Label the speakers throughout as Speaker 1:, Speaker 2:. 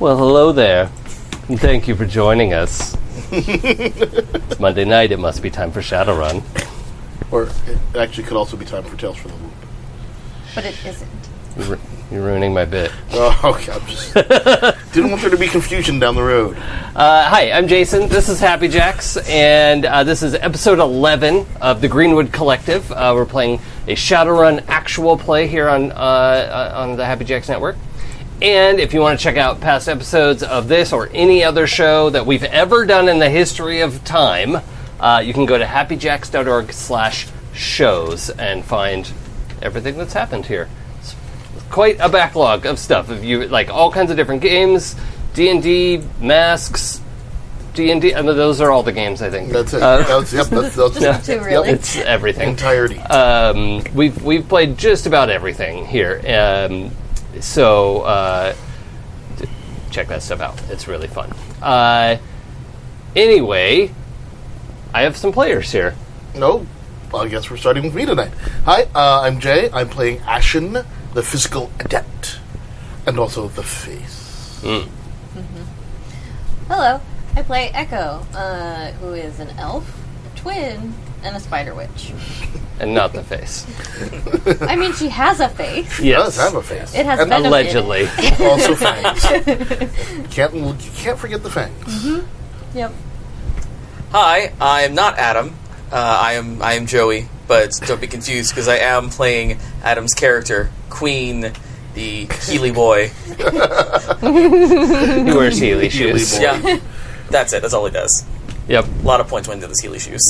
Speaker 1: Well, hello there. and Thank you for joining us. it's Monday night. It must be time for Shadowrun.
Speaker 2: Or it actually could also be time for Tales from the Loop.
Speaker 3: But it isn't.
Speaker 1: You're, ru- you're ruining my bit.
Speaker 2: Oh, okay, I'm just didn't want there to be confusion down the road.
Speaker 1: Uh, hi, I'm Jason. This is Happy Jacks, and uh, this is episode 11 of the Greenwood Collective. Uh, we're playing a Shadowrun actual play here on uh, uh, on the Happy Jacks Network. And if you want to check out past episodes of this or any other show that we've ever done in the history of time, uh, you can go to happyjacks.org/shows and find everything that's happened here. It's quite a backlog of stuff. If you like all kinds of different games, D and D, masks, D and D. Those are all the games I think.
Speaker 2: That's it.
Speaker 1: Uh,
Speaker 2: that's, yep, that's, that's
Speaker 3: Just the two, really?
Speaker 2: Yep,
Speaker 1: it's everything.
Speaker 2: entirety.
Speaker 1: Um, we've we've played just about everything here, um, so uh, d- check that stuff out. It's really fun. Uh, anyway, I have some players here.
Speaker 2: no, well, I guess we're starting with me tonight. Hi, uh, I'm Jay. I'm playing Ashen, the physical adept, and also the face.
Speaker 3: Hello, I play Echo, uh, who is an elf, a twin, and a spider witch.
Speaker 1: And not the face.
Speaker 3: I mean, she has a face.
Speaker 1: Yes,
Speaker 2: Does have a face.
Speaker 3: It has
Speaker 2: and
Speaker 3: venom.
Speaker 1: allegedly.
Speaker 2: also fangs. can't you can't forget the fangs.
Speaker 3: Yep.
Speaker 4: Hi, I am not Adam. Uh, I am I am Joey, but don't be confused because I am playing Adam's character, Queen, the Healy boy.
Speaker 1: He wears Healy shoes.
Speaker 2: boy.
Speaker 4: Yeah, that's it. That's all he does.
Speaker 1: Yep.
Speaker 4: A lot of points went into the Healy shoes.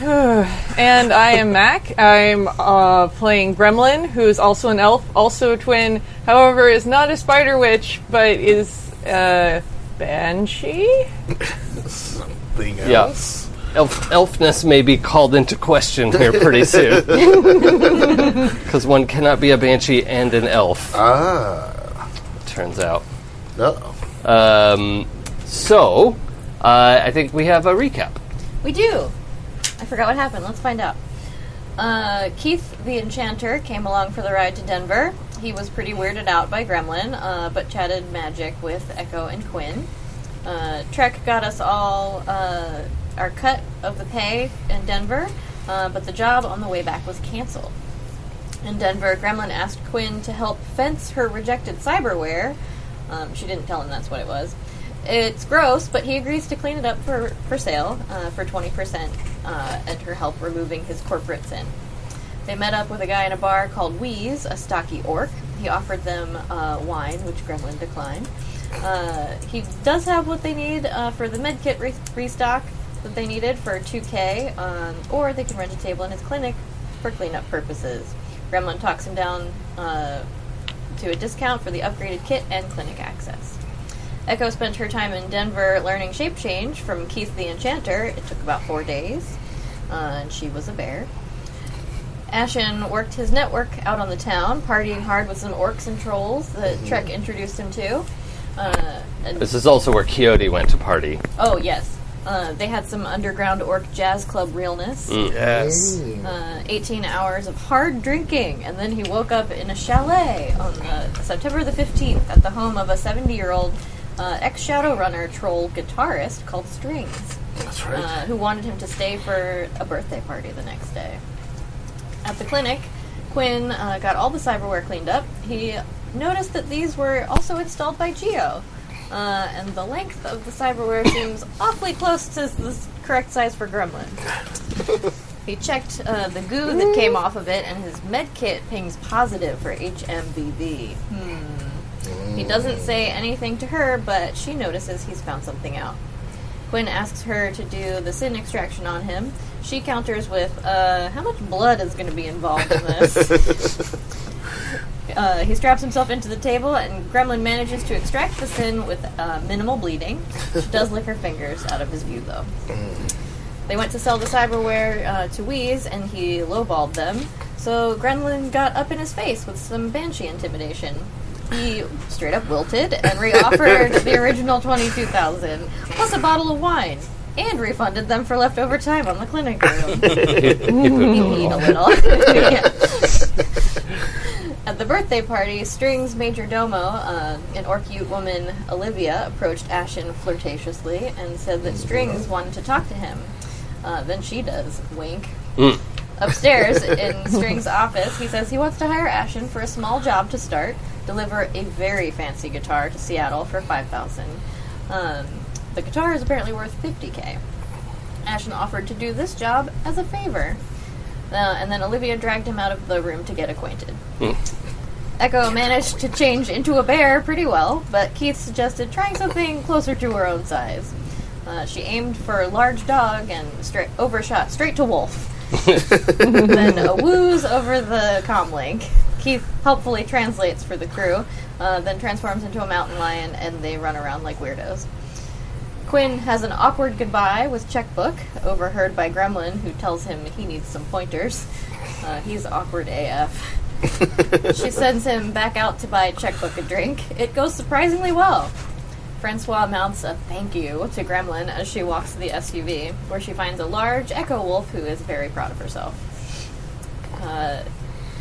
Speaker 5: And I am Mac. I'm uh, playing Gremlin, who is also an elf, also a twin. However, is not a spider witch, but is uh, banshee.
Speaker 2: Something
Speaker 1: Yeah.
Speaker 2: else.
Speaker 1: Elf, elfness may be called into question here pretty soon. Because one cannot be a banshee and an elf,
Speaker 2: Ah.
Speaker 1: turns out.
Speaker 2: Uh-oh.
Speaker 1: Um, so, uh, I think we have a recap.
Speaker 3: We do. I forgot what happened. Let's find out. Uh, Keith the Enchanter came along for the ride to Denver. He was pretty weirded out by Gremlin, uh, but chatted magic with Echo and Quinn. Uh, Trek got us all uh, our cut of the pay in Denver, uh, but the job on the way back was canceled. In Denver, Gremlin asked Quinn to help fence her rejected cyberware. Um, she didn't tell him that's what it was. It's gross, but he agrees to clean it up for, for sale uh, for 20% uh, at her help removing his corporate sin. They met up with a guy in a bar called Wheeze, a stocky orc. He offered them uh, wine, which Gremlin declined. Uh, he does have what they need uh, for the medkit re- restock that they needed for 2K, um, or they can rent a table in his clinic for cleanup purposes. Gremlin talks him down uh, to a discount for the upgraded kit and clinic access. Echo spent her time in Denver learning shape change from Keith the Enchanter. It took about four days, uh, and she was a bear. Ashen worked his network out on the town, partying hard with some orcs and trolls that Trek introduced him to. Uh, and-
Speaker 1: This is also where Coyote went to party.
Speaker 3: oh, yes. Uh, they had some underground orc jazz club realness.
Speaker 4: yes.
Speaker 2: Mm,
Speaker 3: Uh, 18 hours of hard drinking, and then he woke up in a chalet on the, September the 15th at the home of a 70 year old uh, ex Shadowrunner troll guitarist called Strings
Speaker 2: That's right.
Speaker 3: uh, who wanted him to stay for a birthday party the next day. At the clinic, Quinn uh, got all the cyberware cleaned up. He noticed that these were also installed by Geo, uh, and the length of the cyberware seems awfully close to the s- correct size for Gremlin. He checked uh, the goo that came off of it, and his med kit pings positive for HMVV. Hmm. He doesn't say anything to her, but she notices he's found something out. Quinn asks her to do the sin extraction on him. She counters with, uh, how much blood is going to be involved in this? uh, he straps himself into the table, and Gremlin manages to extract the sin with uh, minimal bleeding. She does lick her fingers out of his view, though. They went to sell the cyberware uh, to Wheeze, and he lowballed them. So Gremlin got up in his face with some banshee intimidation. He straight up wilted and reoffered the original twenty-two thousand plus a bottle of wine, and refunded them for leftover time on the clinic room.
Speaker 1: He- he pooped a
Speaker 3: You
Speaker 1: little.
Speaker 3: need a little. Yeah. At the birthday party, Strings Major Domo, uh, an orc Ute woman, Olivia, approached Ashen flirtatiously and said that Strings wanted to talk to him. Uh, then she does, wink. Upstairs in Strings' office, he says he wants to hire Ashen for a small job to start, deliver a very fancy guitar to Seattle for 5000 um, The guitar is apparently worth 50k. Ashen offered to do this job as a favor. Uh, and then Olivia dragged him out of the room to get acquainted. Echo managed to change into a bear pretty well, but Keith suggested trying something closer to her own size. Uh, she aimed for a large dog and straight overshot straight to wolf. then a woos over the comm link. Keith helpfully translates for the crew, uh, then transforms into a mountain lion, and they run around like weirdos. Quinn has an awkward goodbye with checkbook, overheard by Gremlin, who tells him he needs some pointers. Uh, he's awkward AF. she sends him back out to buy checkbook a drink. It goes surprisingly well. Francois mouths a thank you to Gremlin as she walks to the SUV, where she finds a large Echo Wolf who is very proud of herself. Uh,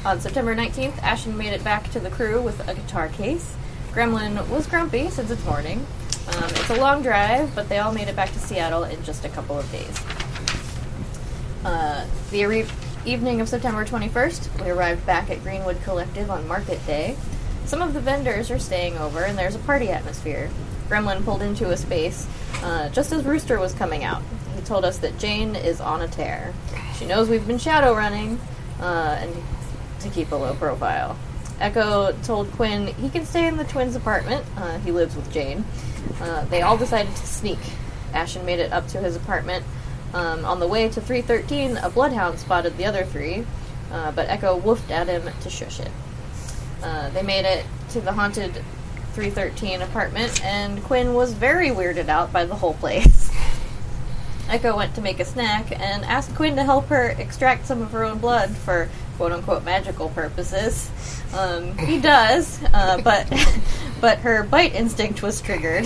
Speaker 3: on September 19th, Ashen made it back to the crew with a guitar case. Gremlin was grumpy since it's morning. Um, it's a long drive, but they all made it back to Seattle in just a couple of days. Uh, the arri- evening of September 21st, we arrived back at Greenwood Collective on market day. Some of the vendors are staying over, and there's a party atmosphere. Gremlin pulled into a space uh, just as Rooster was coming out. He told us that Jane is on a tear. She knows we've been shadow running, uh, and to keep a low profile. Echo told Quinn he can stay in the twins' apartment. Uh, he lives with Jane. Uh, they all decided to sneak. Ashen made it up to his apartment. Um, on the way to 313, a bloodhound spotted the other three, uh, but Echo woofed at him to shush it. Uh, they made it to the haunted 313 apartment, and Quinn was very weirded out by the whole place. Echo went to make a snack and asked Quinn to help her extract some of her own blood for quote unquote magical purposes. Um, he does, uh, but but her bite instinct was triggered,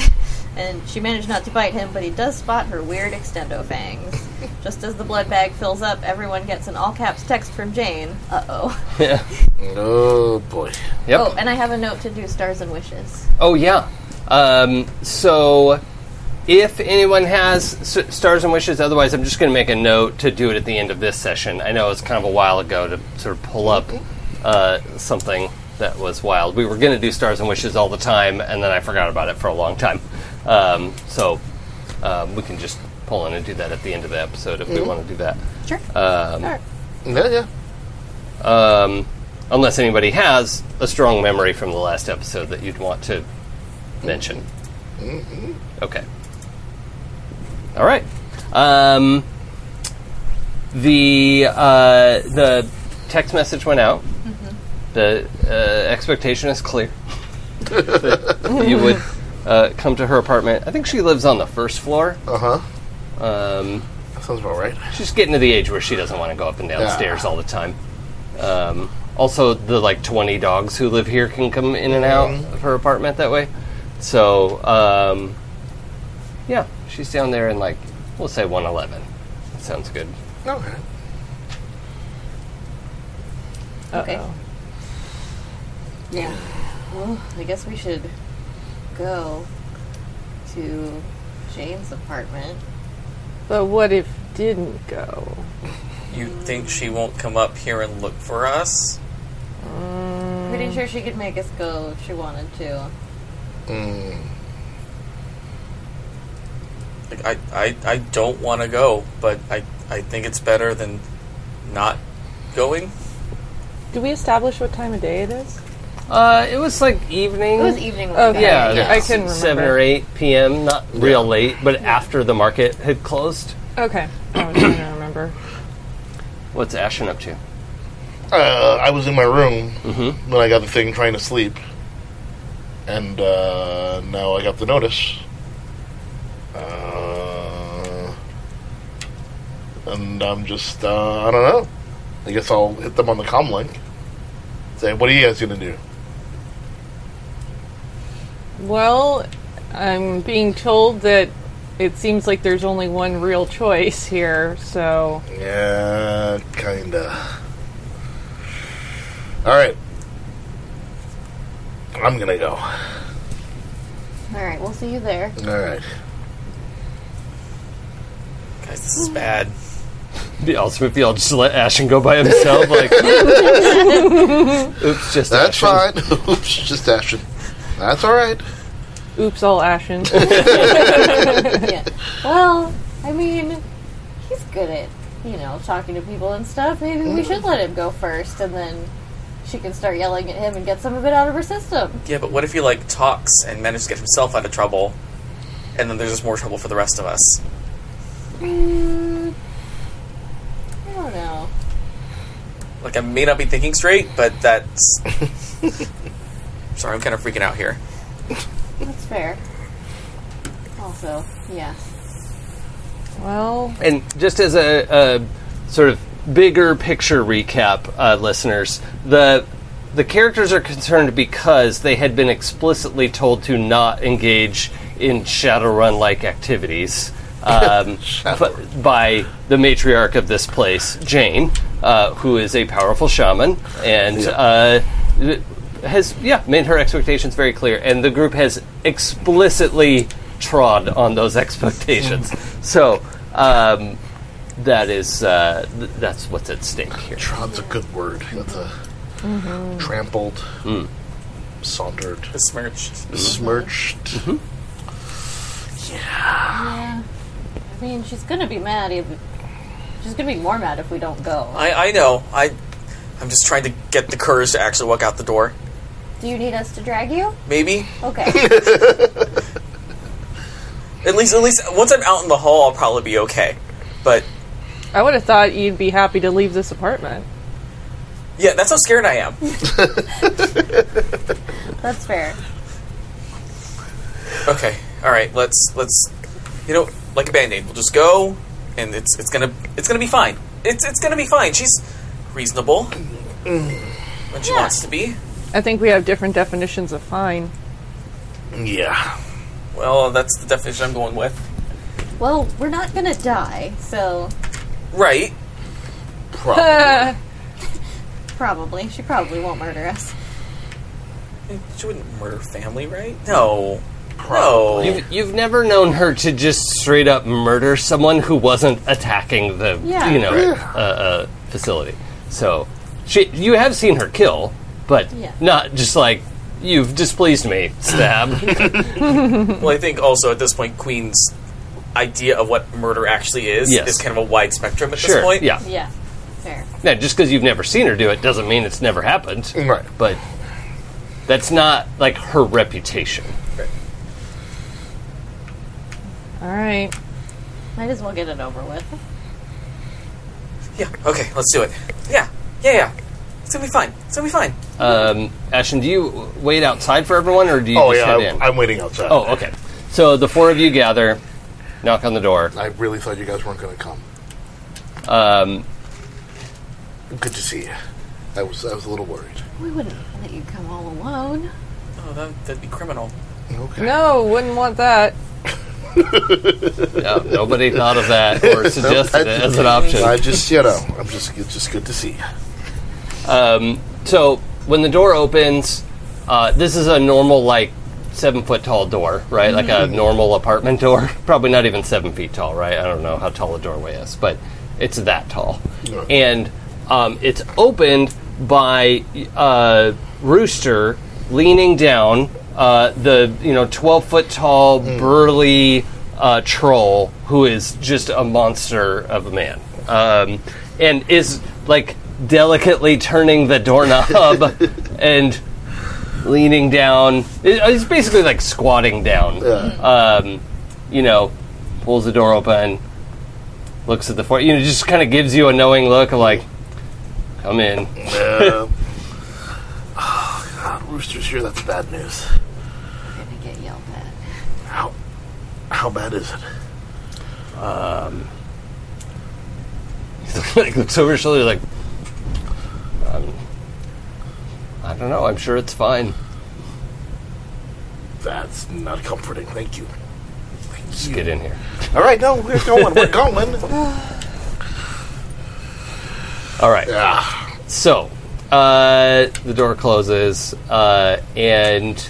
Speaker 3: and she managed not to bite him. But he does spot her weird extendo fangs. Just as the blood bag fills up, everyone gets an all caps text from Jane. Uh oh.
Speaker 2: Oh boy.
Speaker 1: Yep.
Speaker 3: Oh, and I have a note to do stars and wishes.
Speaker 1: Oh yeah. Um, so, if anyone has s- stars and wishes, otherwise I'm just going to make a note to do it at the end of this session. I know it's kind of a while ago to sort of pull up uh, something that was wild. We were going to do stars and wishes all the time, and then I forgot about it for a long time. Um, so, um, we can just pull in and do that at the end of the episode if we want to do that.
Speaker 3: Sure.
Speaker 2: Yeah, yeah.
Speaker 1: Um, unless anybody has a strong memory from the last episode that you'd want to mention. Okay. All right. Um, the uh, the text message went out. The uh, expectation is clear. that you would uh, come to her apartment. I think she lives on the first floor.
Speaker 2: Uh huh.
Speaker 1: Um,
Speaker 2: That sounds about right.
Speaker 1: She's getting to the age where she doesn't want to go up and down
Speaker 2: Yeah.
Speaker 1: stairs all the time. Um, also, the like twenty dogs who live here can come in and out
Speaker 2: Mm-hmm.
Speaker 1: of her apartment that way. So, um, yeah, she's down there in like we'll say one eleven. Sounds good.
Speaker 2: Okay.
Speaker 3: Okay.
Speaker 5: Uh-oh.
Speaker 3: Yeah. Well, I guess we should go to Jane's apartment.
Speaker 5: But what if didn't go?
Speaker 4: You think she won't come up here and look for us?
Speaker 3: Pretty sure she could make us go if she wanted to.
Speaker 4: Like, I, I, I don't want to go, but I, I think it's better than not going.
Speaker 5: Did we establish what time of day it is?
Speaker 1: Uh, it was like evening.
Speaker 3: It was evening. when
Speaker 5: Oh,
Speaker 1: Mm.
Speaker 3: we got
Speaker 1: Yeah,
Speaker 3: here.
Speaker 5: Yeah. I couldn't
Speaker 1: seven
Speaker 5: remember.
Speaker 1: or eight p.m. Not real late, but after the market had closed.
Speaker 5: Okay. I was trying to remember.
Speaker 1: What's Ashen up to?
Speaker 2: Uh, I was in my room when I got the thing trying to sleep, and uh, now I got the notice. Uh, and I'm just, uh, I don't know. I guess I'll hit them on the comm link. Say, what are you guys gonna do?
Speaker 5: Well, I'm being told that it seems like there's only one real choice here, so
Speaker 2: Yeah, kinda. All right, I'm gonna go.
Speaker 3: All right, we'll see you there.
Speaker 2: All right.
Speaker 4: Guys, this is bad.
Speaker 1: Be awesome if y'all just let Ashen go by himself. Like, oops, just
Speaker 2: That's
Speaker 1: Ashen.
Speaker 2: fine. Oops, just Ashen. That's all right.
Speaker 5: Oops, all ashen.
Speaker 3: yeah. Well, I mean, he's good at you know talking to people and stuff. Maybe we should let him go first, and then she can start yelling at him and get some of it out of her system.
Speaker 4: Yeah, but what if he like talks and manages to get himself out of trouble, and then there's just more trouble for the rest of us?
Speaker 3: Mm, I don't know.
Speaker 4: Like I may not be thinking straight, but that's. Sorry, I'm kind of freaking out here.
Speaker 3: That's fair. Also, yeah.
Speaker 5: well,
Speaker 1: And just as a, a sort of bigger picture recap, uh, listeners, the the characters are concerned because they had been explicitly told to not engage in Shadowrun like activities um, f- by the matriarch of this place, Jane, uh, who is a powerful shaman and. Uh, has yeah made her expectations very clear, and the group has explicitly trod on those expectations. so um, that is uh, th- that's what's at stake here.
Speaker 2: Trod's a good word. That's a trampled, sauntered,
Speaker 4: Besmirched.
Speaker 2: Mm-hmm. besmirched.
Speaker 3: Yeah. I mean, she's gonna be mad. If, she's gonna be more mad if we don't go.
Speaker 4: I I know. I I'm just trying to get the courage to actually walk out the door.
Speaker 3: Do you need us to drag you?
Speaker 4: Maybe
Speaker 3: Okay.
Speaker 4: at least at least once I'm out in the hall, I'll probably be okay. But
Speaker 5: I would have thought you'd be happy to leave this apartment.
Speaker 4: yeah, that's how scared I am.
Speaker 3: That's fair.
Speaker 4: Okay. All right. Let's let's you know like a band aid. We'll just go, and it's it's gonna it's gonna be fine. It's it's gonna be fine. She's reasonable when she
Speaker 3: Yeah.
Speaker 4: wants to be.
Speaker 5: I think we have different definitions of fine.
Speaker 2: Yeah.
Speaker 4: Well, that's the definition I'm going with.
Speaker 3: Well, we're not gonna die, so
Speaker 4: Right.
Speaker 2: Probably.
Speaker 3: probably she probably won't murder us.
Speaker 4: She wouldn't murder family, right? No. No.
Speaker 1: You've, you've never known her to just straight up murder someone who wasn't attacking the
Speaker 3: Yeah.
Speaker 1: you know
Speaker 2: Right.
Speaker 1: uh, uh, facility. So she, you have seen her kill, but
Speaker 3: Yeah.
Speaker 1: not just like you've displeased me stab.
Speaker 4: Well, I think also at this point, Queen's idea of what murder actually is
Speaker 1: Yes.
Speaker 4: is kind of a wide spectrum at
Speaker 1: sure,
Speaker 4: this point.
Speaker 1: yeah.
Speaker 3: Yeah, fair.
Speaker 1: No, just because you've never seen her do it doesn't mean it's never happened.
Speaker 2: Right.
Speaker 1: But that's not like her reputation.
Speaker 5: all right.
Speaker 3: Might as well get it over with.
Speaker 4: Yeah. Okay. Let's do it. Yeah. Yeah. Yeah. It's gonna be fine. It's gonna be fine.
Speaker 1: Um, Ashton, do you wait outside for everyone, or do you
Speaker 2: Oh
Speaker 1: just
Speaker 2: yeah,
Speaker 1: head
Speaker 2: I,
Speaker 1: in?
Speaker 2: I'm waiting outside.
Speaker 1: oh, okay. So the four of you gather, knock on the door.
Speaker 2: I really thought you guys weren't going to come.
Speaker 1: Um,
Speaker 2: Good to see you. I was I was a little worried.
Speaker 3: We wouldn't let you come all alone.
Speaker 4: Oh, that, that'd be criminal.
Speaker 2: Okay.
Speaker 5: No, wouldn't want that.
Speaker 1: no, nobody thought of that or suggested it as an option.
Speaker 2: I just you know I'm just it's just good to see you.
Speaker 1: Um, so when the door opens, uh, this is a normal like seven foot tall door, right? Like a normal apartment door. Probably not even seven feet tall, right? I don't know how tall the doorway is, but it's that tall,
Speaker 2: Yeah.
Speaker 1: and um, it's opened by uh, Rooster leaning down. Uh, the you know twelve foot tall burly uh, troll who is just a monster of a man, um, and is like delicately turning the doorknob and leaning down. It- It's basically like squatting down. Um, you know, pulls the door open, looks at the floor. You know, just kind of gives you a knowing look of like, come in.
Speaker 2: Uh, oh God, Rooster's here. That's bad news.
Speaker 3: We're gonna get yelled at.
Speaker 2: How how bad is it?
Speaker 1: like looks over his shoulder like, um, I don't know. I'm sure it's fine.
Speaker 2: That's not comforting. Thank you.
Speaker 1: Just get in here.
Speaker 2: All right, no, we're going. We're going.
Speaker 1: All right.
Speaker 2: Ah,
Speaker 1: So, Uh, the door closes, uh, and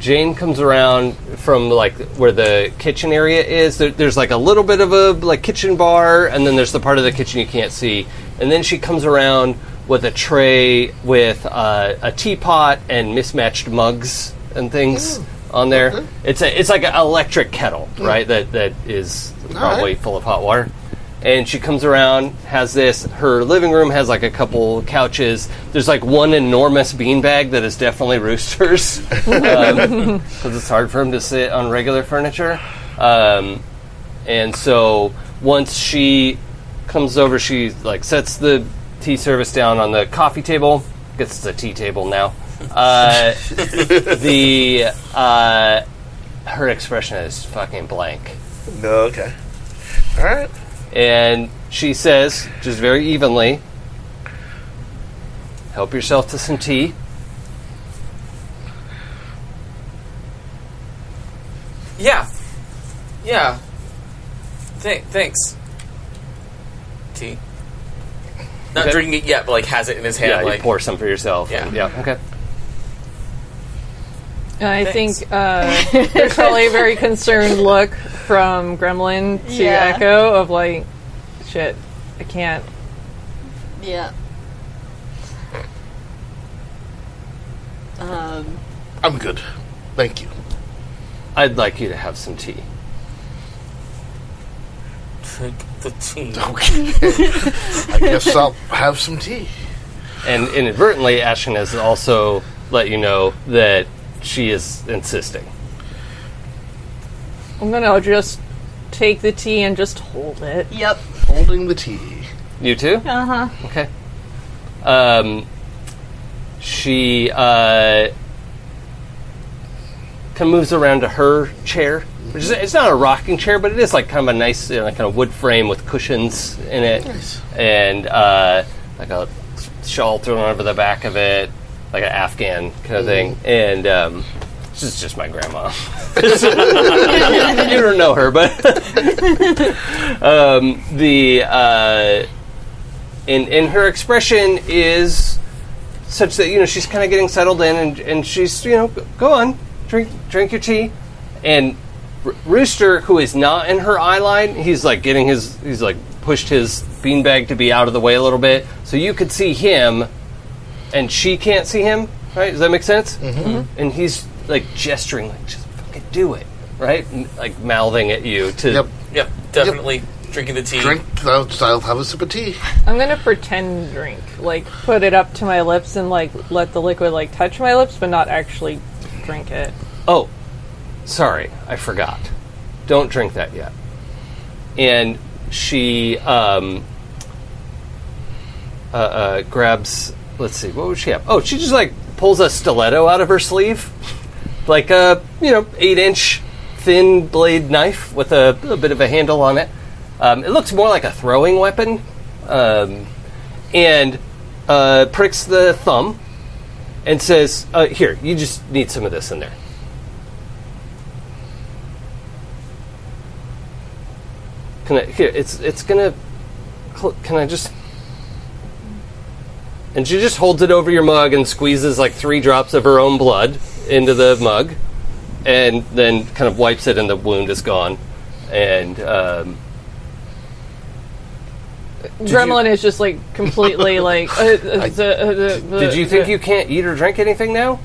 Speaker 1: Jane comes around from like where the kitchen area is. There, there's like a little bit of a like kitchen bar, and then there's the part of the kitchen you can't see. And then she comes around with a tray with uh, a teapot and mismatched mugs and things on there. It's a it's like an electric kettle, right? That that is probably full of hot water. And she comes around, has this. Her living room has like a couple couches. There's like one enormous beanbag that is definitely Rooster's because it's hard for him to sit on regular furniture. Um, and so once she comes over, she like sets the tea service down on the coffee table. Guess it's a tea table now. Uh, the uh, her expression is fucking blank,
Speaker 2: No, okay. All right.
Speaker 1: and she says just very evenly, "Help yourself to some tea."
Speaker 4: Yeah. Yeah. Th- thanks. Tea. Not
Speaker 1: Okay.
Speaker 4: drinking it yet, but like has it in his hand.
Speaker 1: yeah,
Speaker 4: like
Speaker 1: you pour some for yourself.
Speaker 4: Yeah.
Speaker 1: and- yeah. Okay.
Speaker 5: And I
Speaker 4: Thanks.
Speaker 5: think uh, there's probably a very concerned look from Gremlin to
Speaker 3: Yeah.
Speaker 5: Echo of like, shit, I can't.
Speaker 3: Yeah. Um,
Speaker 2: I'm good. Thank you.
Speaker 1: I'd like you to have some tea.
Speaker 4: drink the tea.
Speaker 2: Okay. I guess I'll have some tea.
Speaker 1: And inadvertently, Ashen has also let you know that she is insisting.
Speaker 5: I'm gonna just take the tea and just hold it.
Speaker 3: yep.
Speaker 2: Holding the tea.
Speaker 1: You too?
Speaker 3: Uh huh.
Speaker 1: Okay. Um, she uh, kind of moves around to her chair, which is it's not a rocking chair, but it is like kind of a nice you know, kind of wood frame with cushions in it,
Speaker 2: Nice.
Speaker 1: and uh, like a shawl thrown over the back of it, like an Afghan kind of thing. And um, this is just my grandma. you don't know her, but um, the. Uh, and and her expression is such that you know she's kind of getting settled in, and and she's you know go on, drink drink your tea, and R- Rooster, who is not in her eye line, he's like getting his he's like pushed his beanbag to be out of the way a little bit, so you could see him, and she can't see him. Right? Does that make sense? Mm-hmm. And he's like gesturing, like just fucking do it, right? And, like mouthing at you to
Speaker 2: Yep.
Speaker 4: Yep, definitely drinking the tea.
Speaker 2: Drink. I'll, I'll have a sip of tea.
Speaker 5: I'm gonna pretend drink, like put it up to my lips and like let the liquid like touch my lips, but not actually drink it.
Speaker 1: Oh, sorry, I forgot. Don't drink that yet. And she um, uh, uh, grabs. Let's see, what would she have? Oh, she just like pulls a stiletto out of her sleeve, like a you know eight inch thin blade knife with a, a bit of a handle on it. Um, it looks more like a throwing weapon, um, and uh, pricks the thumb and says, uh, "Here, you just need some of this in there." Can I? Here, it's it's gonna. cl- Can I just? And she just holds it over your mug and squeezes like three drops of her own blood into the mug, and then kind of wipes it, and the wound is gone. And um,
Speaker 5: Gremlin is just like completely like. Uh, uh, the- uh, the- the-
Speaker 1: did you think
Speaker 5: the-
Speaker 1: you can't eat or drink anything now?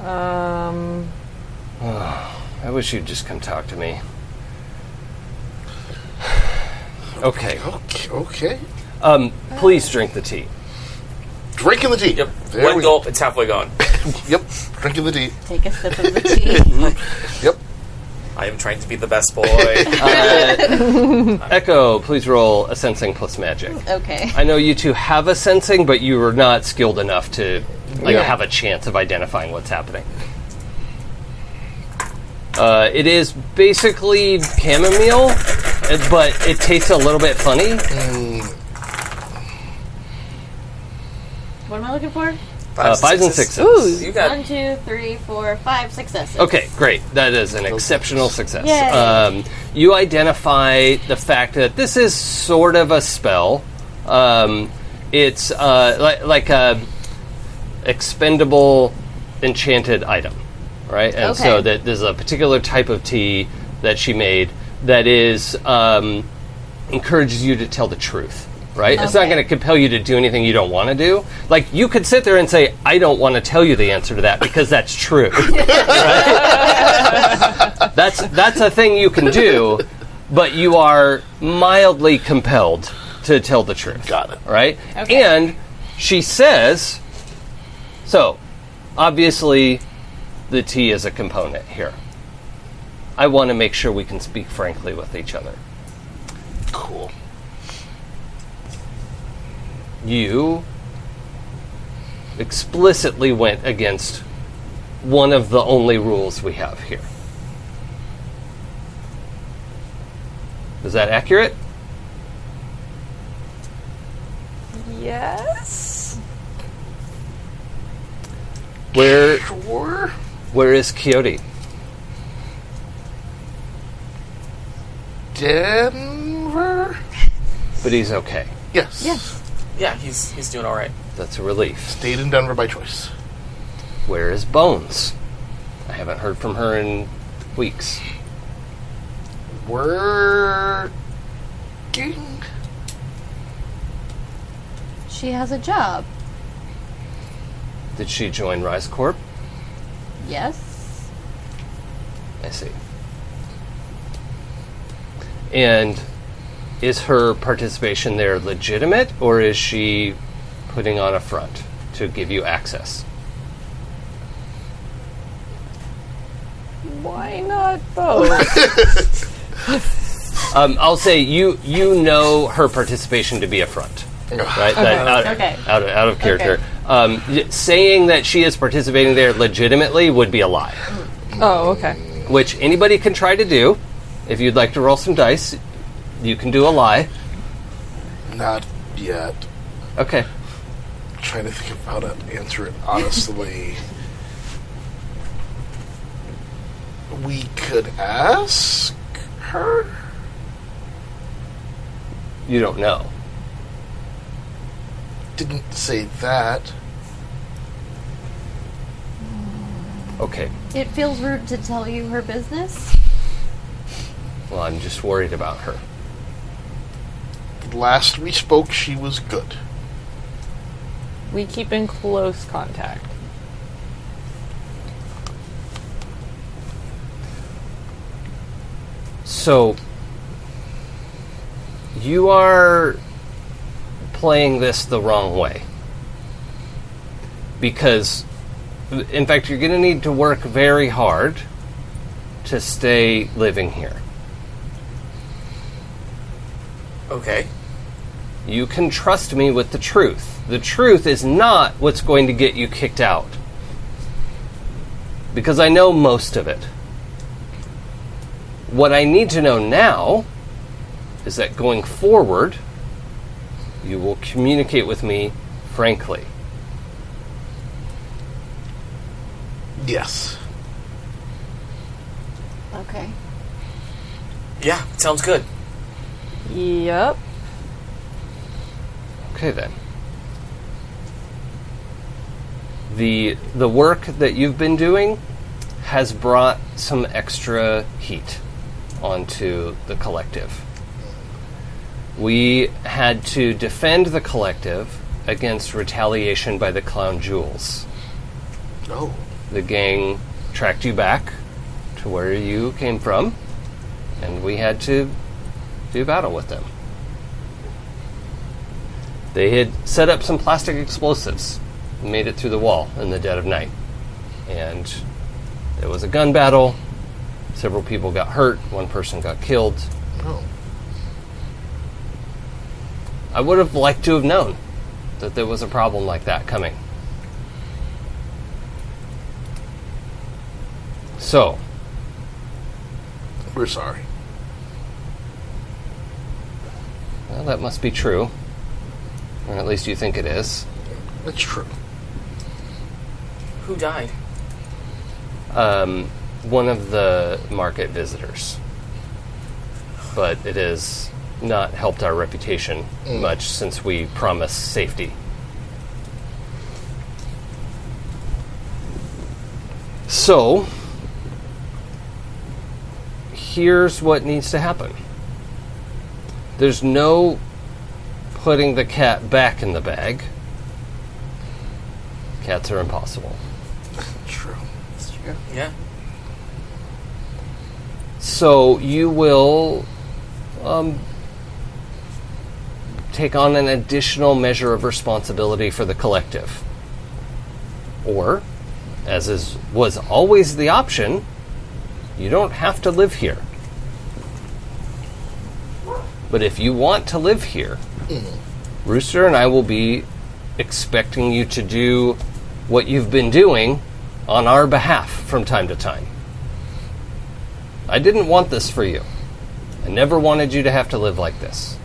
Speaker 5: Um,
Speaker 1: I wish you'd just come talk to me. Okay.
Speaker 2: Okay. okay.
Speaker 1: Um, please drink the tea.
Speaker 2: Drinking the tea.
Speaker 4: Yep.
Speaker 2: There
Speaker 4: One
Speaker 2: we
Speaker 4: gulp, it's halfway gone.
Speaker 2: Yep. Drinking the tea.
Speaker 3: Take a sip of the tea.
Speaker 2: Yep.
Speaker 4: I am trying to be the best boy. Uh,
Speaker 1: Echo, please roll a sensing plus magic.
Speaker 3: okay.
Speaker 1: I know you two have a sensing, but you are not skilled enough to like
Speaker 2: Yeah.
Speaker 1: have a chance of identifying what's happening. Uh, it is basically chamomile, uh, but it tastes a little bit funny. Uh,
Speaker 3: What am I looking for?
Speaker 1: Uh, fives and
Speaker 4: sixes.
Speaker 1: sixes.
Speaker 5: ooh,
Speaker 4: You
Speaker 3: One,
Speaker 4: got
Speaker 3: two, three, four, five successes.
Speaker 1: Okay, great. That is an exceptional success.
Speaker 3: Yay.
Speaker 1: Um, you identify the fact that this is sort of a spell. Um, it's uh, like, like a expendable enchanted item, right? And so
Speaker 3: Okay.
Speaker 1: that there's a particular type of tea that she made that is um, encourages you to tell the truth, right? It's not
Speaker 3: Okay.
Speaker 1: going to compel you to do anything you don't want to do. Like you could sit there and say, "I don't want to tell you the answer to that because that's true." Right? that's that's a thing you can do, but you are mildly compelled to tell the truth
Speaker 2: Got it.
Speaker 1: right?
Speaker 3: Okay.
Speaker 1: And she says, so obviously the tea is a component here. I want to make sure we can speak frankly with each other.
Speaker 2: Cool.
Speaker 1: You explicitly went against one of the only rules we have here. Is that accurate?
Speaker 5: Yes.
Speaker 1: Where
Speaker 2: Sure.
Speaker 1: where is Coyote?
Speaker 2: Denver?
Speaker 1: But he's okay.
Speaker 2: Yes.
Speaker 4: Yeah, he's he's doing all right.
Speaker 1: That's a relief.
Speaker 2: Stayed in Denver by choice.
Speaker 1: Where is Bones? I haven't heard from her in weeks.
Speaker 2: Working?
Speaker 3: She has a job.
Speaker 1: Did she join Rise Corp?
Speaker 3: Yes.
Speaker 1: I see. And is her participation there legitimate, or is she putting on a front to give you access?
Speaker 5: Why not both?
Speaker 1: Um, I'll say you you know her participation to be a front, right? That- out,
Speaker 3: Uh-huh. Okay.
Speaker 1: out, of, out of character. Um, y- saying that she is participating there legitimately would be a lie.
Speaker 5: oh, okay.
Speaker 1: which anybody can try to do. If you'd like to roll some dice, you can do a lie.
Speaker 2: Not yet.
Speaker 1: Okay.
Speaker 2: trying to think of how to answer it honestly. we could ask her?
Speaker 1: You don't know.
Speaker 2: Didn't say that.
Speaker 1: Okay.
Speaker 3: It feels rude to tell you her business.
Speaker 1: Well, I'm just worried about her.
Speaker 2: Last we spoke, she was good.
Speaker 5: We keep in close contact.
Speaker 1: So, you are playing this the wrong way. Because, in fact, you're going to need to work very hard to stay living here.
Speaker 4: Okay.
Speaker 1: You can trust me with the truth. The truth is not what's going to get you kicked out. Because I know most of it. What I need to know now is that going forward, you will communicate with me frankly.
Speaker 2: Yes.
Speaker 3: Okay.
Speaker 4: Yeah, sounds good.
Speaker 5: Yep.
Speaker 1: Okay then. The the work that you've been doing has brought some extra heat onto the collective. We had to defend the collective against retaliation by the clown jewels.
Speaker 2: No.
Speaker 1: The gang tracked you back to where you came from, and we had to do battle with them. They had set up some plastic explosives, and made it through the wall in the dead of night, and there was a gun battle. Several people got hurt, one person got killed.
Speaker 2: No.
Speaker 1: I would have liked to have known that there was a problem like that coming. So,
Speaker 2: We're sorry.
Speaker 1: Well, that must be true. Or at least you think it is.
Speaker 2: That's true.
Speaker 4: Who died?
Speaker 1: Um, one of the market visitors. But it is not helped our reputation much since we promised safety. So, here's what needs to happen there's no putting the cat back in the bag. Cats are impossible.
Speaker 2: True.
Speaker 3: That's true.
Speaker 4: Yeah.
Speaker 1: So you will um, take on an additional measure of responsibility for the collective, or, as is was always the option, you don't have to live here. But if you want to live here, Rooster and I will be expecting you to do what you've been doing on our behalf from time to time. I didn't want this for you. I never wanted you to have to live like this.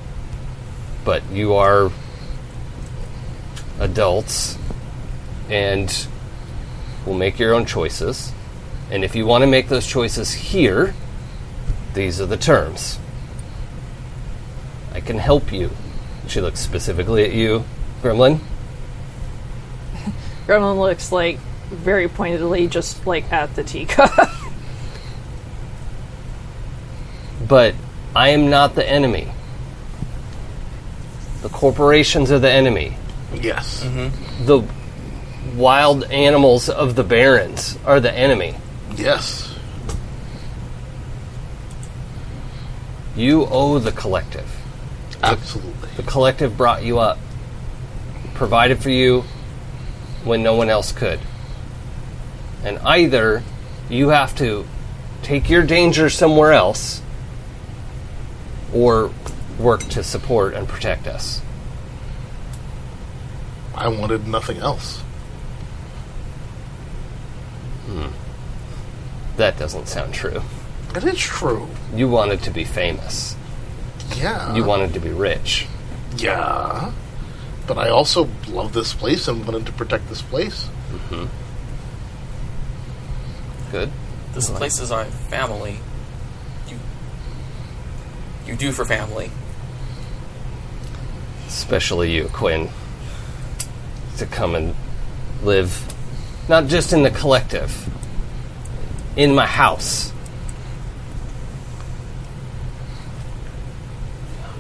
Speaker 1: But you are adults and will make your own choices. And if you want to make those choices here, these are the terms. I can help you. She looks specifically at you, Gremlin.
Speaker 5: Gremlin looks like very pointedly just like at the teacup.
Speaker 1: but I am not the enemy. The corporations are the enemy.
Speaker 2: Yes.
Speaker 1: The wild animals of the barrens are the enemy.
Speaker 2: Yes.
Speaker 1: You owe the collective.
Speaker 2: Absolutely.
Speaker 1: The collective brought you up, provided for you when no one else could. And either you have to take your danger somewhere else or work to support and protect us.
Speaker 2: I wanted nothing else.
Speaker 1: That doesn't sound true.
Speaker 2: It is true.
Speaker 1: You wanted to be famous.
Speaker 2: Yeah.
Speaker 1: You wanted to be rich.
Speaker 2: Yeah. But I also love this place and wanted to protect this place.
Speaker 1: Good.
Speaker 4: This place is our family. You, you do for family.
Speaker 1: Especially you, Quinn. To come and live not just in the collective, in my house.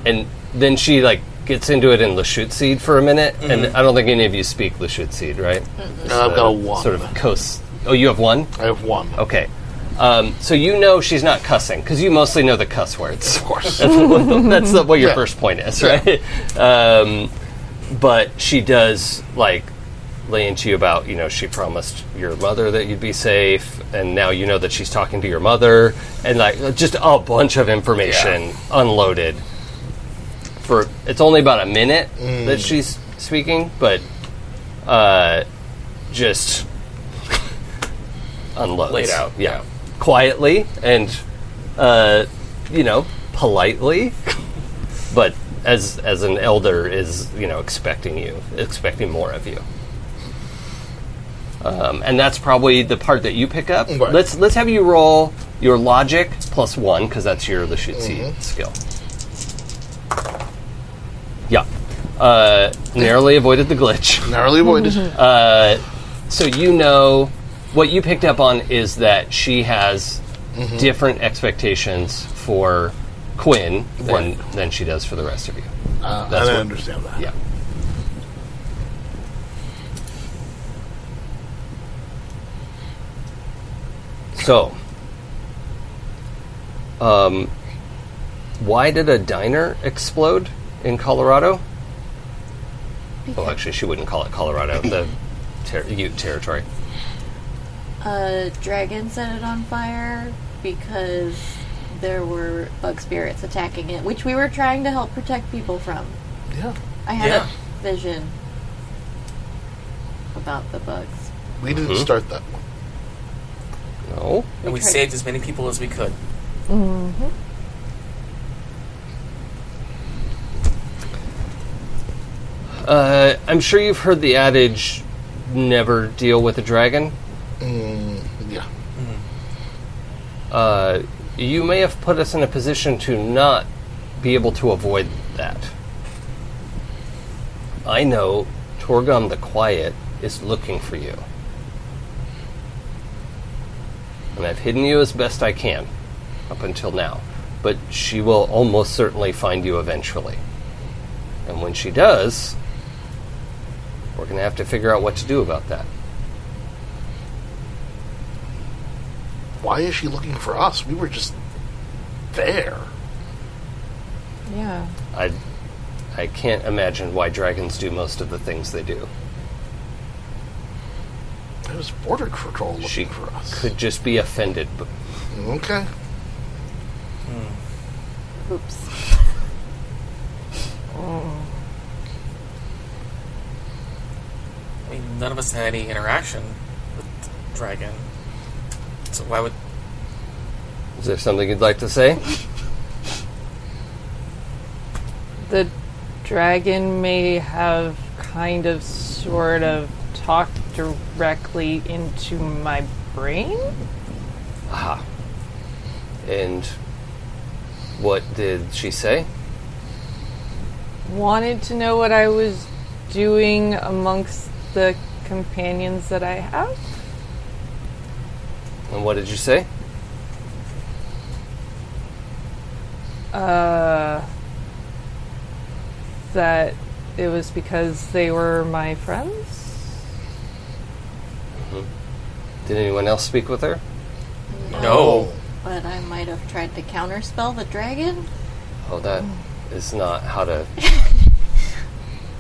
Speaker 1: And then she like gets into it in Lachute Seed for a minute, and I don't think any of you speak Lachute Seed, right?
Speaker 2: I've got a one.
Speaker 1: Sort of coast. Oh, you have one.
Speaker 2: I have one.
Speaker 1: Okay. Um, so you know she's not cussing because you mostly know the cuss words.
Speaker 2: Of course.
Speaker 1: That's the, what your
Speaker 2: Yeah.
Speaker 1: first point is, right? Um, but she does like lay into you about you know she promised your mother that you'd be safe, and now you know that she's talking to your mother, and like just a bunch of information unloaded. For it's only about a minute
Speaker 2: Mm.
Speaker 1: that she's speaking, but uh, just unloads
Speaker 4: Laid out,
Speaker 1: yeah, quietly and uh, you know politely but as as an elder is you know expecting you expecting more of you um, and that's probably the part that you pick up
Speaker 2: Right.
Speaker 1: let's let's have you roll your logic plus one because that's your lashutsi skill yeah uh, narrowly avoided the glitch
Speaker 2: Narrowly avoided.
Speaker 1: so you know what you picked up on is that she has different expectations for Quinn than, than she does for the rest of you.
Speaker 2: Uh, and
Speaker 1: That's
Speaker 2: I
Speaker 1: what-
Speaker 2: understand that.
Speaker 1: Yeah. So, um, why did a diner explode in Colorado? Well, actually, she wouldn't call it Colorado, the ter- Ute territory.
Speaker 3: A dragon set it on fire because there were bug spirits attacking it, which we were trying to help protect people from.
Speaker 2: Yeah.
Speaker 3: I had
Speaker 4: Yeah.
Speaker 3: a vision about the bugs.
Speaker 2: We didn't
Speaker 1: Mm-hmm.
Speaker 2: start that one.
Speaker 1: No.
Speaker 4: And we
Speaker 3: tried-
Speaker 4: saved as many people as we could.
Speaker 1: Uh, I'm sure you've heard the adage never deal with a dragon.
Speaker 2: Mm, Yeah.
Speaker 1: Uh, you may have put us in a position to not be able to avoid that. I know Torgon the Quiet is looking for you. And I've hidden you as best I can up until now. But she will almost certainly find you eventually. And when she does, we're going to have to figure out what to do about that.
Speaker 2: Why is she looking for us? We were just there.
Speaker 5: Yeah.
Speaker 1: I, I can't imagine why dragons do most of the things they do.
Speaker 2: It was border control looking
Speaker 1: She
Speaker 2: for us.
Speaker 1: could just be offended. But
Speaker 2: Okay.
Speaker 3: Oops.
Speaker 4: I mean, none of us had any interaction with the dragon. So why would
Speaker 1: is there something you'd like to say?
Speaker 5: The dragon may have kind of sort of talked directly into my brain?
Speaker 1: Aha. And what did she say?
Speaker 5: Wanted to know what I was doing amongst the companions that I have?
Speaker 1: And what did you say?
Speaker 5: Uh, that it was because they were my friends?
Speaker 1: Did anyone else speak with her?
Speaker 4: no?
Speaker 3: But I might have tried to counterspell the dragon.
Speaker 1: Oh, that is not how to.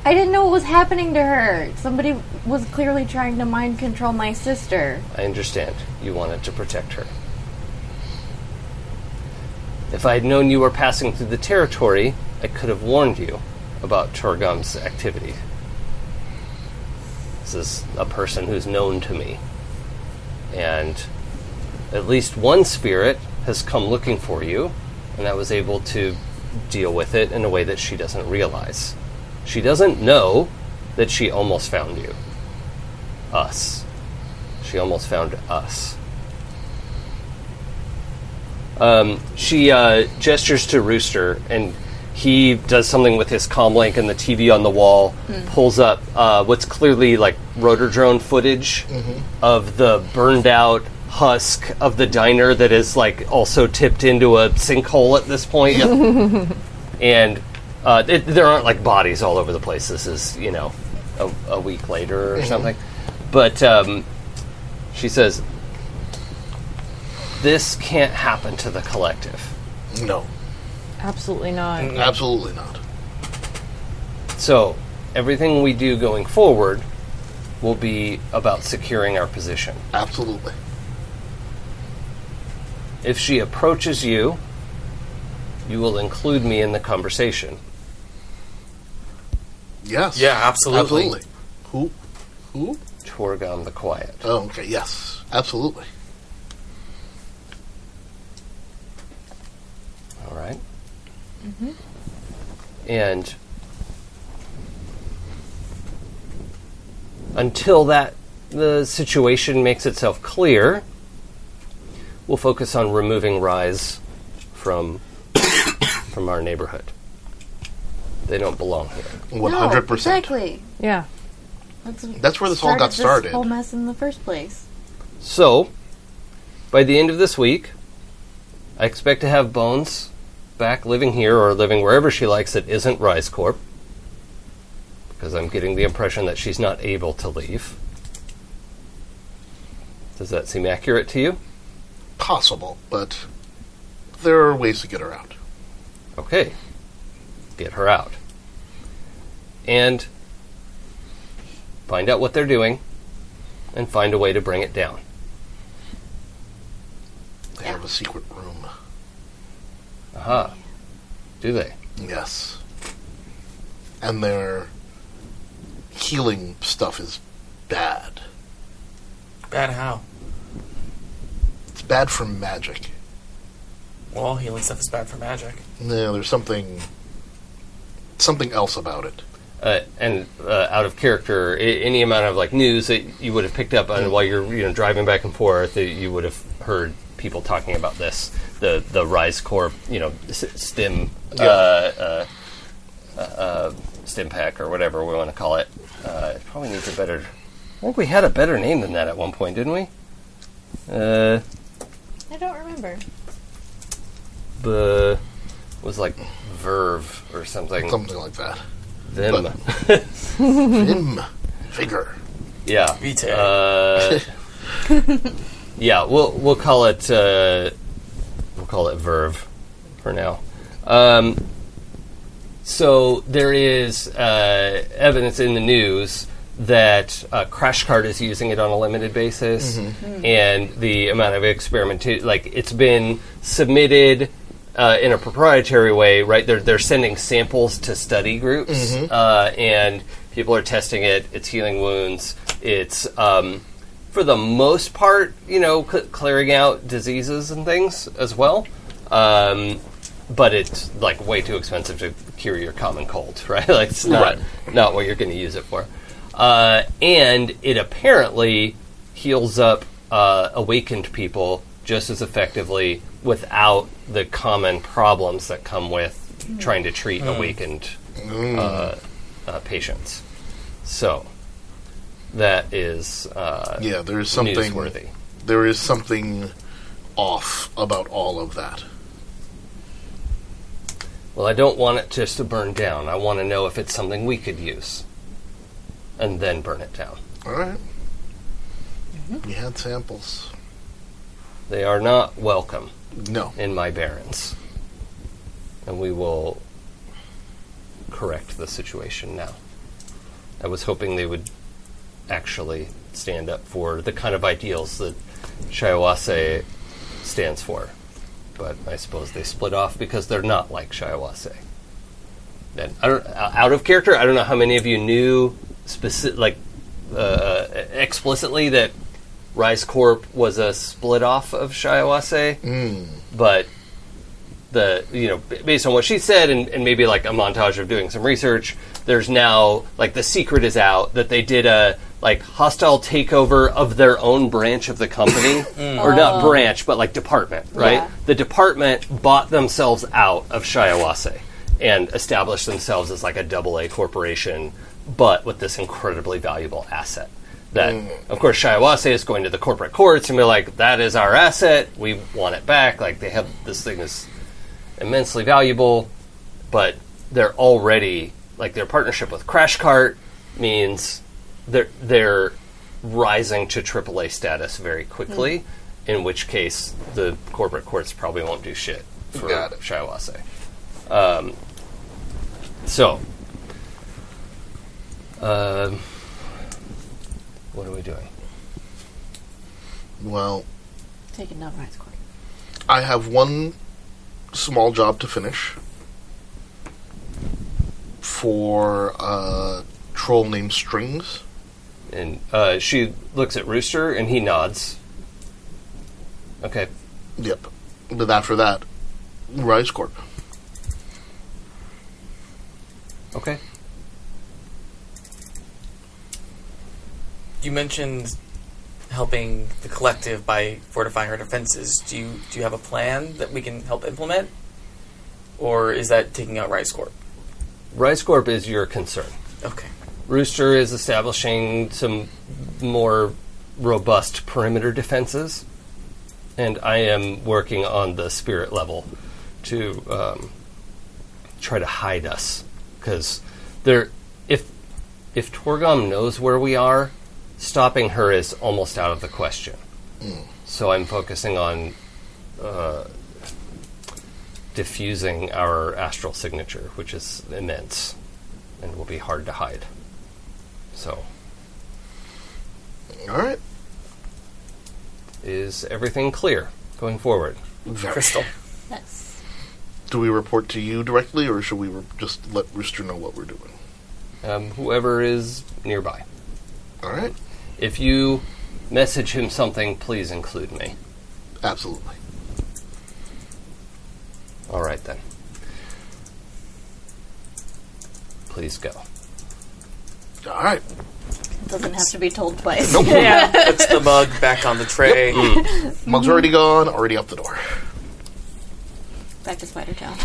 Speaker 3: I didn't know what was happening to her. Somebody was clearly trying to mind control my sister.
Speaker 1: I understand. You wanted to protect her. If I had known you were passing through the territory, I could have warned you about Turgum's activity. This is a person who's known to me. And at least one spirit has come looking for you, and I was able to deal with it in a way that she doesn't realize. She doesn't know that she almost found you. Us. She almost found us. Um, she uh, gestures to Rooster, and he does something with his comm link, and the TV on the wall pulls up uh, what's clearly like rotor drone footage of the burned out husk of the diner that is like also tipped into a sinkhole at this point. and uh, it, there aren't like bodies all over the place. This is, you know, a, a week later or something. But um, she says, This can't happen to the collective.
Speaker 2: No.
Speaker 5: Absolutely not.
Speaker 1: Mm-hmm.
Speaker 2: Absolutely not.
Speaker 1: So, everything we do going forward will be about securing our position.
Speaker 2: Absolutely.
Speaker 1: If she approaches you, you will include me in the conversation.
Speaker 2: Yes.
Speaker 4: Yeah, absolutely.
Speaker 2: Absolutely. Who? Who?
Speaker 1: Torgon the Quiet.
Speaker 2: Oh, okay. Yes. Absolutely.
Speaker 1: All right. And until that the situation makes itself clear, we'll focus on removing Rise from from our neighborhood. They don't belong here.
Speaker 2: One hundred percent.
Speaker 3: Exactly.
Speaker 5: Yeah.
Speaker 3: That's,
Speaker 2: That's where this all got started.
Speaker 3: This whole mess in the first place.
Speaker 1: So, by the end of this week, I expect to have Bones back living here or living wherever she likes that isn't Rise Corp. Because I'm getting the impression that she's not able to leave. Does that seem accurate to you?
Speaker 2: Possible, but there are ways to get around.
Speaker 1: Okay. Get her out. And find out what they're doing and find a way to bring it down.
Speaker 2: They have a secret room.
Speaker 1: Aha. Do they?
Speaker 2: Yes. And their healing stuff is bad.
Speaker 4: Bad how?
Speaker 2: It's bad for magic.
Speaker 4: Well, all healing stuff is bad for magic.
Speaker 2: No, there's something something else about it.
Speaker 1: uh, and uh, out of character, I- any amount of like news that you would have picked up on while you're you know driving back and forth, that you would have heard people talking about this the the Rise Corp, you know, s- STEM uh, uh, uh, uh, STEM pack or whatever we want to call it. Uh, it probably needs a better. I think we had a better name than that at one point, didn't we? Uh,
Speaker 3: I don't remember.
Speaker 1: the was like Verve or something.
Speaker 2: Something like that.
Speaker 1: Them.
Speaker 2: Vim. Vigor.
Speaker 1: Yeah.
Speaker 4: Vitae.
Speaker 1: Uh, yeah, we'll we'll call it uh, we'll call it Verve for now. Um, so there is uh, evidence in the news that uh, Crashcart is using it on a limited basis, and the amount of experimentation, like it's been submitted uh, in a proprietary way, right? They're they're sending samples to study groups, uh, and people are testing it. It's healing wounds. It's um, for the most part, you know, cl- clearing out diseases and things as well. Um, but it's like way too expensive to cure your common cold, right? like it's not not what you're going to use it for. Uh, and it apparently heals up uh, awakened people just as effectively without the common problems that come with trying to treat awakened
Speaker 2: Mm. Hmm.
Speaker 1: uh, uh, patients. So that is uh,
Speaker 2: Yeah, there is something.
Speaker 1: newsworthy.
Speaker 2: There is something off about all of that.
Speaker 1: Well, I don't want it just to burn down. I want to know if it's something we could use, and then burn it down.
Speaker 2: All right. We had samples.
Speaker 1: They are not welcome
Speaker 2: No.
Speaker 1: in my barons, and we will correct the situation now. I was hoping they would actually stand up for the kind of ideals that Shiawase stands for, but I suppose they split off because they're not like Shiawase. Then I don't o- out of character. I don't know how many of you knew specific like uh, explicitly that Rise Corp was a split off of Shiawase, but the you know b- based on what she said and, and maybe like a montage of doing some research, there's now like the secret is out that they did a like hostile takeover of their own branch of the company or not branch but like department right
Speaker 3: Yeah.
Speaker 1: the department bought themselves out of Shiawassee and established themselves as like a double A corporation, but with this incredibly valuable asset. That, of course, Shiawassee is going to the corporate courts and be like, that is our asset. We want it back. Like, they have this thing is immensely valuable, but they're already, like, their partnership with Crashcart means they're, they're rising to AAA status very quickly,
Speaker 2: Hmm.
Speaker 1: in which case the corporate courts probably won't do shit for
Speaker 2: Got it.
Speaker 1: Shiawassee. Um, so, um, what are we doing?
Speaker 2: Well,
Speaker 3: Take it down, Rise Corp.
Speaker 2: I have one small job to finish for a troll named Strings.
Speaker 1: And uh, she looks at Rooster, and he nods. Okay,
Speaker 2: Yep. But after that, Rise Corp.
Speaker 1: okay.
Speaker 4: You mentioned helping the collective by fortifying our defenses. Do you do you have a plan that we can help implement, or is that taking out Rice Corp?
Speaker 1: Rice Corp is your concern.
Speaker 4: Okay.
Speaker 1: Rooster is establishing some more robust perimeter defenses, and I am working on the spirit level to um, try to hide us because there, if if Torgom knows where we are, stopping her is almost out of the question. So I'm focusing on uh, diffusing our astral signature, which is immense and will be hard to hide. So,
Speaker 2: All right.
Speaker 1: is everything clear going forward?
Speaker 2: Very.
Speaker 4: Crystal.
Speaker 3: Yes.
Speaker 2: Do we report to you directly, or should we re- just let Rooster know what we're doing?
Speaker 1: Um, whoever is nearby.
Speaker 2: All right.
Speaker 1: If you message him something, please include me.
Speaker 2: Absolutely.
Speaker 1: All right then. Please go.
Speaker 2: All right.
Speaker 3: It's doesn't have to be told twice.
Speaker 5: Yeah.
Speaker 4: Puts the mug back on the tray.
Speaker 2: Mug's already gone, already out the door.
Speaker 3: Back to Spider Town.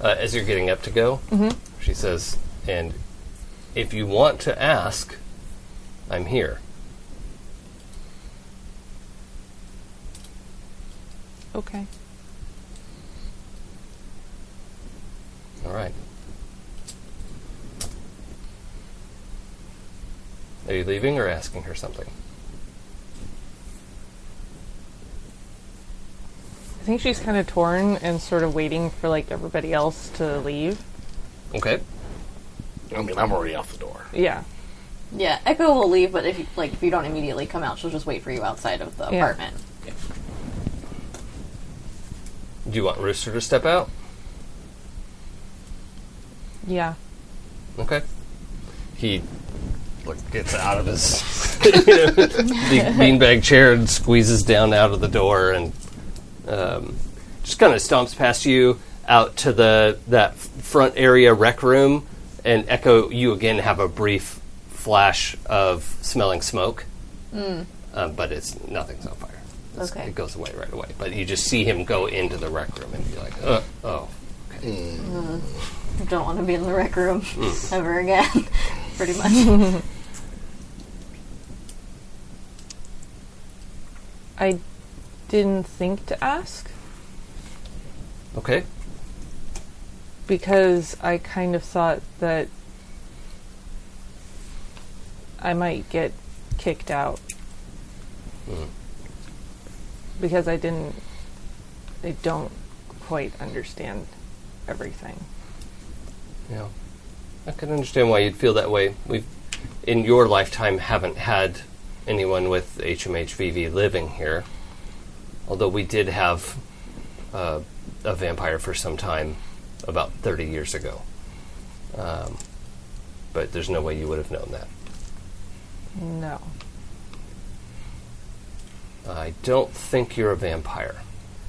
Speaker 1: uh, as you're getting up to go, she says, "And if you want to ask, I'm here."
Speaker 5: okay.
Speaker 1: All right. Are you leaving or asking her something?
Speaker 5: I think she's kind of torn and sort of waiting for like everybody else to leave.
Speaker 1: Okay.
Speaker 2: I mean, I'm already out the door.
Speaker 5: Yeah.
Speaker 3: Yeah, Echo will leave, but if you, like if you don't immediately come out, she'll just wait for you outside of the
Speaker 5: Yeah.
Speaker 3: apartment.
Speaker 1: Do you want Rooster to step out?
Speaker 5: Yeah.
Speaker 1: Okay. He like, gets out of his you know, big beanbag chair and squeezes down out of the door and um, just kind of stomps past you out to the that f- front area rec room. And Echo, you again have a brief flash of smelling smoke, uh, but it's nothing's on fire. It's-
Speaker 3: Okay.
Speaker 1: It goes away right away. But you just see him go into the rec room and be like, uh, oh,
Speaker 3: Don't want to be in the rec room
Speaker 2: Hmm.
Speaker 3: ever again. Pretty much.
Speaker 5: I didn't think to ask
Speaker 1: okay.
Speaker 5: because I kind of thought that I might get kicked out because I didn't. I don't quite understand everything.
Speaker 1: Yeah, I can understand why you'd feel that way. We've, in your lifetime, haven't had anyone with HMHVV living here. Although we did have uh, a vampire for some time, about 30 years ago. Um, but there's no way you would have known that.
Speaker 5: No.
Speaker 1: I don't think you're a vampire.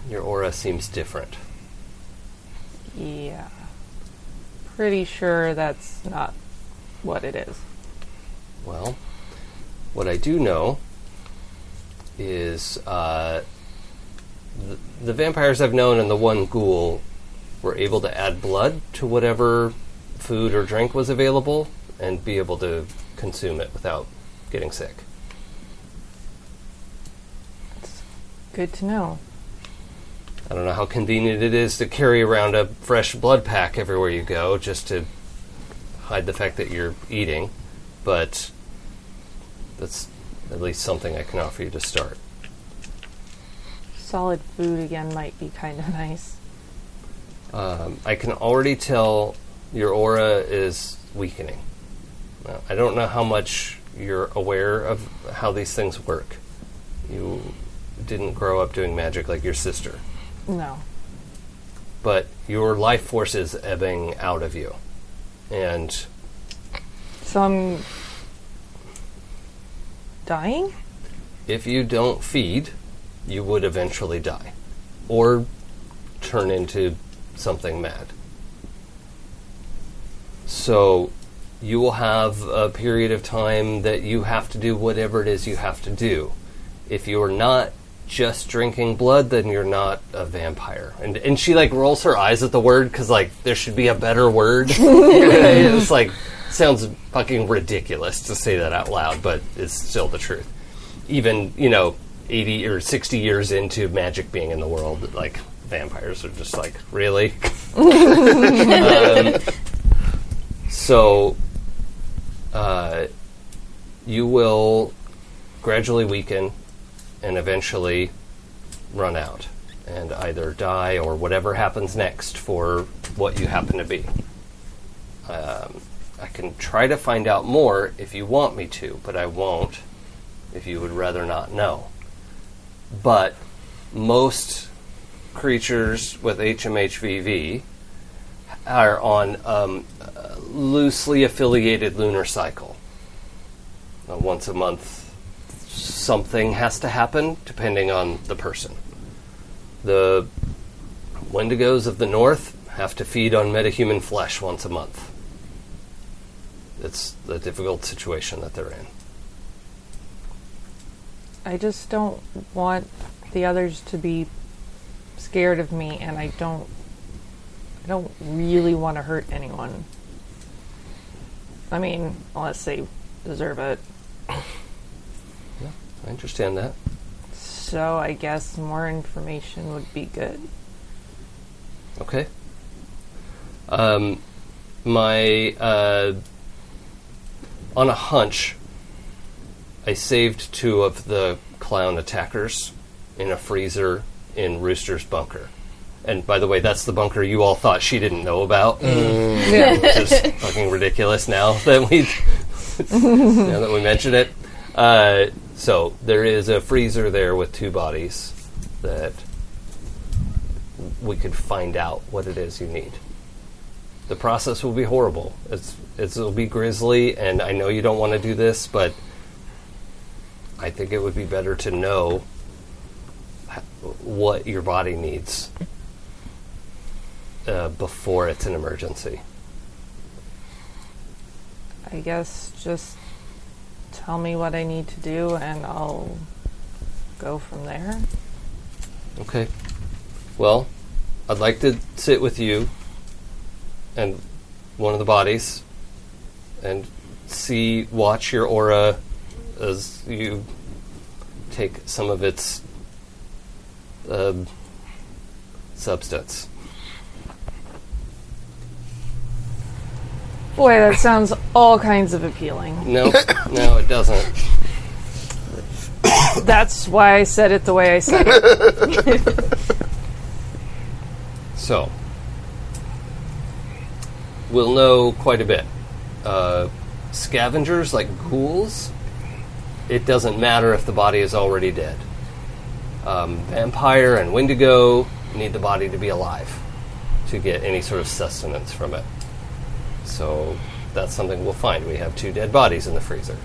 Speaker 1: Your aura seems different.
Speaker 5: Yeah. Pretty sure that's not what it is.
Speaker 1: Well, what I do know is uh, the, the vampires I've known and the one ghoul were able to add blood to whatever food or drink was available and be able to consume it without getting sick.
Speaker 5: Good to know.
Speaker 1: I don't know how convenient it is to carry around a fresh blood pack everywhere you go just to hide the fact that you're eating, but that's at least something I can offer you to start.
Speaker 5: Solid food again might be kind of nice.
Speaker 1: Um, I can already tell your aura is weakening. Uh, I don't know how much you're aware of how these things work. You didn't grow up doing magic like your sister,
Speaker 5: No.
Speaker 1: but your life force is ebbing out of you. And
Speaker 5: So I'm dying?
Speaker 1: if you don't feed, you would eventually die or turn into something mad. So you will have a period of time that you have to do whatever it is you have to do. If you are not just drinking blood, then you're not a vampire. And and she like rolls her eyes at the word because like there should be a better word. it's like sounds fucking ridiculous to say that out loud, but it's still the truth. Even you know eighty or sixty years into magic being in the world, like vampires are just like really. Um, so uh, you will gradually weaken and eventually run out and either die or whatever happens next for what you happen to be. Um, I can try to find out more if you want me to, but I won't if you would rather not know. But most creatures with HMHVV are on um, a loosely affiliated lunar cycle. Uh, once a month, something has to happen depending on the person. The Wendigos of the North have to feed on metahuman flesh once a month. it's the difficult situation that they're in.
Speaker 5: I just don't want the others to be scared of me, and I don't. I don't really want to hurt anyone. I mean, unless they deserve it.
Speaker 1: I understand that.
Speaker 5: So I guess more information would be good.
Speaker 1: Okay. Um, my uh, on a hunch, I saved two of the clown attackers in a freezer in Rooster's bunker. And by the way, that's the bunker you all thought she didn't know about, which is fucking ridiculous now that we now that we mention it. Uh, so there is a freezer there with two bodies that we could find out what it is you need. The process will be horrible. It's, it's it'll be grisly, and I know you don't want to do this, but I think it would be better to know h- what your body needs uh, before it's an emergency.
Speaker 5: I guess just tell me what I need to do, and I'll go from there.
Speaker 1: Okay. Well, I'd like to sit with you and one of the bodies and see, watch your aura as you take some of its um, substance.
Speaker 5: Boy, that sounds all kinds of appealing.
Speaker 1: No, no, it doesn't.
Speaker 5: That's why I said it the way I said it.
Speaker 1: So, we'll know quite a bit. Uh, scavengers, like ghouls, it doesn't matter if the body is already dead. Um, vampire and Wendigo need the body to be alive to get any sort of sustenance from it. So, that's something we'll find. We have two dead bodies in the freezer.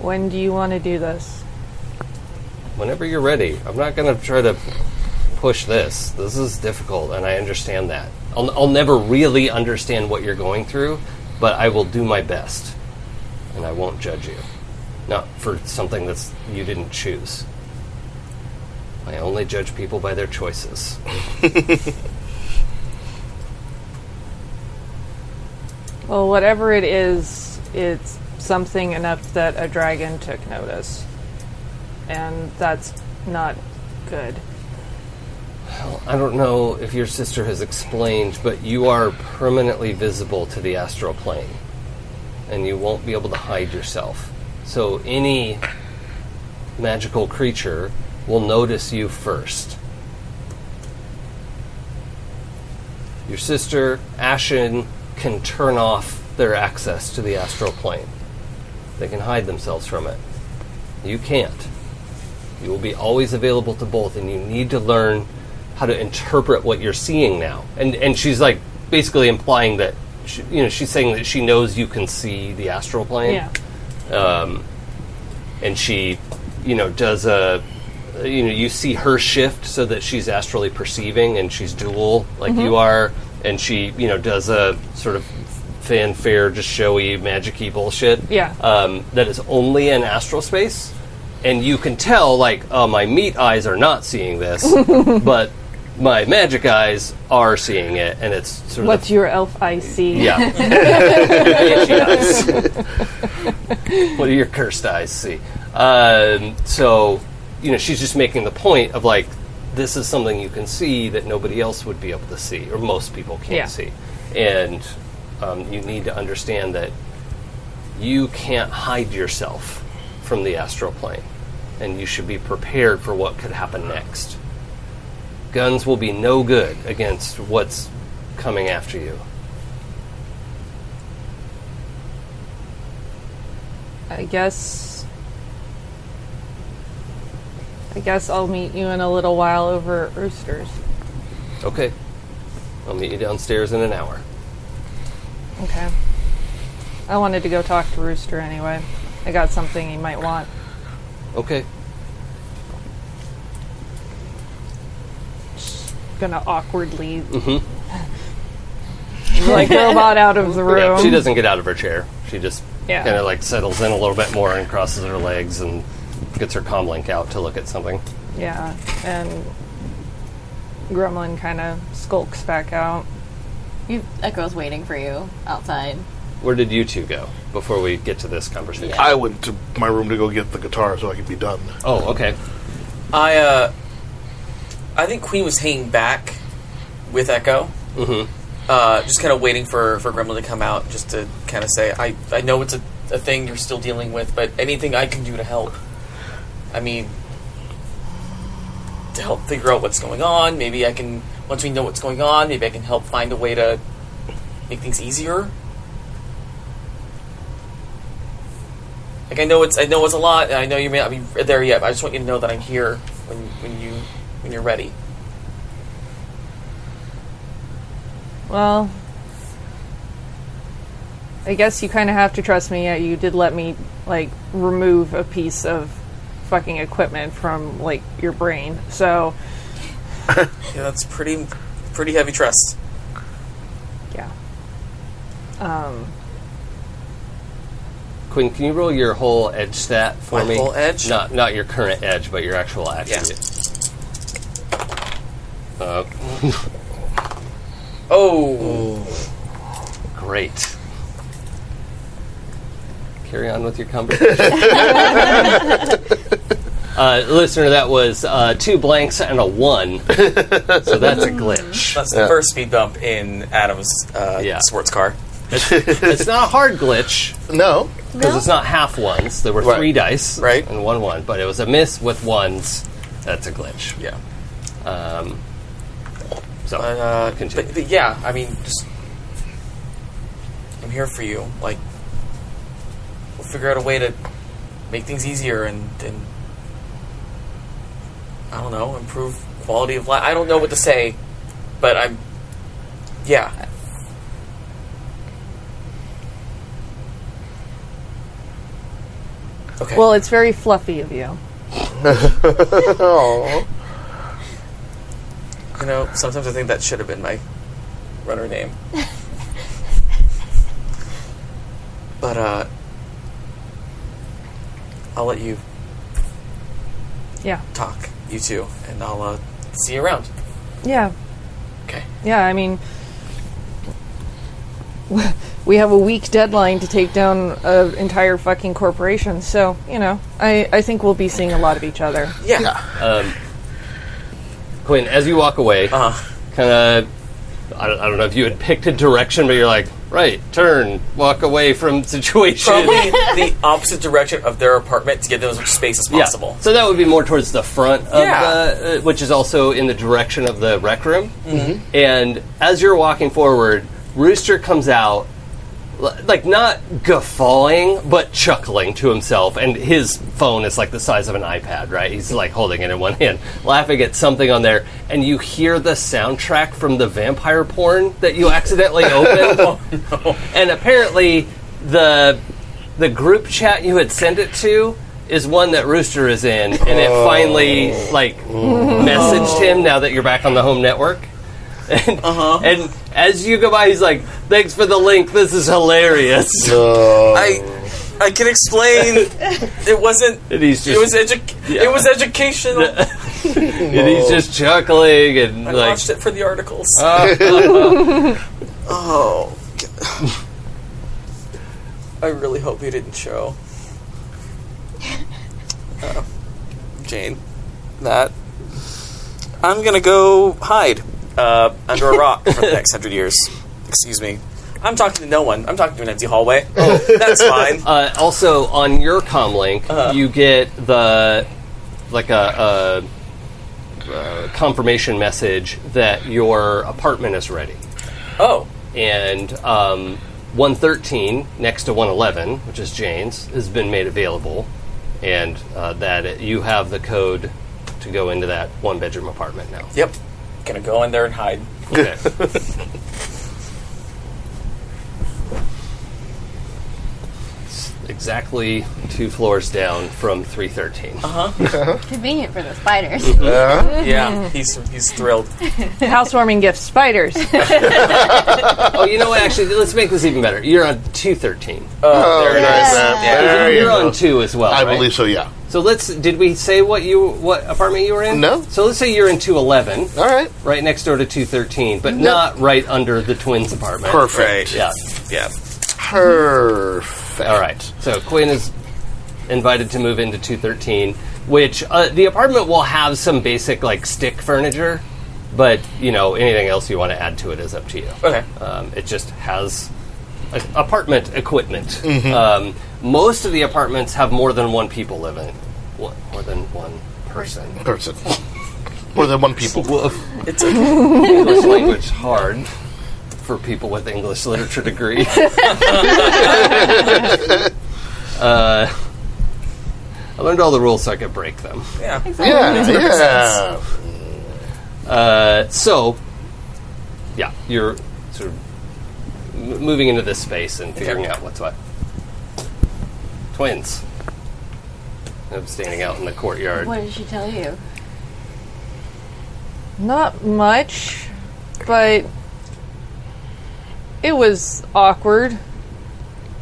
Speaker 5: When do you want to do this?
Speaker 1: whenever you're ready. I'm not going to try to push this. This is difficult, and I understand that. I'll, I'll never really understand what you're going through, but I will do my best, and I won't judge you. Not for something that's you didn't choose. I only judge people by their choices.
Speaker 5: Well, whatever it is, it's something enough that a dragon took notice. And that's not good.
Speaker 1: I don't know if your sister has explained, but you are permanently visible to the astral plane, and you won't be able to hide yourself. So any magical creature will notice you first. Your sister, Ashen, can turn off their access to the astral plane. They can hide themselves from it. You can't. You will be always available to both, and you need to learn how to interpret what you're seeing now. And and she's like basically implying that she, you know she's saying that she knows you can see the astral plane,
Speaker 5: Yeah.
Speaker 1: um, and she you know does a you know you see her shift so that she's astrally perceiving and she's dual like
Speaker 5: Mm-hmm.
Speaker 1: you are, and she you know does a sort of fanfare, just showy, magic-y bullshit
Speaker 5: Yeah.
Speaker 1: um, that is only in astral space, and you can tell like uh, my meat eyes are not seeing this, but my magic eyes are seeing it, and it's sort of
Speaker 5: What's your elf I see?
Speaker 1: yeah. Itchy eyes. what do your cursed eyes see? Um, so, you know, she's just making the point of like, this is something you can see that nobody else would be able to see, or most people can't
Speaker 5: Yeah.
Speaker 1: see. And um, you need to understand that you can't hide yourself from the astral plane, and you should be prepared for what could happen next. Guns will be no good against what's coming after you.
Speaker 5: I guess. I guess I'll meet you in a little while over at Roosters.
Speaker 1: Okay. I'll meet you downstairs in an hour.
Speaker 5: Okay. I wanted to go talk to Rooster anyway. I got something he might want.
Speaker 1: Okay.
Speaker 5: gonna awkwardly like robot out of the room.
Speaker 1: Mm-hmm. She doesn't get out of her chair. She just
Speaker 5: Yeah.
Speaker 1: kind of like settles in a little bit more and crosses her legs and gets her comlink out to look at something.
Speaker 5: Yeah, and Gremlin kind of skulks back out.
Speaker 3: You, Echo's waiting for you outside.
Speaker 1: Where did you two go before we get to this conversation?
Speaker 2: I went to my room to go get the guitar so I could be done.
Speaker 1: Oh, okay.
Speaker 4: I uh, I think Queen was hanging back with Echo, mm-hmm. uh, just kind of waiting for for Gremlin to come out, just to kind of say, I I know it's a, a thing you're still dealing with, but anything I can do to help, I mean, to help figure out what's going on. Maybe I can once we know what's going on, maybe I can help find a way to make things easier. Like I know it's I know it's a lot. and I know you may not be there yet. But I just want you to know that I'm here when when you when you're ready.
Speaker 5: Well, I guess you kind of have to trust me. Yeah, you did let me like remove a piece of fucking equipment from like your brain. So
Speaker 4: Yeah, that's pretty pretty heavy trust.
Speaker 5: yeah,
Speaker 1: Quinn, can you roll your whole edge stat for
Speaker 4: My
Speaker 1: me?
Speaker 4: whole edge?
Speaker 1: Not not your current edge, but your actual attribute. Uh,
Speaker 4: Oh,
Speaker 1: great. Carry on with your conversation. uh, listener, that was uh, two blanks and a one, so that's a glitch.
Speaker 4: that's the first speed bump in Adam's uh,
Speaker 1: Yeah.
Speaker 4: sports car.
Speaker 1: It's not a hard glitch
Speaker 2: No,
Speaker 1: because it's not half ones. There were
Speaker 2: Right.
Speaker 1: three dice,
Speaker 4: Right.
Speaker 1: and one one, but it was a miss with ones. That's a glitch.
Speaker 4: Yeah,
Speaker 1: Um, so
Speaker 4: but, uh,
Speaker 1: Continue.
Speaker 4: but- but yeah, I mean, just I'm here for you. Like, we'll figure out a way to make things easier and and I don't know, improve quality of life. I don't know what to say, but I'm yeah. Okay.
Speaker 5: well, it's very fluffy of you.
Speaker 4: You know, sometimes I think that should have been my runner name. but uh I'll let you
Speaker 5: Yeah,
Speaker 4: talk, you two, and I'll uh, see you around.
Speaker 5: yeah,
Speaker 4: Okay.
Speaker 5: yeah. I mean, we have a week deadline to take down an entire fucking corporation. So you know, I I think we'll be seeing a lot of each other.
Speaker 4: Yeah.
Speaker 1: Quinn, as you walk away,
Speaker 4: Uh,
Speaker 1: kind of, I, don't- I don't know if you had picked a direction, but you're like, right, turn, walk away from situation.
Speaker 4: probably the opposite direction of their apartment to give them as much space as
Speaker 1: Yeah.
Speaker 4: possible.
Speaker 1: So that would be more towards the front of
Speaker 4: Yeah.
Speaker 1: the, uh, which is also in the direction of the rec room. Mm-hmm. And as you're walking forward, Rooster comes out, l- like not guffawing, but chuckling to himself. And his phone is like the size of an iPad, right? He's like holding it in one hand, laughing at something on there. And you hear the soundtrack from the vampire porn that you accidentally opened. And apparently, the the group chat you had sent it to is one that Rooster is in, and it finally
Speaker 4: Oh.
Speaker 1: like messaged him now that you're back on the home network. And,
Speaker 4: Uh-huh.
Speaker 1: and as you go by, he's like, "Thanks for the link. This is hilarious."
Speaker 2: Oh,
Speaker 4: I I can explain it wasn't
Speaker 1: And he's
Speaker 4: it was
Speaker 1: just
Speaker 4: edu- it was educational.
Speaker 1: and he's just chuckling and
Speaker 4: I
Speaker 1: like,
Speaker 4: watched it for the articles. oh. God. I really hope you didn't show. Uh, Jane, that. I'm gonna go hide uh, under a rock for the next hundred years. Excuse me. I'm talking to no one. I'm talking to an empty hallway. That's fine.
Speaker 1: Uh, also, on your comlink,
Speaker 4: Uh-huh.
Speaker 1: you get the like a, a, uh confirmation message that your apartment is ready,
Speaker 4: Oh,
Speaker 1: and um, 113 next to 111, which is Jane's, has been made available, and uh, that it, you have the code to go into that one bedroom apartment now.
Speaker 4: yep. Gonna go in there and hide.
Speaker 1: Okay. exactly two floors down from 313.
Speaker 3: Convenient for the spiders.
Speaker 2: Uh,
Speaker 4: Yeah, he's he's thrilled.
Speaker 5: Housewarming gift spiders.
Speaker 1: Oh, you know what? Actually, let's make this even better. You're on 213.
Speaker 4: Oh, there it
Speaker 2: there's
Speaker 4: is.
Speaker 2: that.
Speaker 4: Yeah.
Speaker 2: There you
Speaker 1: You're
Speaker 2: go.
Speaker 1: on two as well.
Speaker 2: I
Speaker 1: right?
Speaker 2: believe so, yeah.
Speaker 1: So let's. Did we say what you what apartment you were in?
Speaker 2: No.
Speaker 1: So let's say you're in 211,
Speaker 2: All right.
Speaker 1: right next door to 213, but not right under the twins' apartment.
Speaker 2: Perfect.
Speaker 4: Right.
Speaker 1: Yeah.
Speaker 4: Yeah.
Speaker 2: Perfect.
Speaker 1: All right. So Quinn is invited to move into 213, which uh, the apartment will have some basic like stick furniture, but you know anything else you want to add to it is up to you.
Speaker 4: Okay.
Speaker 1: Um, it just has a- apartment equipment.
Speaker 2: Mm-hmm.
Speaker 1: Um, most of the apartments have more than one people living, one- more than one person.
Speaker 2: Person. More than one people.
Speaker 4: It's okay.
Speaker 1: English language hard for people with English literature degree. uh, Uh, I learned all the rules so I could break them.
Speaker 4: Yeah.
Speaker 2: Yeah, yeah.
Speaker 1: Uh, so, yeah, you're sort of m- moving into this space and figuring out what's what. Twins. I'm standing out in the courtyard.
Speaker 3: What did she tell you?
Speaker 5: Not much, but it was awkward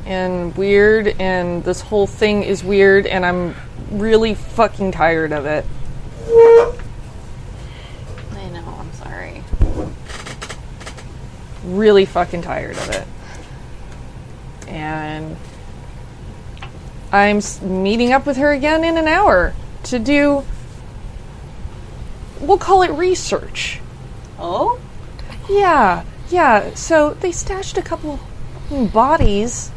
Speaker 5: and weird, and this whole thing is weird, and I'm really fucking tired of it.
Speaker 3: I know. I'm sorry.
Speaker 5: Really fucking tired of it. And I'm s- meeting up with her again in an hour to do, we'll call it research.
Speaker 3: Oh,
Speaker 5: Yeah, yeah. So they stashed a couple bodies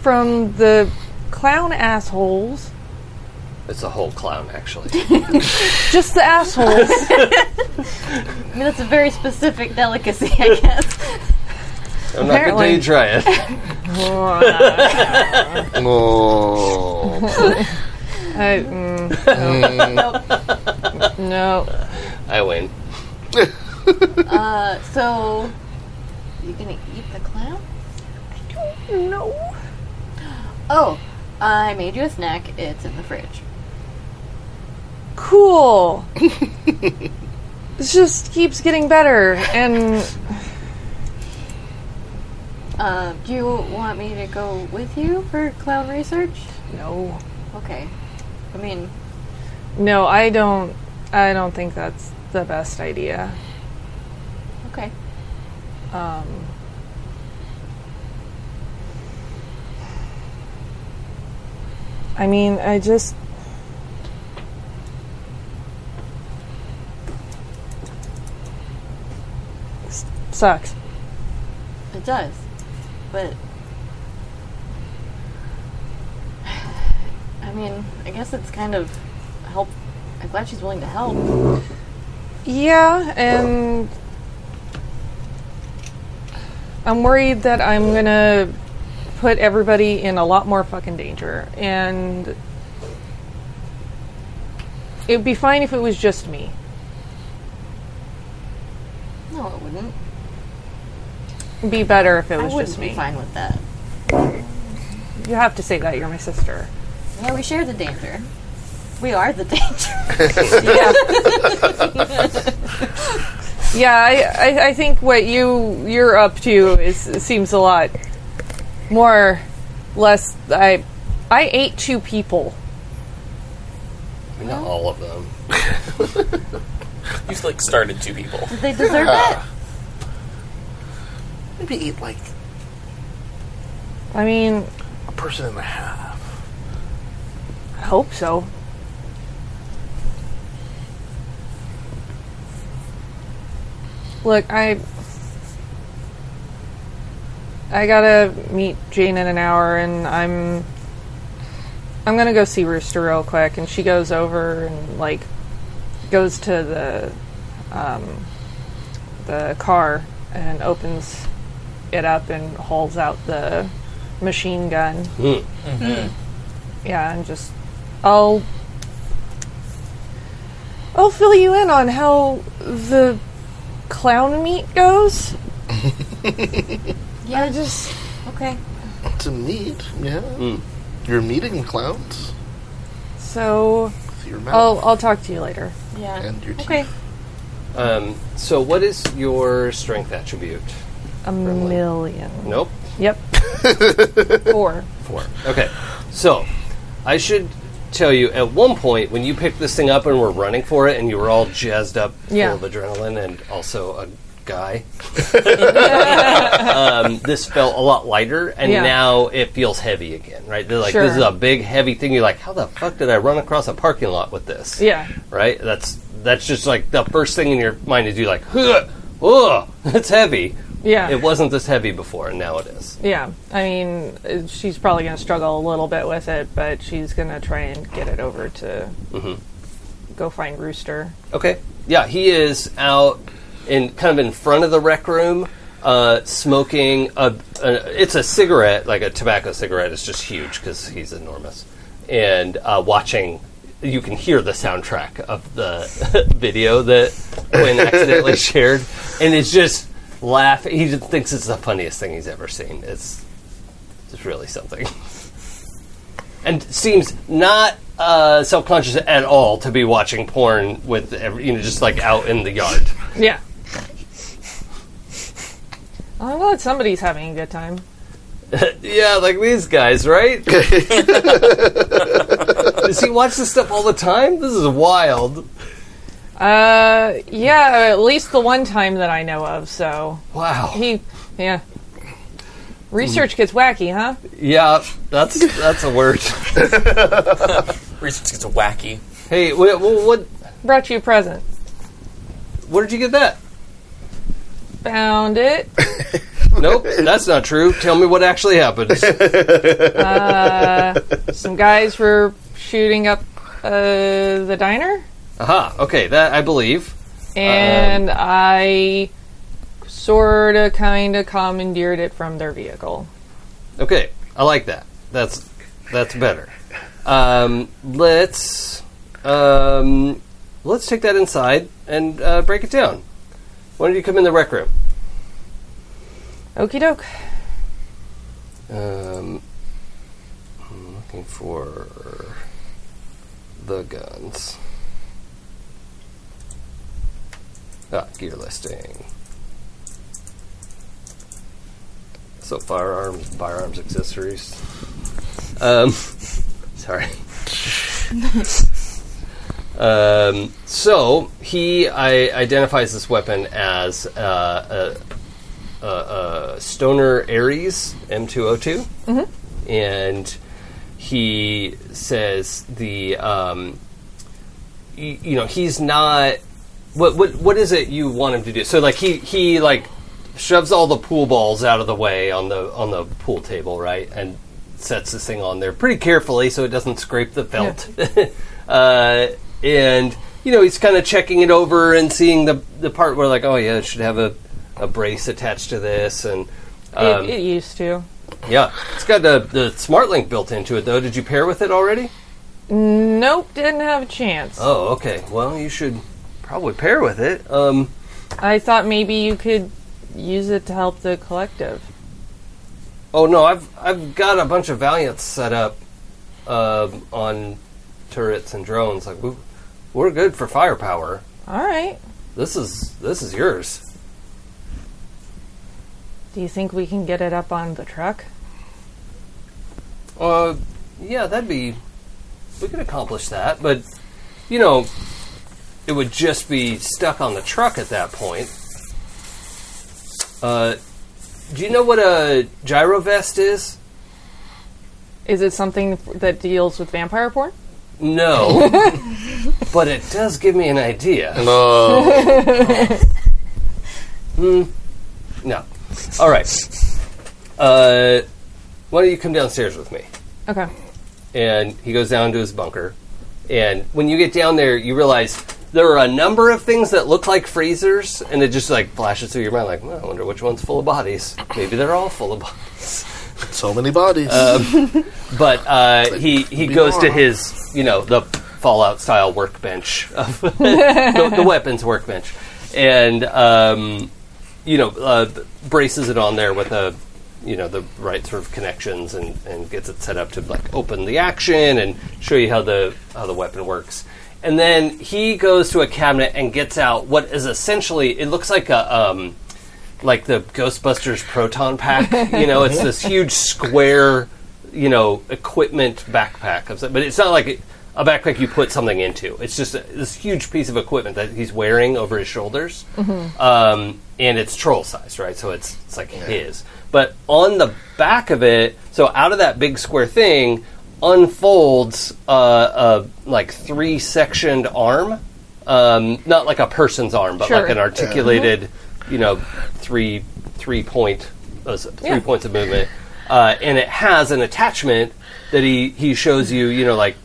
Speaker 5: from the clown assholes.
Speaker 1: It's a whole clown, actually.
Speaker 5: Just the assholes.
Speaker 3: I mean that's a very specific delicacy, I guess.
Speaker 1: I'm not going to
Speaker 5: Apparently.
Speaker 1: you try it.
Speaker 2: Oh.
Speaker 5: I, mm, no. no.
Speaker 1: I win.
Speaker 3: Uh, so you gonna eat the clown?
Speaker 5: No.
Speaker 3: Oh, I made you a snack. It's in the fridge.
Speaker 5: Cool. it just keeps getting better, and
Speaker 3: Um, do you want me to go with you for clown research?
Speaker 5: no,
Speaker 3: Okay. I mean,
Speaker 5: no. I don't. I don't think that's the best idea.
Speaker 3: okay.
Speaker 5: Um, I mean, I just. S- Sucks.
Speaker 3: It does. But. I mean, I guess it's kind of help. I'm glad she's willing to help.
Speaker 5: Yeah, and I'm worried that I'm gonna put everybody in a lot more fucking danger. And it would be fine if it was just me.
Speaker 3: No, it wouldn't.
Speaker 5: It'd be better if it
Speaker 3: I
Speaker 5: was
Speaker 3: wouldn't
Speaker 5: just
Speaker 3: be
Speaker 5: me.
Speaker 3: fine with that.
Speaker 5: You have to say that you're my sister.
Speaker 3: Yeah, we share the danger. We are the danger.
Speaker 5: Yeah. yeah, I, I, I think what you you're up to is seems a lot more less. I I ate two people.
Speaker 1: Not all of them.
Speaker 4: You like started two people.
Speaker 3: Did they deserve it?
Speaker 2: Maybe eat like
Speaker 5: I mean,
Speaker 2: a person and a half.
Speaker 5: I hope so. Look, I I gotta meet Jane in an hour, and I'm I'm gonna go see Rooster real quick. And she goes over and like goes to the um, the car and opens it up and hauls out the machine gun. Yeah, and just I'll I'll fill you in on how the clown meat goes.
Speaker 3: Yeah, just okay.
Speaker 2: That's a need. Yeah. You're meeting the clowns
Speaker 5: So
Speaker 2: with your
Speaker 5: I'll
Speaker 2: mouth
Speaker 5: I'll talk to you later.
Speaker 3: Yeah.
Speaker 2: and your teeth.
Speaker 5: Oh, Okay.
Speaker 1: Um, so, what is your strength attribute?
Speaker 5: A million.
Speaker 1: Nope.
Speaker 5: Yep. Four.
Speaker 1: Four. Okay. So, I should tell you at one point when you picked this thing up and were running for it, and you were all jazzed up,
Speaker 5: Yeah.
Speaker 1: full of adrenaline, and also a guy. um, this felt a lot lighter, and
Speaker 5: Yeah.
Speaker 1: now it feels heavy again. Right? They're like, this is
Speaker 5: Sure.
Speaker 1: a big, heavy thing. You're like, how the fuck did I run across a parking lot with this?
Speaker 5: Yeah.
Speaker 1: right? That's that's just like the first thing in your mind is you like, "Huh, ugh, that's heavy.
Speaker 5: Yeah.
Speaker 1: It wasn't this heavy before, and now it is.
Speaker 5: Yeah. I mean, uh, she's probably going to struggle a little bit with it, but she's going to try and get it over to go find Rooster.
Speaker 1: Okay, yeah, he is out in kind of in front of the rec room, uh, smoking a, a. It's a cigarette, like a tobacco cigarette. It's just huge because he's enormous, and uh, watching. You can hear the soundtrack of the video that Quinn accidentally shared, and it's just laugh. He just thinks it's the funniest thing he's ever seen. It's It's really something. And seems not uh, self conscious at all to be watching porn with, every, you know, just like out in the yard.
Speaker 5: Yeah. I'm glad somebody's having a good time.
Speaker 1: yeah, like these guys, right? Does he watch this stuff all the time? This is wild.
Speaker 5: Uh, yeah, at least the one time that I know of. So
Speaker 1: Wow.
Speaker 5: he, yeah. Research gets wacky, huh?
Speaker 1: yeah, that's that's a word.
Speaker 4: Research gets wacky.
Speaker 1: hey, wh- wh- what?
Speaker 5: Brought you a present.
Speaker 1: Where did you get that?
Speaker 5: Found it.
Speaker 1: Nope, that's not true. Tell me what actually happened.
Speaker 5: Uh, Some guys were shooting up uh, the diner,
Speaker 1: Aha. Okay, that I believe.
Speaker 5: and I sort of, kind of commandeered it from their vehicle.
Speaker 1: Okay, I like that. That's that's better. Um, let's um, let's take that inside and uh, break it down. Why don't you come in the rec room?
Speaker 5: Okie doke.
Speaker 1: Um, I'm looking for the guns. Ah, gear listing. So firearms, firearms accessories. Um, sorry. um, so he I, identifies this weapon as uh, a, a, a Stoner Ares M202 and he says the um, y- you know he's not what what what is it you want him to do? So like he he like shoves all the pool balls out of the way on the on the pool table, right? And sets this thing on there pretty carefully so it doesn't scrape the felt. uh, and you know he's kind of checking it over and seeing the the part where like oh yeah it should have a a brace attached to this and um,
Speaker 5: it, it used to.
Speaker 1: yeah, it's got the the smart link built into it though. Did you pair with it already?
Speaker 5: Nope, didn't have a chance.
Speaker 1: Oh, okay. Well, you should probably pair with it. Um,
Speaker 5: I thought maybe you could use it to help the collective.
Speaker 1: oh no, I've I've got a bunch of Valiants set up um, on turrets and drones. Like we, we're good for firepower.
Speaker 5: All right.
Speaker 1: This is this is yours.
Speaker 5: Do you think we can get it up on the truck?
Speaker 1: Uh, yeah, that'd be. We could accomplish that, but you know, it would just be stuck on the truck at that point. Uh, do you know what a gyro vest is?
Speaker 5: Is it something that deals with vampire porn?
Speaker 1: No, but it does give me an idea.
Speaker 2: No.
Speaker 1: Hmm. No, all right. Uh, why don't you come downstairs with me?
Speaker 5: Okay.
Speaker 1: and he goes down to his bunker. And when you get down there, you realize there are a number of things that look like freezers, and it just like flashes through your mind, like, well, I wonder which one's full of bodies. Maybe they're all full of bodies.
Speaker 2: so many bodies.
Speaker 1: But uh, he he
Speaker 2: be
Speaker 1: goes to
Speaker 2: normal.
Speaker 1: his, you know, the Fallout style workbench, of the, the weapons workbench, and um, you know, uh, braces it on there with a you know the right sort of connections and, and gets it set up to like open the action and show you how the how the weapon works. And then he goes to a cabinet and gets out what is essentially it looks like a um, like the Ghostbusters proton pack. you know, it's this huge square you know equipment backpack, of some- but it's not like. a- a backpack you put something into. It's just a, this huge piece of equipment that he's wearing over his shoulders, um, and it's troll size, right? So it's it's like his. But on the back of it, so out of that big square thing, unfolds uh, a like three sectioned arm, um, not like a person's arm, but
Speaker 5: Sure.
Speaker 1: like an articulated, you know, three three point uh, s- three
Speaker 5: Yeah.
Speaker 1: points of movement, uh, and it has an attachment that he he shows you. You know, like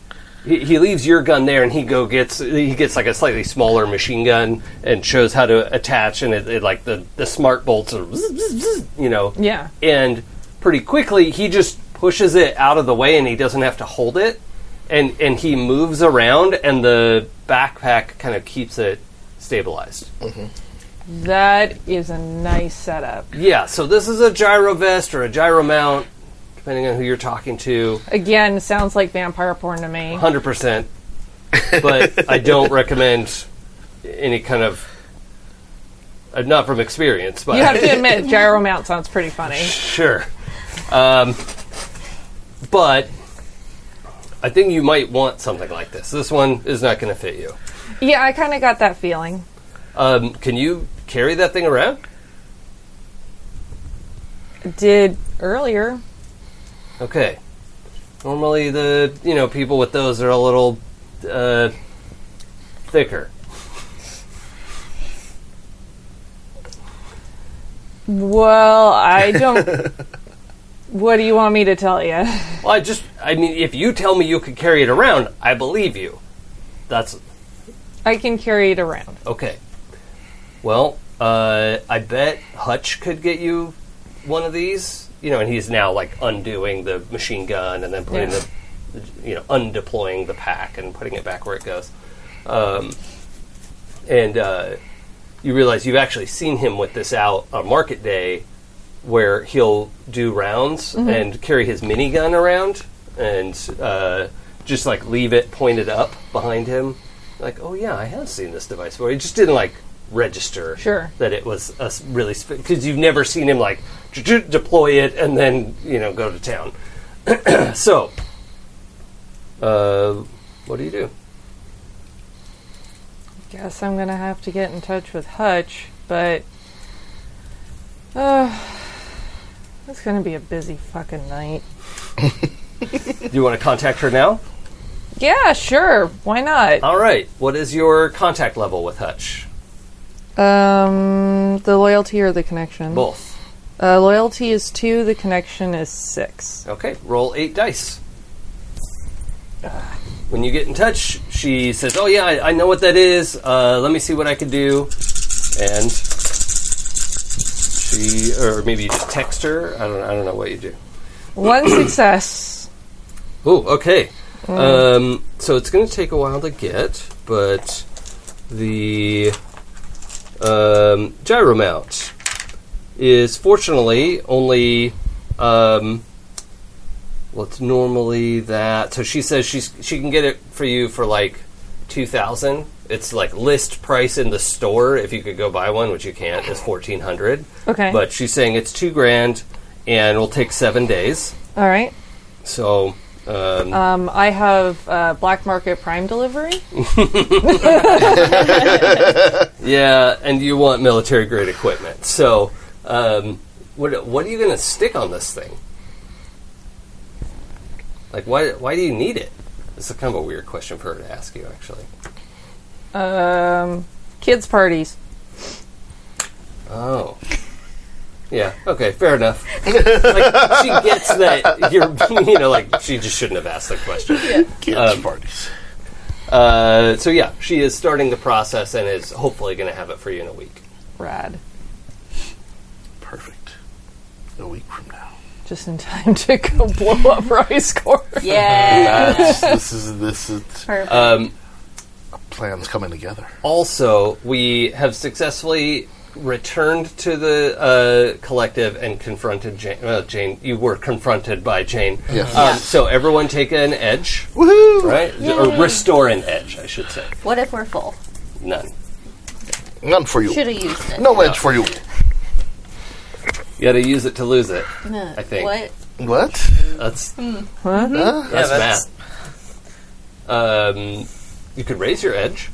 Speaker 1: he, he leaves your gun there, and he go gets he gets like a slightly smaller machine gun and shows how to attach, and it, it like the the smart bolts are zzz, zzz, zzz, you know
Speaker 5: Yeah.
Speaker 1: and pretty quickly he just pushes it out of the way and he doesn't have to hold it and and he moves around and the backpack kind of keeps it stabilized
Speaker 5: That is a nice setup.
Speaker 1: yeah so this is a gyro vest or a gyro mount depending on who you're talking to
Speaker 5: Again, sounds like vampire porn to me.
Speaker 1: 100% but i don't recommend any kind of uh, not from experience but
Speaker 5: You have to admit, gyro mount sounds pretty funny.
Speaker 1: Sure. Um, but I think you might want something like this. This one is not going to fit you.
Speaker 5: Yeah, I kind of got that feeling.
Speaker 1: Um, can you carry that thing around?
Speaker 5: Did earlier.
Speaker 1: Okay. Normally, the you know people with those are a little uh, thicker.
Speaker 5: Well, I don't. what do you want me to tell you?
Speaker 1: Well, I just I mean, if you tell me you could carry it around, I believe you. That's
Speaker 5: I can carry it around.
Speaker 1: okay. Well, uh, I bet Hutch could get you one of these. You know, and he's now like undoing the machine gun and then putting
Speaker 5: Yeah.
Speaker 1: the, the, you know, undeploying the pack and putting it back where it goes. Um, and uh, you realize you've actually seen him with this out on market day, where he'll do rounds and carry his minigun around and uh, just like leave it pointed up behind him. Like, oh yeah, I have seen this device before. He just didn't like register
Speaker 5: Sure.
Speaker 1: that it was a s- really because you've never seen him like j- j- deploy it and then you know go to town. so, uh, what do you do?
Speaker 5: Guess I'm gonna have to get in touch with Hutch, but. Uh, it's gonna be a busy fucking night.
Speaker 1: Do you want to contact her now?
Speaker 5: Yeah, sure. Why not?
Speaker 1: All right. What is your contact level with Hutch?
Speaker 5: Um, the loyalty or the connection?
Speaker 1: Both.
Speaker 5: Uh, loyalty is two. The connection is six.
Speaker 1: Okay, roll eight dice. Ah, When you get in touch, she says, Oh, yeah, I, I know what that is. Uh, let me see what I can do. And she, or maybe you just text her. I don't, I don't know what you do.
Speaker 5: One success.
Speaker 1: Oh, okay. Um, so it's going to take a while to get, but the um, gyro mount is fortunately only. Um, well, it's normally that. So she says she's she can get it for you for like two thousand. It's like list price in the store. If you could go buy one, which you can't, is fourteen hundred.
Speaker 5: Okay.
Speaker 1: But she's saying it's two grand, and it'll take seven days.
Speaker 5: All right.
Speaker 1: So. Um,
Speaker 5: Um, I have uh, black market prime delivery.
Speaker 1: Yeah, and you want military grade equipment. So, um, what what are you going to stick on this thing? Like, why why do you need it? This is kind of a weird question for her to ask you, actually.
Speaker 5: Um, kids parties.
Speaker 1: Oh. Yeah. Okay. Fair enough. like, she gets that you're, you know, like she just shouldn't have asked that question.
Speaker 2: Kids parties.
Speaker 1: Uh, so yeah, she is starting the process and is hopefully going to have it for you in a week.
Speaker 5: Rad.
Speaker 2: Perfect. A week from now.
Speaker 5: Just in time to go blow up rice corps.
Speaker 3: Yeah. Uh,
Speaker 2: That's, this is this is
Speaker 3: Perfect.
Speaker 1: Um,
Speaker 2: plans coming together.
Speaker 1: also, we have successfully returned to the uh, collective and confronted Jane. Well, Jane, you were confronted by Jane.
Speaker 2: Yes.
Speaker 1: Um, So everyone take an edge,
Speaker 2: Woohoo!
Speaker 1: right? Or restore an edge, I should say.
Speaker 3: What if we're full?
Speaker 1: None.
Speaker 2: None for you.
Speaker 3: Should have used it.
Speaker 2: No edge for you.
Speaker 1: You got to use it to lose it.
Speaker 3: No.
Speaker 1: I think.
Speaker 3: What?
Speaker 2: What?
Speaker 1: That's
Speaker 2: Huh?
Speaker 1: that's,
Speaker 4: Yeah, that's-
Speaker 1: math. Um, you could raise your edge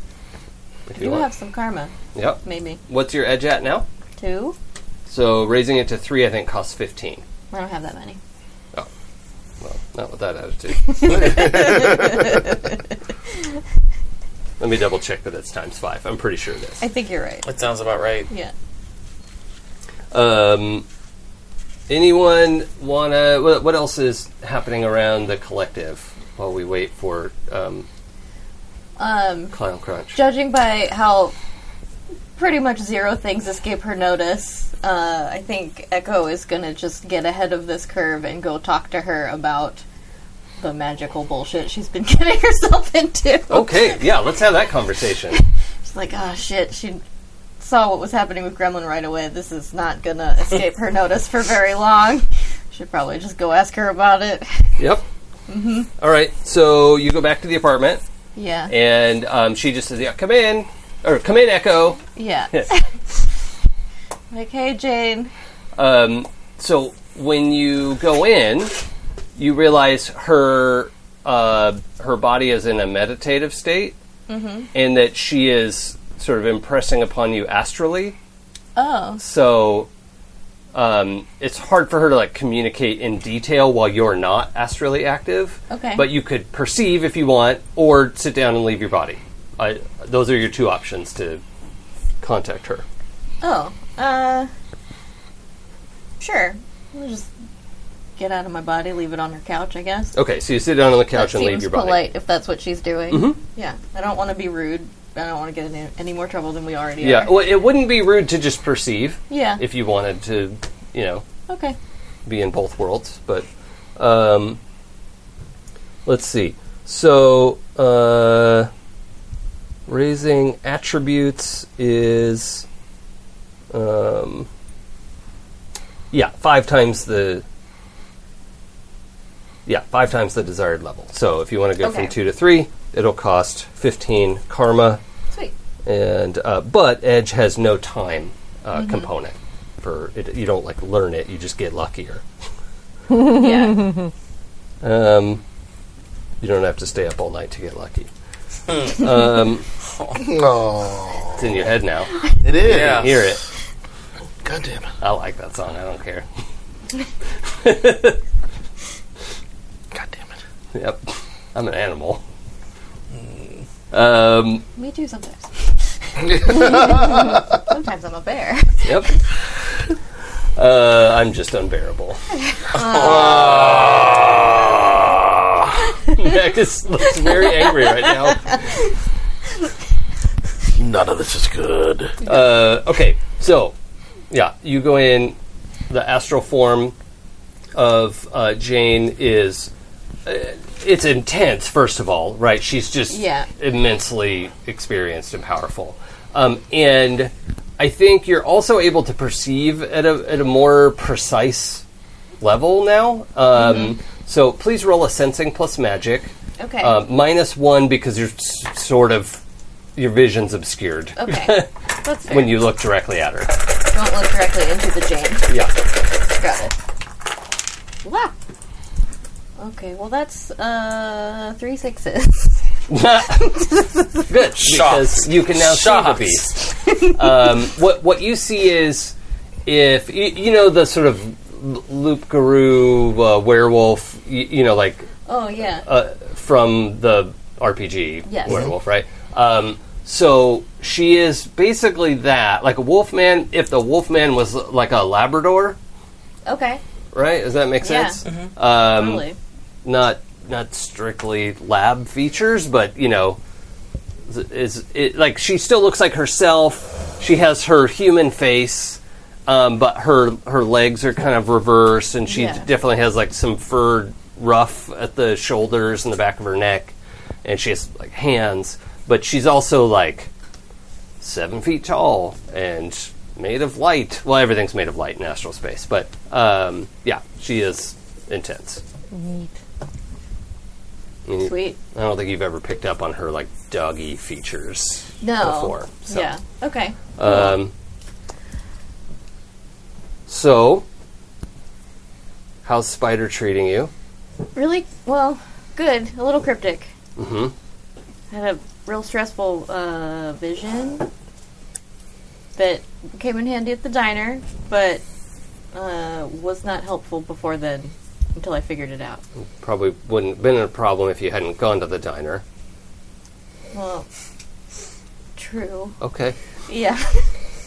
Speaker 1: if you
Speaker 3: You have
Speaker 1: want.
Speaker 3: some karma,
Speaker 1: Yep.
Speaker 3: maybe.
Speaker 1: What's your edge at now?
Speaker 3: Two?
Speaker 1: So raising it to three, I think, costs fifteen.
Speaker 3: I don't have that many.
Speaker 1: Well, not with that attitude. Let me double check that it's times five. I'm pretty sure it is.
Speaker 3: I think you're right.
Speaker 4: That sounds about right.
Speaker 3: Yeah.
Speaker 1: Um, anyone wanna? What, what else is happening around the collective while we wait for um,
Speaker 3: Um,
Speaker 1: Clown Crunch?
Speaker 3: judging by how pretty much zero things escape her notice, uh, I think Echo is going to just get ahead of this curve and go talk to her about the magical bullshit she's been getting herself into.
Speaker 1: Okay, yeah, let's have that conversation.
Speaker 3: She's like, oh shit, she saw what was happening with Gremlin right away. This is not going to escape her notice for very long. Should probably just go ask her about it.
Speaker 1: Yep. Mm-hmm. right, so you go back to the apartment,
Speaker 3: Yeah.
Speaker 1: and um, she just says, "Yeah, come in." Or come in, Echo.
Speaker 3: Yeah. like, hey, Jane.
Speaker 1: Um, so when you go in, you realize her uh, her body is in a meditative state,
Speaker 3: Mm-hmm.
Speaker 1: and that she is sort of impressing upon you astrally.
Speaker 3: Oh,
Speaker 1: So um, it's hard for her to like communicate in detail while you're not astrally active.
Speaker 3: Okay.
Speaker 1: but you could perceive if you want, or sit down and leave your body. I, those are your two options to contact her.
Speaker 3: oh, uh, sure. We'll just get out of my body, leave it on her couch, I guess.
Speaker 1: Okay, so you sit down on the couch
Speaker 3: that
Speaker 1: and leave
Speaker 3: seems
Speaker 1: your body. Mm-hmm.
Speaker 3: polite if that's what she's doing. Yeah, I don't want to be rude. I don't want to get in any more trouble than we already
Speaker 1: Yeah,
Speaker 3: are.
Speaker 1: well, it wouldn't be rude to just perceive
Speaker 3: yeah.
Speaker 1: if you wanted to, you know,
Speaker 3: okay.
Speaker 1: be in both worlds. But um, let's see. So uh, raising attributes is, um, yeah, five times the. Yeah, five times the desired level. So if you want to go
Speaker 3: Okay.
Speaker 1: from two to three, it'll cost fifteen karma
Speaker 3: Sweet.
Speaker 1: and uh, but Edge has no time uh, component for it. You don't like learn it; you just get luckier.
Speaker 3: Yeah.
Speaker 1: Um, you don't have to stay up all night to get lucky.
Speaker 2: No.
Speaker 1: It's in your head now.
Speaker 2: It is.
Speaker 1: I
Speaker 4: Yeah.
Speaker 1: hear it.
Speaker 2: God damn it.
Speaker 1: I like that song. I don't care.
Speaker 2: God damn it.
Speaker 1: Yep, I'm an animal. Um,
Speaker 3: Me too sometimes. sometimes I'm a bear.
Speaker 1: yep. Uh, I'm just unbearable. Mac is looks very angry right now.
Speaker 2: None of this is good.
Speaker 1: Uh, okay, so yeah, you go in. The astral form of uh, Jane is uh, it's intense. First of all, right? She's just
Speaker 3: Yeah.
Speaker 1: immensely experienced and powerful, um, and I think you're also able to perceive at a at a more precise level now. Um, So please roll a sensing plus magic.
Speaker 3: Mm-hmm. Okay.
Speaker 1: Uh, minus one because you're s- sort of your vision's obscured
Speaker 3: Okay. That's fair.
Speaker 1: when you look directly at her.
Speaker 3: don't look directly into the Jane.
Speaker 1: Yeah.
Speaker 3: Got it. Wow. Okay, well that's uh three sixes.
Speaker 1: Good. Because
Speaker 4: Shots.
Speaker 1: you can now
Speaker 4: Shots.
Speaker 1: see the beast. Um, what what you see is if you, you know the sort of loop guru uh, werewolf, you, you know, like
Speaker 3: Oh yeah.
Speaker 1: uh, from the RPG
Speaker 3: Yes.
Speaker 1: werewolf, right? Um, so she is basically that, like a wolfman. If the wolfman was like a Labrador,
Speaker 3: okay.
Speaker 1: right? Does that make
Speaker 3: Yeah. Mm-hmm.
Speaker 1: sense? Um,
Speaker 3: Totally.
Speaker 1: not not strictly lab features, but you know, is, is it like she still looks like herself? She has her human face, um, but her her legs are kind of reversed, and she
Speaker 3: Yeah.
Speaker 1: definitely has like some fur ruff at the shoulders and the back of her neck, and she has like hands, but she's also like seven feet tall and made of light. Well, everything's made of light in astral space, but um, yeah, she is intense.
Speaker 5: Neat.
Speaker 1: Mm,
Speaker 3: Sweet.
Speaker 1: I don't think you've ever picked up on her like doggy features
Speaker 3: No.
Speaker 1: before. So.
Speaker 3: Yeah. Okay.
Speaker 1: Um, so, how's Spider treating you?
Speaker 3: Really? Well, good. A little cryptic.
Speaker 1: Mhm.
Speaker 3: Had a real stressful uh, vision that came in handy at the diner, but uh, was not helpful before then until I figured it out.
Speaker 1: Probably wouldn't have been a problem if you hadn't gone to the diner.
Speaker 3: Well, true.
Speaker 1: Okay.
Speaker 3: Yeah.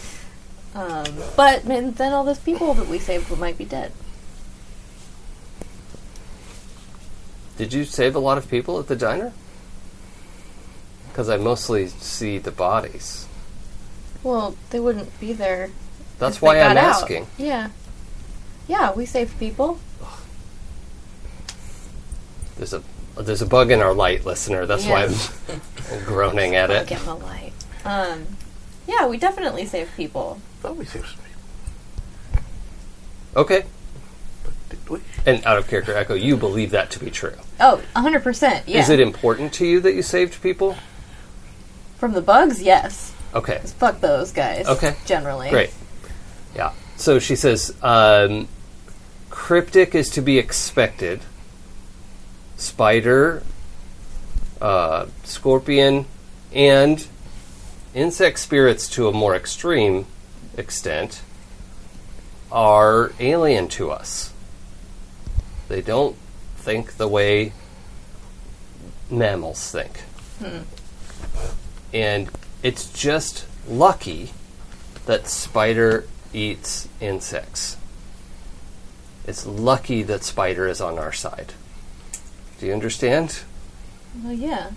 Speaker 3: um, but then then all those people that we saved might be dead.
Speaker 1: Did you save a lot of people at the diner? Because I mostly see the bodies.
Speaker 3: Well, they wouldn't be there.
Speaker 1: That's
Speaker 3: if they
Speaker 1: why I'm
Speaker 3: got out.
Speaker 1: asking.
Speaker 3: Yeah. Yeah, we saved people.
Speaker 1: There's a there's a bug in our light, listener. That's
Speaker 3: Yes.
Speaker 1: why I'm, I'm groaning at
Speaker 3: I'll
Speaker 1: it.
Speaker 3: get my light. Um, yeah, we definitely saved people.
Speaker 2: Thought we saved some people,
Speaker 1: Okay.
Speaker 2: did we?
Speaker 1: And out of character echo, you believe that to be true.
Speaker 3: Oh, 100%. Yeah.
Speaker 1: Is it important to you that you saved people?
Speaker 3: From the bugs? Yes.
Speaker 1: Okay.
Speaker 3: Fuck those guys.
Speaker 1: Okay.
Speaker 3: Generally.
Speaker 1: Great. Yeah. So she says, um, cryptic is to be expected. Spider, uh, scorpion, and insect spirits to a more extreme extent are alien to us. They don't think the way mammals think. And it's just lucky that spider eats insects. It's lucky that spider is on our side. Do you understand?
Speaker 3: Well, yeah.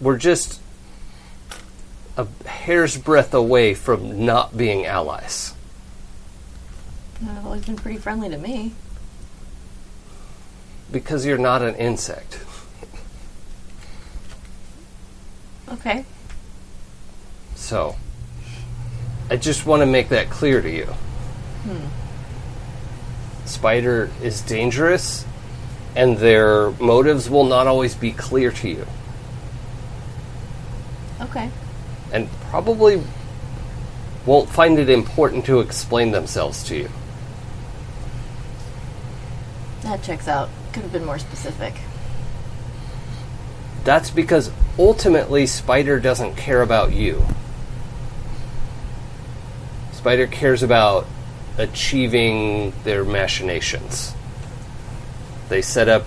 Speaker 1: We're just a hair's breadth away from not being allies.
Speaker 3: They've always been pretty friendly to me.
Speaker 1: Because you're not an insect.
Speaker 3: Okay.
Speaker 1: So, I just want to make that clear to you. Spider is dangerous, and their motives will not always be clear to you.
Speaker 3: Okay.
Speaker 1: and probably won't find it important to explain themselves to you.
Speaker 3: That checks out. Could have been more specific.
Speaker 1: That's because ultimately Spider doesn't care about you. Spider cares about achieving their machinations. They set up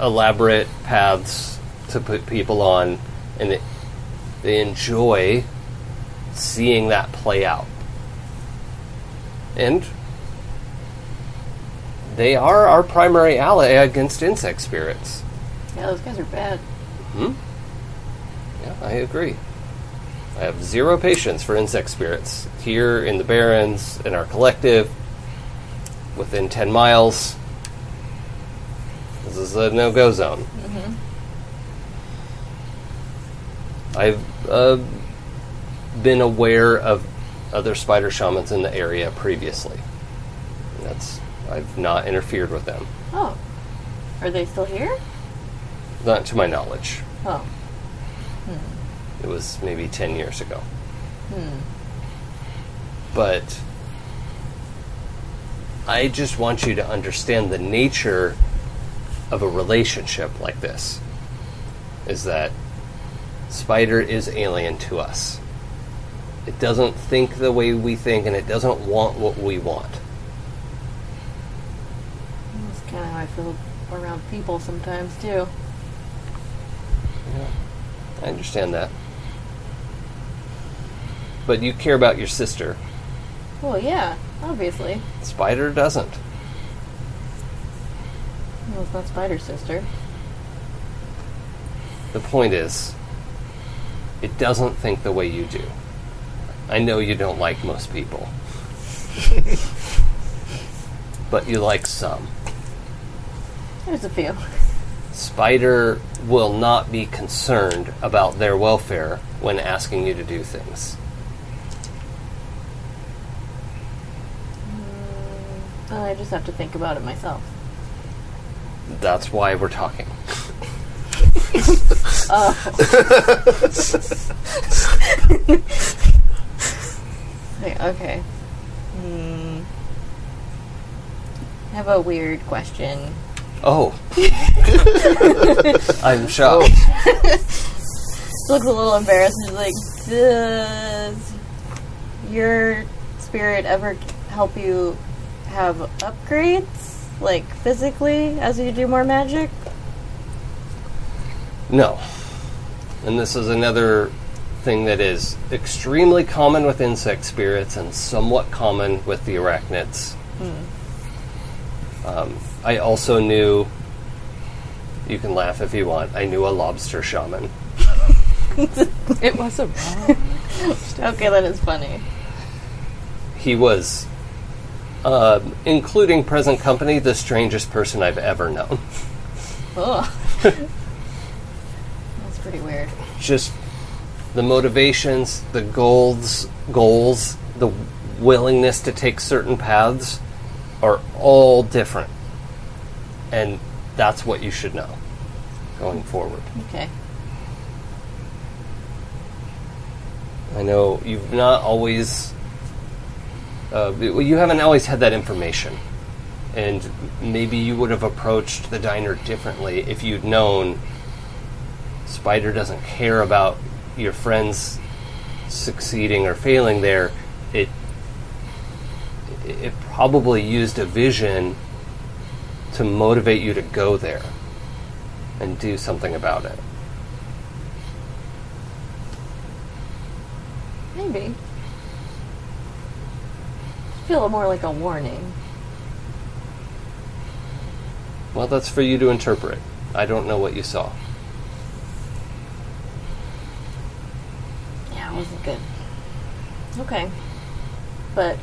Speaker 1: elaborate paths to put people on, and it, they enjoy seeing that play out. And they are our primary ally against insect spirits.
Speaker 3: Yeah, those guys are bad.
Speaker 1: Yeah, I agree. I have zero patience for insect spirits here in the Barrens, in our collective, within 10 miles. This is a no go zone. I've uh, been aware of other spider shamans in the area previously. That's I've not interfered with them,
Speaker 3: Oh. Are they still here?
Speaker 1: not to my knowledge.
Speaker 3: Oh.
Speaker 1: It was maybe 10 years ago. But I just want you to understand the nature of a relationship like this is that Spider is alien to us. It doesn't think the way we think and it doesn't want what we want.
Speaker 3: That's kind of how I feel around people sometimes, too.
Speaker 1: I understand that. But you care about your sister.
Speaker 3: Well, yeah, obviously.
Speaker 1: Spider doesn't.
Speaker 3: Well, it's not Spider Sister.
Speaker 1: The point is, it doesn't think the way you do. I know you don't like most people, but you like some.
Speaker 3: There's a few.
Speaker 1: Spider will not be concerned about their welfare when asking you to do things.
Speaker 3: Uh, I just have to think about it myself.
Speaker 1: That's why we're talking.
Speaker 3: Okay. okay. Hmm. I have a weird question.
Speaker 1: Oh. I'm shocked.
Speaker 3: Looks a little embarrassed. He's like, does your spirit ever help you have upgrades, like physically, as you do more magic?
Speaker 1: No. And this is another thing that is extremely common with insect spirits and somewhat common with the arachnids. Um, I also knew, you can laugh if you want, I knew a lobster shaman.
Speaker 5: It was a wrong.
Speaker 3: Okay, that is funny.
Speaker 1: He was, uh, including present company, the strangest person I've ever known.
Speaker 3: Ugh. That's pretty weird.
Speaker 1: just the motivations, the goals, goals, the willingness to take certain paths are all different. And that's what you should know going forward.
Speaker 3: Okay.
Speaker 1: I know you've not always uh, well, you haven't always had that information. And maybe you would have approached the diner differently if you'd known Spider doesn't care about your friends succeeding or failing there. It it probably used a vision to motivate you to go there and do something about it.
Speaker 3: Maybe. I feel more like a warning.
Speaker 1: Well, that's for you to interpret. I don't know what you saw.
Speaker 3: Yeah, it wasn't good. Okay. But.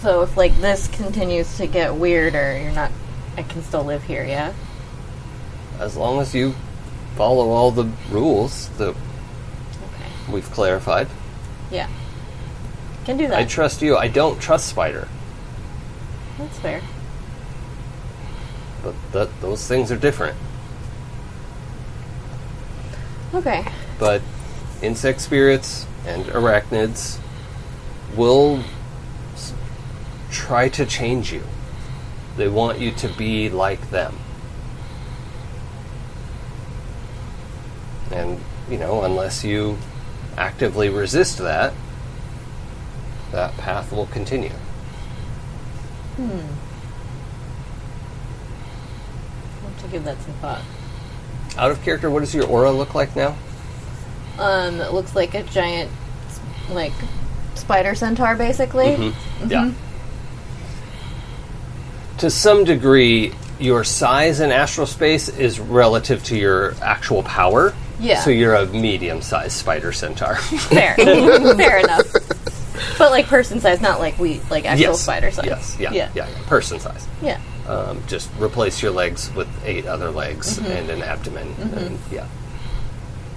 Speaker 3: So if like this continues to get weirder, you're not. I can still live here, yeah.
Speaker 1: As long as you follow all the rules that
Speaker 3: Okay.
Speaker 1: we've clarified,
Speaker 3: Yeah. Can do that.
Speaker 1: I trust you. I don't trust Spider,
Speaker 3: That's fair.
Speaker 1: but that, those things are different.
Speaker 3: Okay.
Speaker 1: but insect spirits and arachnids will s- try to change you. They want you to be like them. And, you know, unless you actively resist that, that path will continue.
Speaker 3: I'll have to give that some thought.
Speaker 1: Out of character, what does your aura look like now?
Speaker 3: Um, it looks like a giant, like, spider centaur, basically. Mm-hmm.
Speaker 1: Yeah. To some degree, your size in astral space is relative to your actual power.
Speaker 3: Yeah.
Speaker 1: So you're a medium sized spider centaur.
Speaker 3: Fair. Fair enough. But like person size, not like we like actual
Speaker 1: yes.
Speaker 3: spider size.
Speaker 1: Yes. Yeah.
Speaker 3: Yeah.
Speaker 1: Yeah. yeah. Person size.
Speaker 3: Yeah.
Speaker 1: Um, just replace your legs with eight other legs
Speaker 3: Mm-hmm.
Speaker 1: and an abdomen. And, yeah.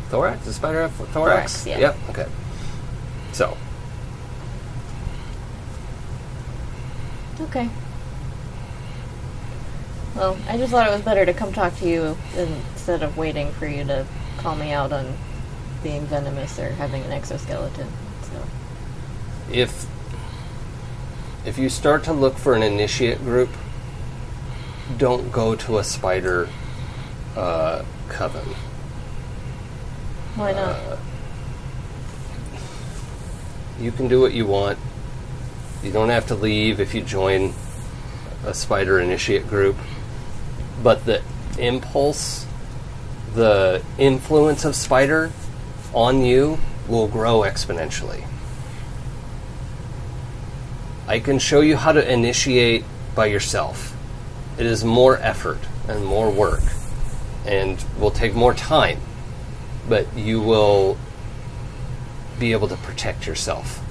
Speaker 1: Thorax? Does spider have thorax?
Speaker 3: Thorax, yeah.
Speaker 1: Yep. Okay. So,
Speaker 3: Okay. Well, I just thought it was better to come talk to you instead of waiting for you to call me out on being venomous or having an exoskeleton. So
Speaker 1: if if you start to look for an initiate group, don't go to a spider uh, coven.
Speaker 3: why not?
Speaker 1: You can do what you want. You don't have to leave if you join a spider initiate group. But the impulse, the influence of spider on you will grow exponentially. I can show you how to initiate by yourself. It is more effort and more work and will take more time, but you will be able to protect yourself.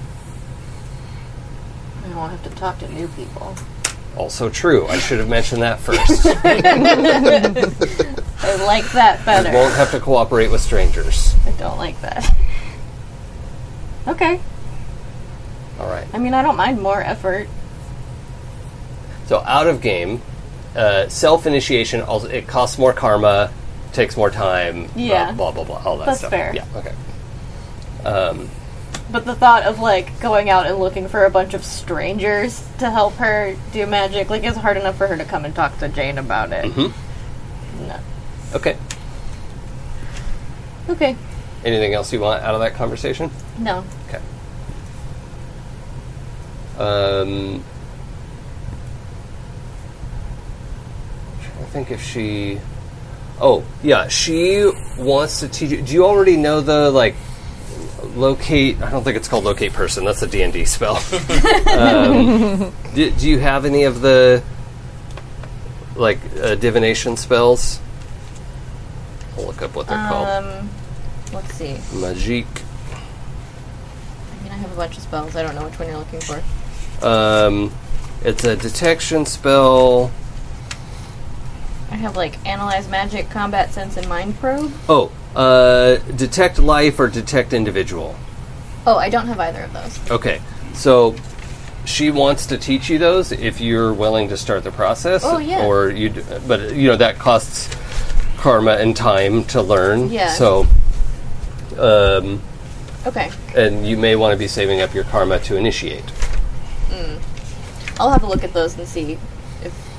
Speaker 3: I won't have to talk to new people.
Speaker 1: Also true. I should have mentioned that first. you
Speaker 3: I like that better.
Speaker 1: won't have to cooperate with strangers.
Speaker 3: I don't like that. Okay.
Speaker 1: All right.
Speaker 3: I mean, I don't mind more effort.
Speaker 1: So out of game, uh, self initiation. Also, it costs more karma, takes more time. blah,
Speaker 3: Yeah.
Speaker 1: Blah blah blah. All that
Speaker 3: That's
Speaker 1: stuff.
Speaker 3: fair.
Speaker 1: Yeah. Okay. Um,
Speaker 3: But the thought of like going out and looking for a bunch of strangers to help her do magic like is hard enough for her to come and talk to Jane about it. No.
Speaker 1: okay.
Speaker 3: Okay.
Speaker 1: Anything else you want out of that conversation?
Speaker 3: No.
Speaker 1: Okay. Um, I think if she, oh yeah, she wants to teach. you- Do you already know the like locate? I don't think it's called locate person. That's a D and D spell. um, do, do you have any of the like uh, divination spells? I'll look up what they're called.
Speaker 3: Um, let's see.
Speaker 1: Magique.
Speaker 3: I mean, I have a bunch of spells. I don't know which one you're looking for.
Speaker 1: Um, it's a detection spell.
Speaker 3: I have like analyze magic, combat sense, and mind probe.
Speaker 1: Oh, uh, detect life or detect individual.
Speaker 3: Oh, I don't have either of those.
Speaker 1: Okay, so she wants to teach you those if you're willing to start the process.
Speaker 3: Oh, yeah.
Speaker 1: Or you, d- but you know that costs karma and time to learn.
Speaker 3: Yeah.
Speaker 1: So, um,
Speaker 3: Okay.
Speaker 1: and you may want to be saving up your karma to initiate.
Speaker 3: I'll have a look at those and see if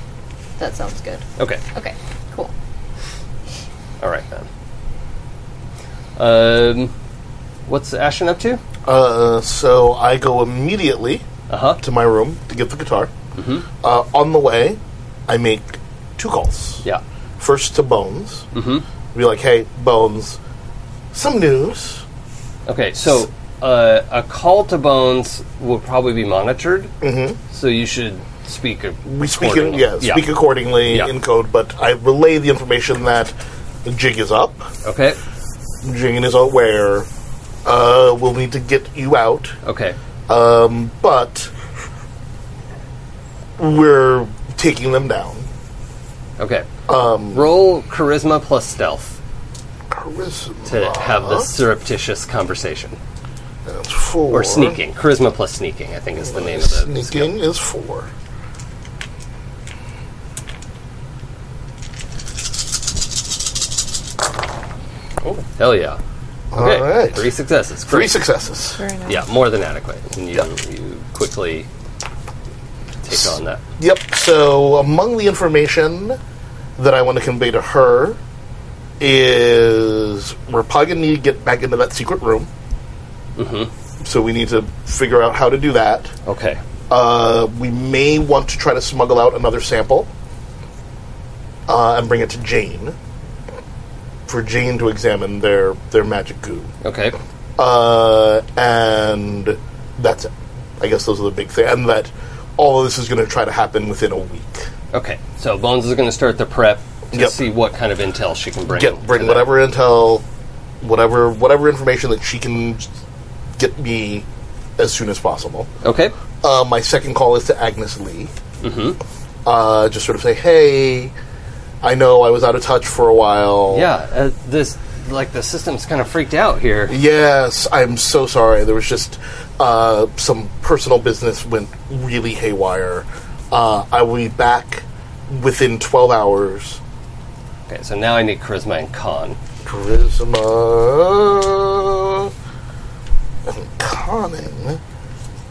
Speaker 3: that sounds good.
Speaker 1: Okay.
Speaker 3: Okay. Cool.
Speaker 1: All right then. Um, what's Ashton up to?
Speaker 2: Uh, so I go immediately
Speaker 1: Uh huh.
Speaker 2: to my room to get the guitar. Mm-hmm. Uh, on the way, I make two calls.
Speaker 1: Yeah.
Speaker 2: First to Bones. Mm-hmm. Be like, hey, Bones, some news.
Speaker 1: Okay, so uh, a call to bones will probably be monitored. Mm-hmm. So you should speak. a-
Speaker 2: We speak, in,
Speaker 1: accordingly.
Speaker 2: yeah, speak accordingly
Speaker 1: Yeah.
Speaker 2: in code, but I relay the information that the jig is up.
Speaker 1: Okay.
Speaker 2: Jane is aware. Uh, we'll need to get you out,
Speaker 1: Okay.
Speaker 2: um, but we're taking them down.
Speaker 1: Okay. Um, Roll charisma plus stealth
Speaker 2: Charisma.
Speaker 1: to have this surreptitious conversation
Speaker 2: That's four.
Speaker 1: or sneaking. Charisma plus sneaking, I think, is the name of the.
Speaker 2: Sneaking is four.
Speaker 1: Hell yeah. Okay.
Speaker 2: All right.
Speaker 1: Three successes.
Speaker 2: Three
Speaker 1: Great.
Speaker 2: successes.
Speaker 5: Very nice.
Speaker 1: Yeah, more than adequate. And you,
Speaker 2: Yeah.
Speaker 1: you quickly take on that.
Speaker 2: Yep. So among the information that I want to convey to her is we're probably gonna need to get back into that secret room. Mm-hmm.
Speaker 1: Mm-hmm.
Speaker 2: So we need to figure out how to do that.
Speaker 1: Okay.
Speaker 2: Uh, we may want to try to smuggle out another sample uh, and bring it to Jane for Jane to examine their their magic goo.
Speaker 1: Okay.
Speaker 2: Uh, and that's it. I guess those are the big things. And that all of this is going to try to happen within a week.
Speaker 1: Okay. So Bones is going to start the prep to
Speaker 2: Yep.
Speaker 1: see what kind of intel she can bring.
Speaker 2: Get bring
Speaker 1: to that.
Speaker 2: whatever intel, whatever whatever information that she can get me as soon as possible.
Speaker 1: Okay.
Speaker 2: Uh, my second call is to Agnes Lee.
Speaker 1: Mm-hmm.
Speaker 2: Uh, just sort of say, hey, I know I was out of touch for a while.
Speaker 1: Yeah. Uh, this like the system's kind of freaked out here.
Speaker 2: Yes, I'm so sorry. There was just uh, some personal business went really haywire. Uh, I will be back within 12 hours.
Speaker 1: Okay. So now I need charisma and con.
Speaker 2: Charisma and conning.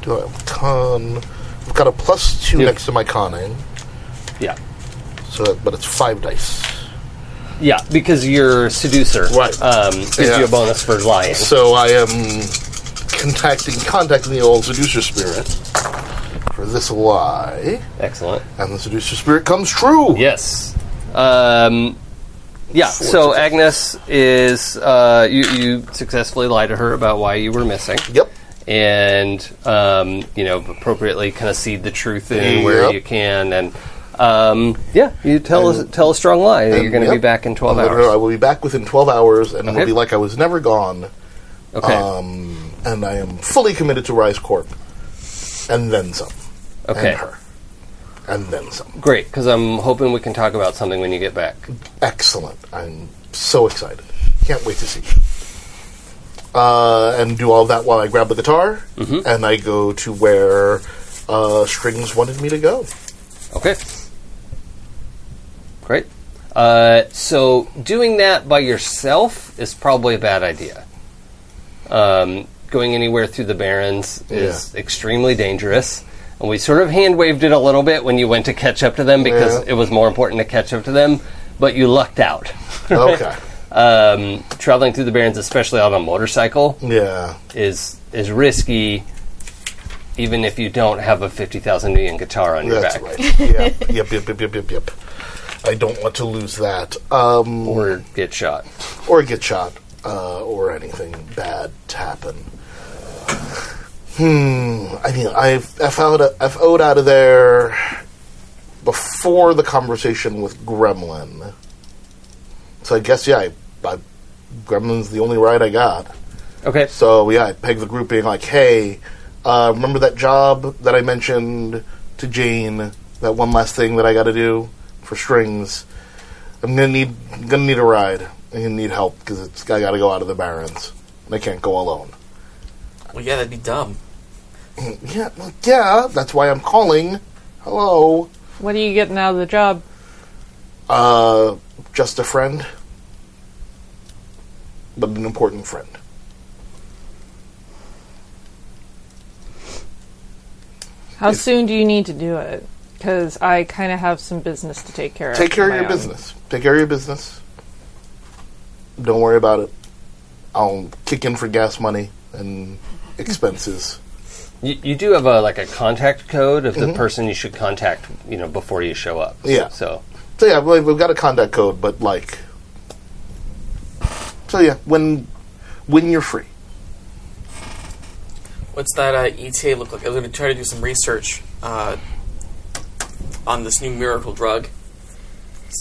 Speaker 2: Do I have con? I've got a plus two
Speaker 1: Yeah.
Speaker 2: next to my conning,
Speaker 1: Yeah.
Speaker 2: so that, but it's five dice.
Speaker 1: Yeah, because your seducer
Speaker 2: Right.
Speaker 1: um, gives
Speaker 2: Yeah.
Speaker 1: you a bonus for lying.
Speaker 2: So I am contacting contacting the old seducer spirit for this lie,
Speaker 1: Excellent.
Speaker 2: and the seducer spirit comes true.
Speaker 1: Yes. Um, yeah. So Agnes is uh, you, you successfully lie to her about why you were missing.
Speaker 2: Yep.
Speaker 1: and um, you know appropriately kind of seed the truth in where
Speaker 2: Yep.
Speaker 1: you can and um, yeah you tell a, tell a strong lie that you're going to
Speaker 2: Yep.
Speaker 1: be back in 12
Speaker 2: Literally, I
Speaker 1: hours
Speaker 2: will be back within twelve hours, and
Speaker 1: Okay.
Speaker 2: it'll be like I was never gone.
Speaker 1: okay
Speaker 2: Um, and I am fully committed to Rise Corp, and then some.
Speaker 1: Okay.
Speaker 2: And her, and then some.
Speaker 1: great because i'm hoping we can talk about something when you get back
Speaker 2: Excellent. I'm so excited. Can't wait to see. uh, and do all that while I grab the guitar,
Speaker 1: Mm-hmm.
Speaker 2: and I go to where uh, strings wanted me to go.
Speaker 1: Okay. Great. Uh, so doing that by yourself is probably a bad idea. Um, going anywhere through the barrens is extremely dangerous. And we sort of hand waved it a little bit when you went to catch up to them because it
Speaker 2: Yeah.
Speaker 1: was more important to catch up to them, but you lucked out.
Speaker 2: Okay,
Speaker 1: um, traveling through the barrens, especially on a motorcycle,
Speaker 2: yeah,
Speaker 1: is is risky. Even if you don't have a fifty thousand yen guitar on your
Speaker 2: that's
Speaker 1: back,
Speaker 2: right. Yeah, yep, yep, yep, yep, yep, yep. I don't want to lose that, um,
Speaker 1: or get shot.
Speaker 2: or get shot, uh, or anything bad to happen. Hmm. I mean, I FO'd, a- FO'd out of there before the conversation with Gremlin. So I guess yeah, I, I, Gremlin's the only ride I got.
Speaker 1: Okay.
Speaker 2: So yeah, I pegged the group being like, "Hey, uh, remember that job that I mentioned to Jane? That one last thing that I got to do for strings. I'm gonna need I'm gonna need a ride. I'm gonna need help because it's I got to go out of the barrens and I can't go alone.
Speaker 4: Well, yeah, that'd be dumb.
Speaker 2: Yeah, well, yeah, that's why I'm calling. Hello,
Speaker 5: What are you getting out of the job?
Speaker 2: uh, just a friend, but an important friend.
Speaker 5: How soon do you need to do it? Because I kind of have some business to take care of.
Speaker 2: Take care of
Speaker 5: my
Speaker 2: your
Speaker 5: own.
Speaker 2: business. Take care of your business. Don't worry about it. I'll kick in for gas money and expenses.
Speaker 1: You, you do have a like a contact code of the person you should contact, you know, before you show up.
Speaker 2: Mm-hmm. Yeah.
Speaker 1: So
Speaker 2: so yeah, we- we've got a contact code, but like, so yeah, when when you're free,
Speaker 4: What's that uh, ETA look like? I was going to try to do some research uh, on this new miracle drug.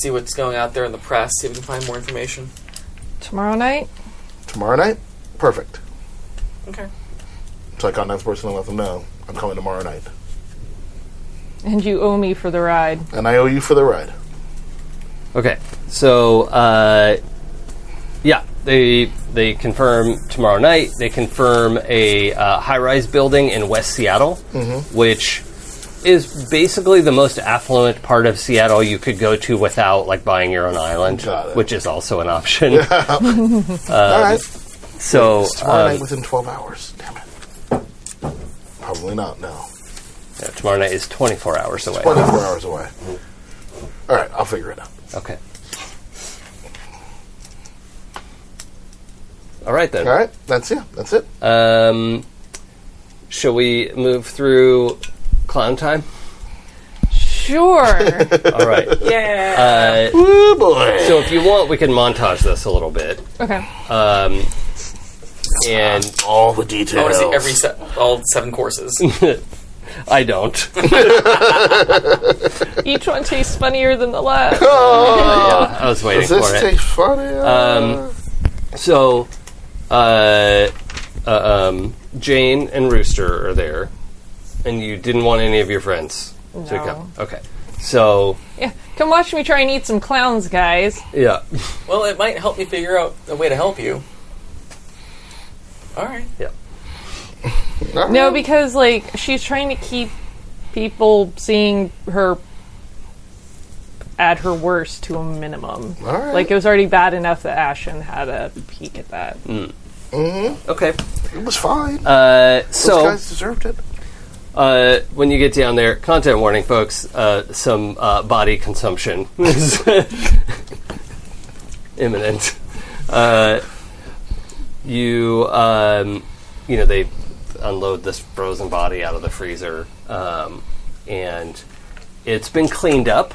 Speaker 4: See what's going out there in the press. See if we can find more information.
Speaker 5: Tomorrow night?
Speaker 2: tomorrow night, perfect.
Speaker 4: Okay.
Speaker 2: So I contact the person and let them know I'm coming tomorrow night,
Speaker 5: And you owe me for the ride.
Speaker 2: and I owe you for the ride.
Speaker 1: okay, so uh, yeah, they they confirm tomorrow night. They confirm a uh, high rise building in West Seattle,
Speaker 2: Mm-hmm.
Speaker 1: which is basically the most affluent part of Seattle you could go to without like buying your own island,
Speaker 2: Got it.
Speaker 1: which is also an option.
Speaker 2: All right,
Speaker 1: So
Speaker 2: tomorrow
Speaker 1: um,
Speaker 2: night within 12 hours. Damn it. Probably not. No,
Speaker 1: yeah, tomorrow night is twenty four hours away.
Speaker 2: 24 hours away. All right, I'll figure it out.
Speaker 1: Okay. All right then.
Speaker 2: All right, that's it. That's it.
Speaker 1: Um, shall we move through clown time?
Speaker 5: Sure.
Speaker 1: All right.
Speaker 5: yeah.
Speaker 1: Uh,
Speaker 2: Ooh, boy.
Speaker 1: so if you want, we can montage this a little bit.
Speaker 5: Uh, Okay.
Speaker 1: Um, and
Speaker 2: all the
Speaker 4: I want
Speaker 2: details.
Speaker 4: to see every se- all seven courses.
Speaker 1: I don't.
Speaker 5: Each one tastes funnier than the last.
Speaker 1: yeah, I was waiting
Speaker 2: Does
Speaker 1: for
Speaker 2: this
Speaker 1: it.
Speaker 2: taste funny?
Speaker 1: Um, so, uh, uh, um, Jane and Rooster are there, and you didn't want any of your friends to
Speaker 5: No.
Speaker 1: come. Okay. So
Speaker 5: Yeah. Come watch me try and eat some clowns, guys.
Speaker 1: yeah.
Speaker 4: well, it might help me figure out a way to help you. All right.
Speaker 1: Yeah.
Speaker 2: Mm.
Speaker 5: No, because like she's trying to keep people seeing her at her worst to a minimum.
Speaker 2: Alright.
Speaker 5: Like it was already bad enough that Ashen had a peek at that.
Speaker 1: Okay.
Speaker 2: it was fine.
Speaker 1: Uh,
Speaker 2: Those
Speaker 1: so
Speaker 2: guys deserved it.
Speaker 1: uh, when you get down there, content warning, folks. Uh, some uh, body consumption is imminent. Uh, you um, you know they unload this frozen body out of the freezer, um, and it's been cleaned up,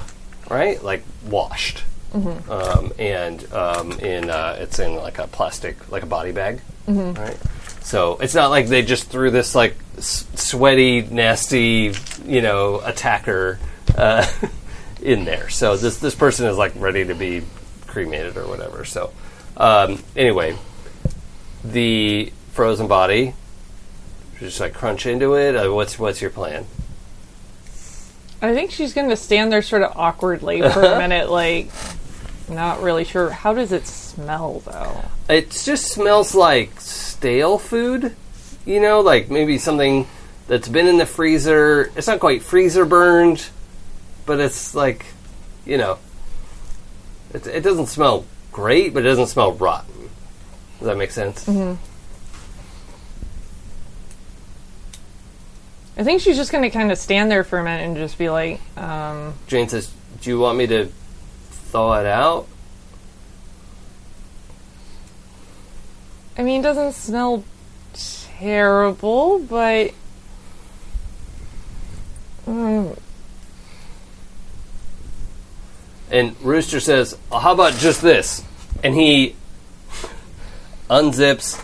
Speaker 1: right? Like washed, um, and um, in uh, it's in like a plastic, like a body bag, right? So it's not like they just threw this like s- sweaty, nasty, you know, attacker uh, in there. So this this person is like ready to be cremated or whatever. So um, anyway, the frozen body. Just like crunch into it. Uh, what's what's your plan?
Speaker 5: I think she's going to stand there sort of awkwardly for a minute, like Not really sure. How does it smell though?
Speaker 1: It just smells like stale food, you know, like maybe something that's been in the freezer. It's not quite freezer burned, but it's like, you know, it, it doesn't smell great, but it doesn't smell rotten. Does that make sense?
Speaker 5: I think she's just going to kind of stand there for a minute and just be like, um,
Speaker 1: Jane says, "Do you want me to thaw it out?"
Speaker 5: I mean, it doesn't smell terrible, but. Mm,
Speaker 1: And Rooster says, "Oh, "How about just this?" And he unzips,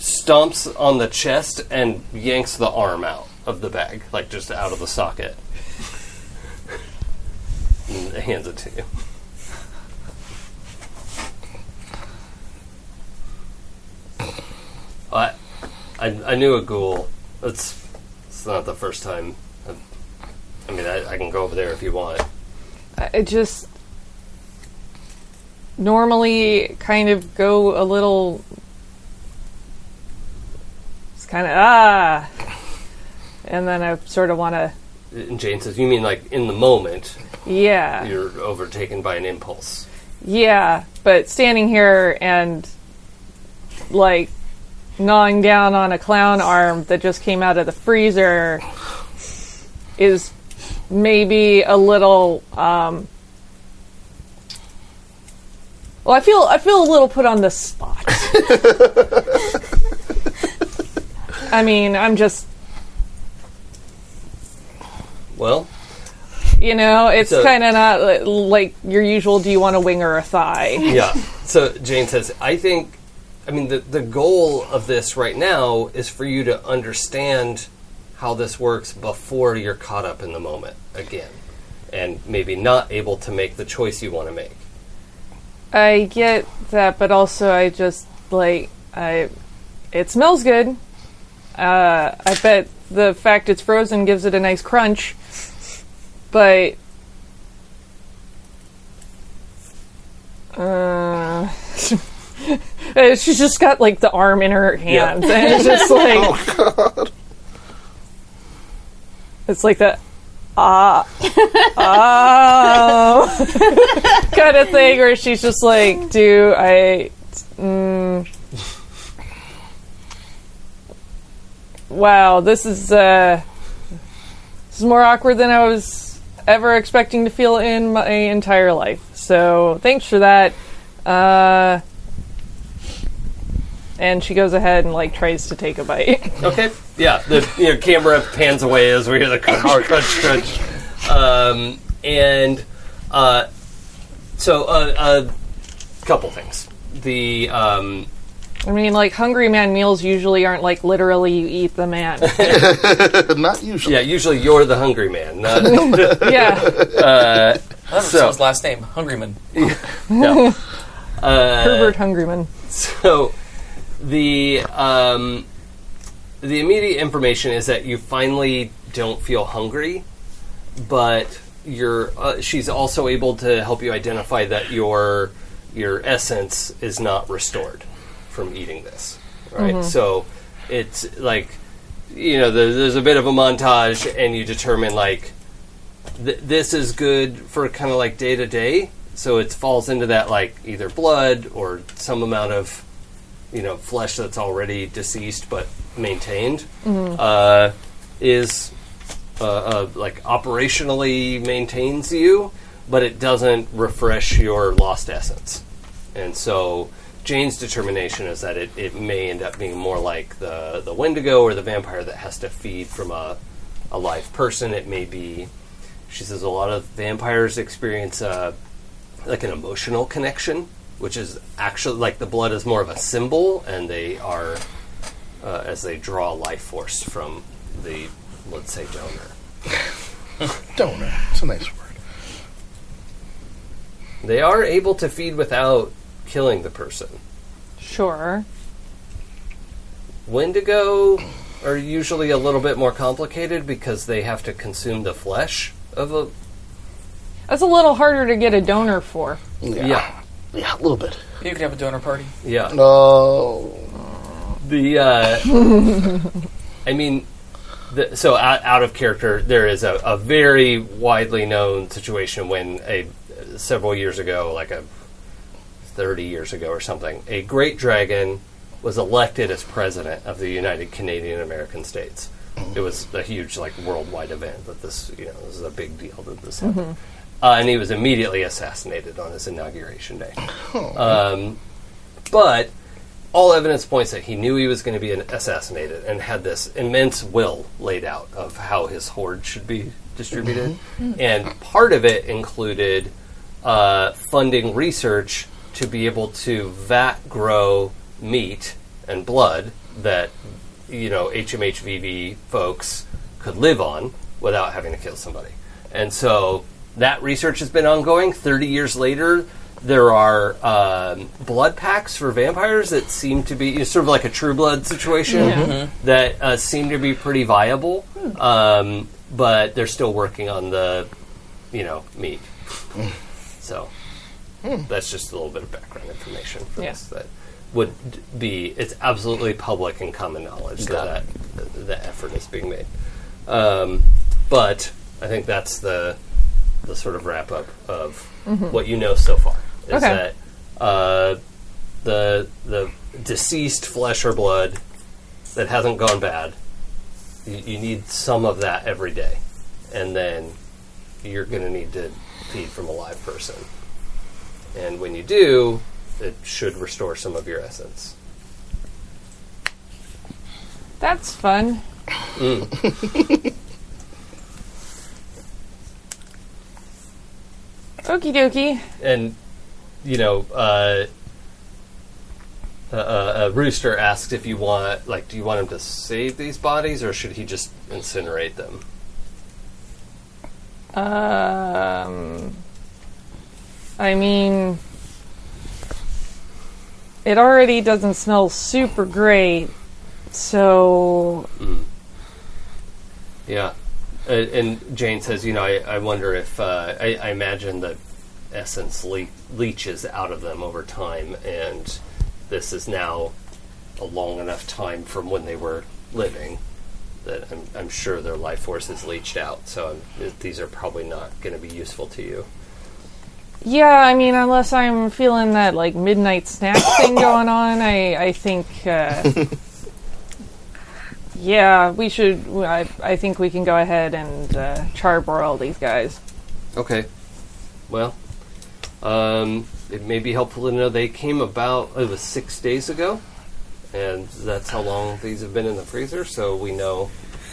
Speaker 1: stomps on the chest, and yanks the arm out of the bag, like just out of the socket. and hands it to you. I, I, I knew a ghoul. That's it's not the first time. I've, I mean, I, I can go over there if you want.
Speaker 5: I I just normally kind of go a little. It's kind of ah, and then I sort of want to
Speaker 1: And Jane says, "You mean like in the moment
Speaker 5: yeah
Speaker 1: you're overtaken by an impulse?"
Speaker 5: yeah, but standing here and like gnawing down on a clown arm that just came out of the freezer is maybe a little um well i feel i feel a little put on the spot i mean i'm just
Speaker 1: Well,
Speaker 5: you know it's
Speaker 1: So-
Speaker 5: kind of not li- like your usual do you want a wing or a thigh
Speaker 1: yeah. so Jane says, "I think, I mean, the the goal of this right now is for you to understand how this works before you're caught up in the moment again, and maybe not able to make the choice you want to make."
Speaker 5: i get that but also i just like i it smells good uh i bet the fact it's frozen gives it a nice crunch but uh, she's just got like the arm in her hand and it's just like oh god it's like that ah oh kind of thing where she's just like do i mm, wow this is uh this is more awkward than i was ever expecting to feel in my entire life so thanks for that uh and she goes ahead and like tries to take a bite
Speaker 1: Okay. Yeah, the you know, camera pans away as we hear the crunch, crunch, crunch. Um, and uh, so, a uh, uh, couple things. The um,
Speaker 5: i mean like hungry man meals usually aren't like literally you eat the man
Speaker 2: Not usually.
Speaker 1: yeah, usually you're the hungry man. Not,
Speaker 5: yeah
Speaker 4: I don't
Speaker 1: So-
Speaker 4: know his last name. Hungryman.
Speaker 1: no.
Speaker 5: herbert hungryman
Speaker 1: So the um, the immediate information is that you finally don't feel hungry, but you're, uh, she's also able to help you identify that your your essence is not restored from eating this. Right. So it's like you know there, there's a bit of a montage, and you determine like th- this is good for kind of like day to day. So it falls into that like either blood or some amount of you know flesh that's already deceased but maintained uh, is uh, uh, like operationally maintains you, but it doesn't refresh your lost essence. And so Jane's determination is that it, it may end up being more like the the Wendigo or the vampire that has to feed from a a live person. It may be she says a lot of vampires experience uh, like an emotional connection, which is actually like the blood is more of a symbol, and they are uh, as they draw life force from the let's say donor.
Speaker 2: Donor. It's a nice word.
Speaker 1: They are able to feed without killing the person.
Speaker 5: sure
Speaker 1: Wendigo are usually a little bit more complicated because they have to consume the flesh of a
Speaker 5: That's a little harder to get a donor for.
Speaker 1: Yeah,
Speaker 2: Yeah, a little bit.
Speaker 4: You could have a donor party.
Speaker 1: yeah.
Speaker 2: No.
Speaker 1: The uh, I mean, the, so out, out of character, there is a, a very widely known situation when a several years ago, like a thirty years ago or something, a great dragon was elected as president of the United Canadian American States. It was a huge, like, worldwide event that this, you know, this is a big deal that this happened. Uh, and he was immediately assassinated on his inauguration day. Um, but all evidence points that he knew he was going to be an- assassinated and had this immense will laid out of how his hoard should be distributed. And part of it included uh, funding research to be able to vat grow meat and blood that, you know, HMHVV folks could live on without having to kill somebody. And so that research has been ongoing. 30 years later, there are um, blood packs for vampires that seem to be it's sort of like a true blood situation that uh, seem to be pretty viable. Um, but they're still working on the, you know, meat. so that's just a little bit of background information for
Speaker 5: Yeah.
Speaker 1: this that would d- be it's absolutely public and common knowledge that, that th- that effort is being made. Um, but I think that's the the sort of wrap up of what you know so far. Is
Speaker 5: Okay.
Speaker 1: that uh, the the deceased flesh or blood that hasn't gone bad, you, you need some of that every day, and then you're going to need to feed from a live person. And when you do, it should restore some of your essence.
Speaker 5: That's fun. Okie dokie.
Speaker 1: and you know, uh, a, a, a rooster asks if you want, like, do you want him to save these bodies or should he just incinerate them?
Speaker 5: Um, I mean, it already doesn't smell super great, so
Speaker 1: Yeah. And, and Jane says, you know, I, I wonder if uh, I, I imagine that essence le- leaches out of them over time, and this is now a long enough time from when they were living that I'm, I'm sure their life force is leached out. So I'm, these are probably not going to be useful to you.
Speaker 5: yeah. I mean, unless I'm feeling that like midnight snack thing going on, I I think. Uh, Yeah, we should. I, I think we can go ahead and uh, charbroil these guys.
Speaker 1: Okay. Well, um, it may be helpful to know they came about, it was six days ago, and that's how long these have been in the freezer, so we know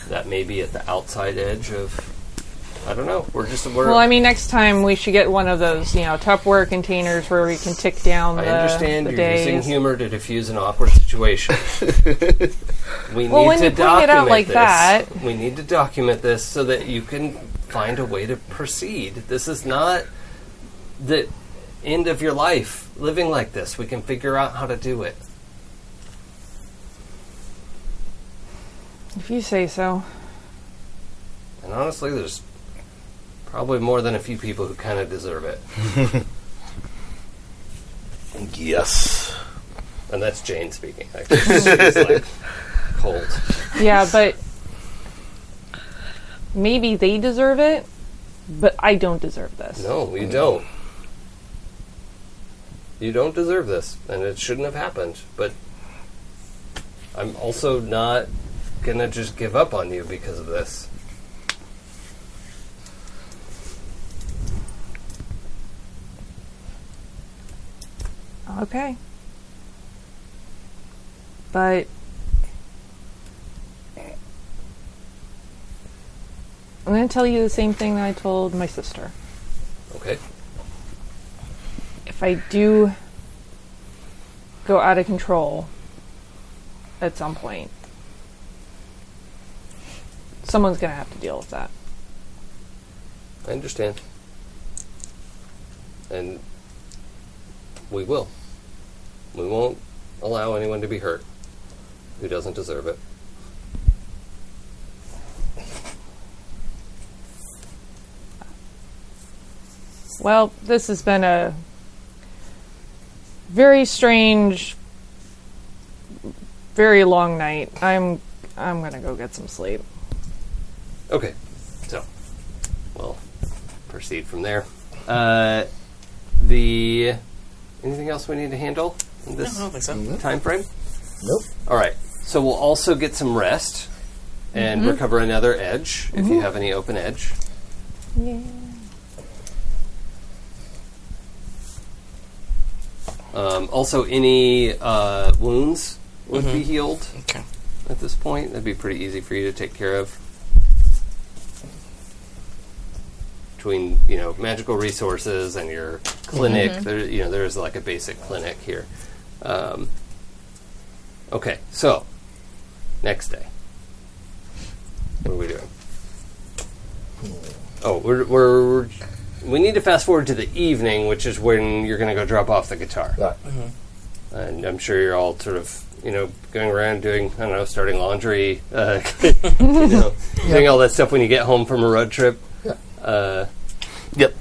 Speaker 1: that may be at the outside edge of, I don't know, we're just, we're,
Speaker 5: Well, I mean, next time we should get one of those, you know, Tupperware containers where we can tick down
Speaker 1: I
Speaker 5: the,
Speaker 1: understand
Speaker 5: the
Speaker 1: you're
Speaker 5: days.
Speaker 1: using humor to diffuse an awkward situation. we
Speaker 5: Well,
Speaker 1: need
Speaker 5: when
Speaker 1: to
Speaker 5: you point it out
Speaker 1: document
Speaker 5: like
Speaker 1: this.
Speaker 5: that-
Speaker 1: We need to document this so that you can find a way to proceed. This is not the end of your life living like this. We can figure out how to do it.
Speaker 5: If you say so.
Speaker 1: And honestly, there's probably more than a few people who kind of deserve it.
Speaker 2: Yes.
Speaker 1: And that's Jane speaking. Actually, she's like cold.
Speaker 5: Yeah, but maybe they deserve it, but I don't deserve this.
Speaker 1: No, you don't. You don't deserve this, and it shouldn't have happened. But I'm also not gonna just give up on you because of this.
Speaker 5: Okay. But I'm going to tell you the same thing that I told my sister.
Speaker 1: Okay.
Speaker 5: if I do go out of control at some point, someone's going to have to deal with that.
Speaker 1: I understand. And we will. We won't allow anyone to be hurt who doesn't deserve it.
Speaker 5: Well, this has been a very strange, very long night. I'm I'm gonna go get some sleep.
Speaker 1: Okay, so we'll proceed from there. Uh, the anything else we need to handle in
Speaker 4: I
Speaker 1: this
Speaker 4: don't think so.
Speaker 1: time frame?
Speaker 2: Nope.
Speaker 1: All right. So we'll also get some rest and recover another edge if you have any open edge. Um, also, any uh, wounds would be healed
Speaker 4: Okay.
Speaker 1: at this point. That'd be pretty easy for you to take care of. Between you know magical resources and your clinic, there you know there is like a basic clinic here. Um, okay, so next day, what are we doing? Oh, we're, we're we need to fast forward to the evening, which is when you're going to go drop off the guitar
Speaker 2: Right.
Speaker 1: and I'm sure you're all sort of you know going around doing I don't know starting laundry, uh, you know, doing all that stuff when you get home from a road trip.
Speaker 2: Yeah.
Speaker 1: Uh,
Speaker 2: Yep.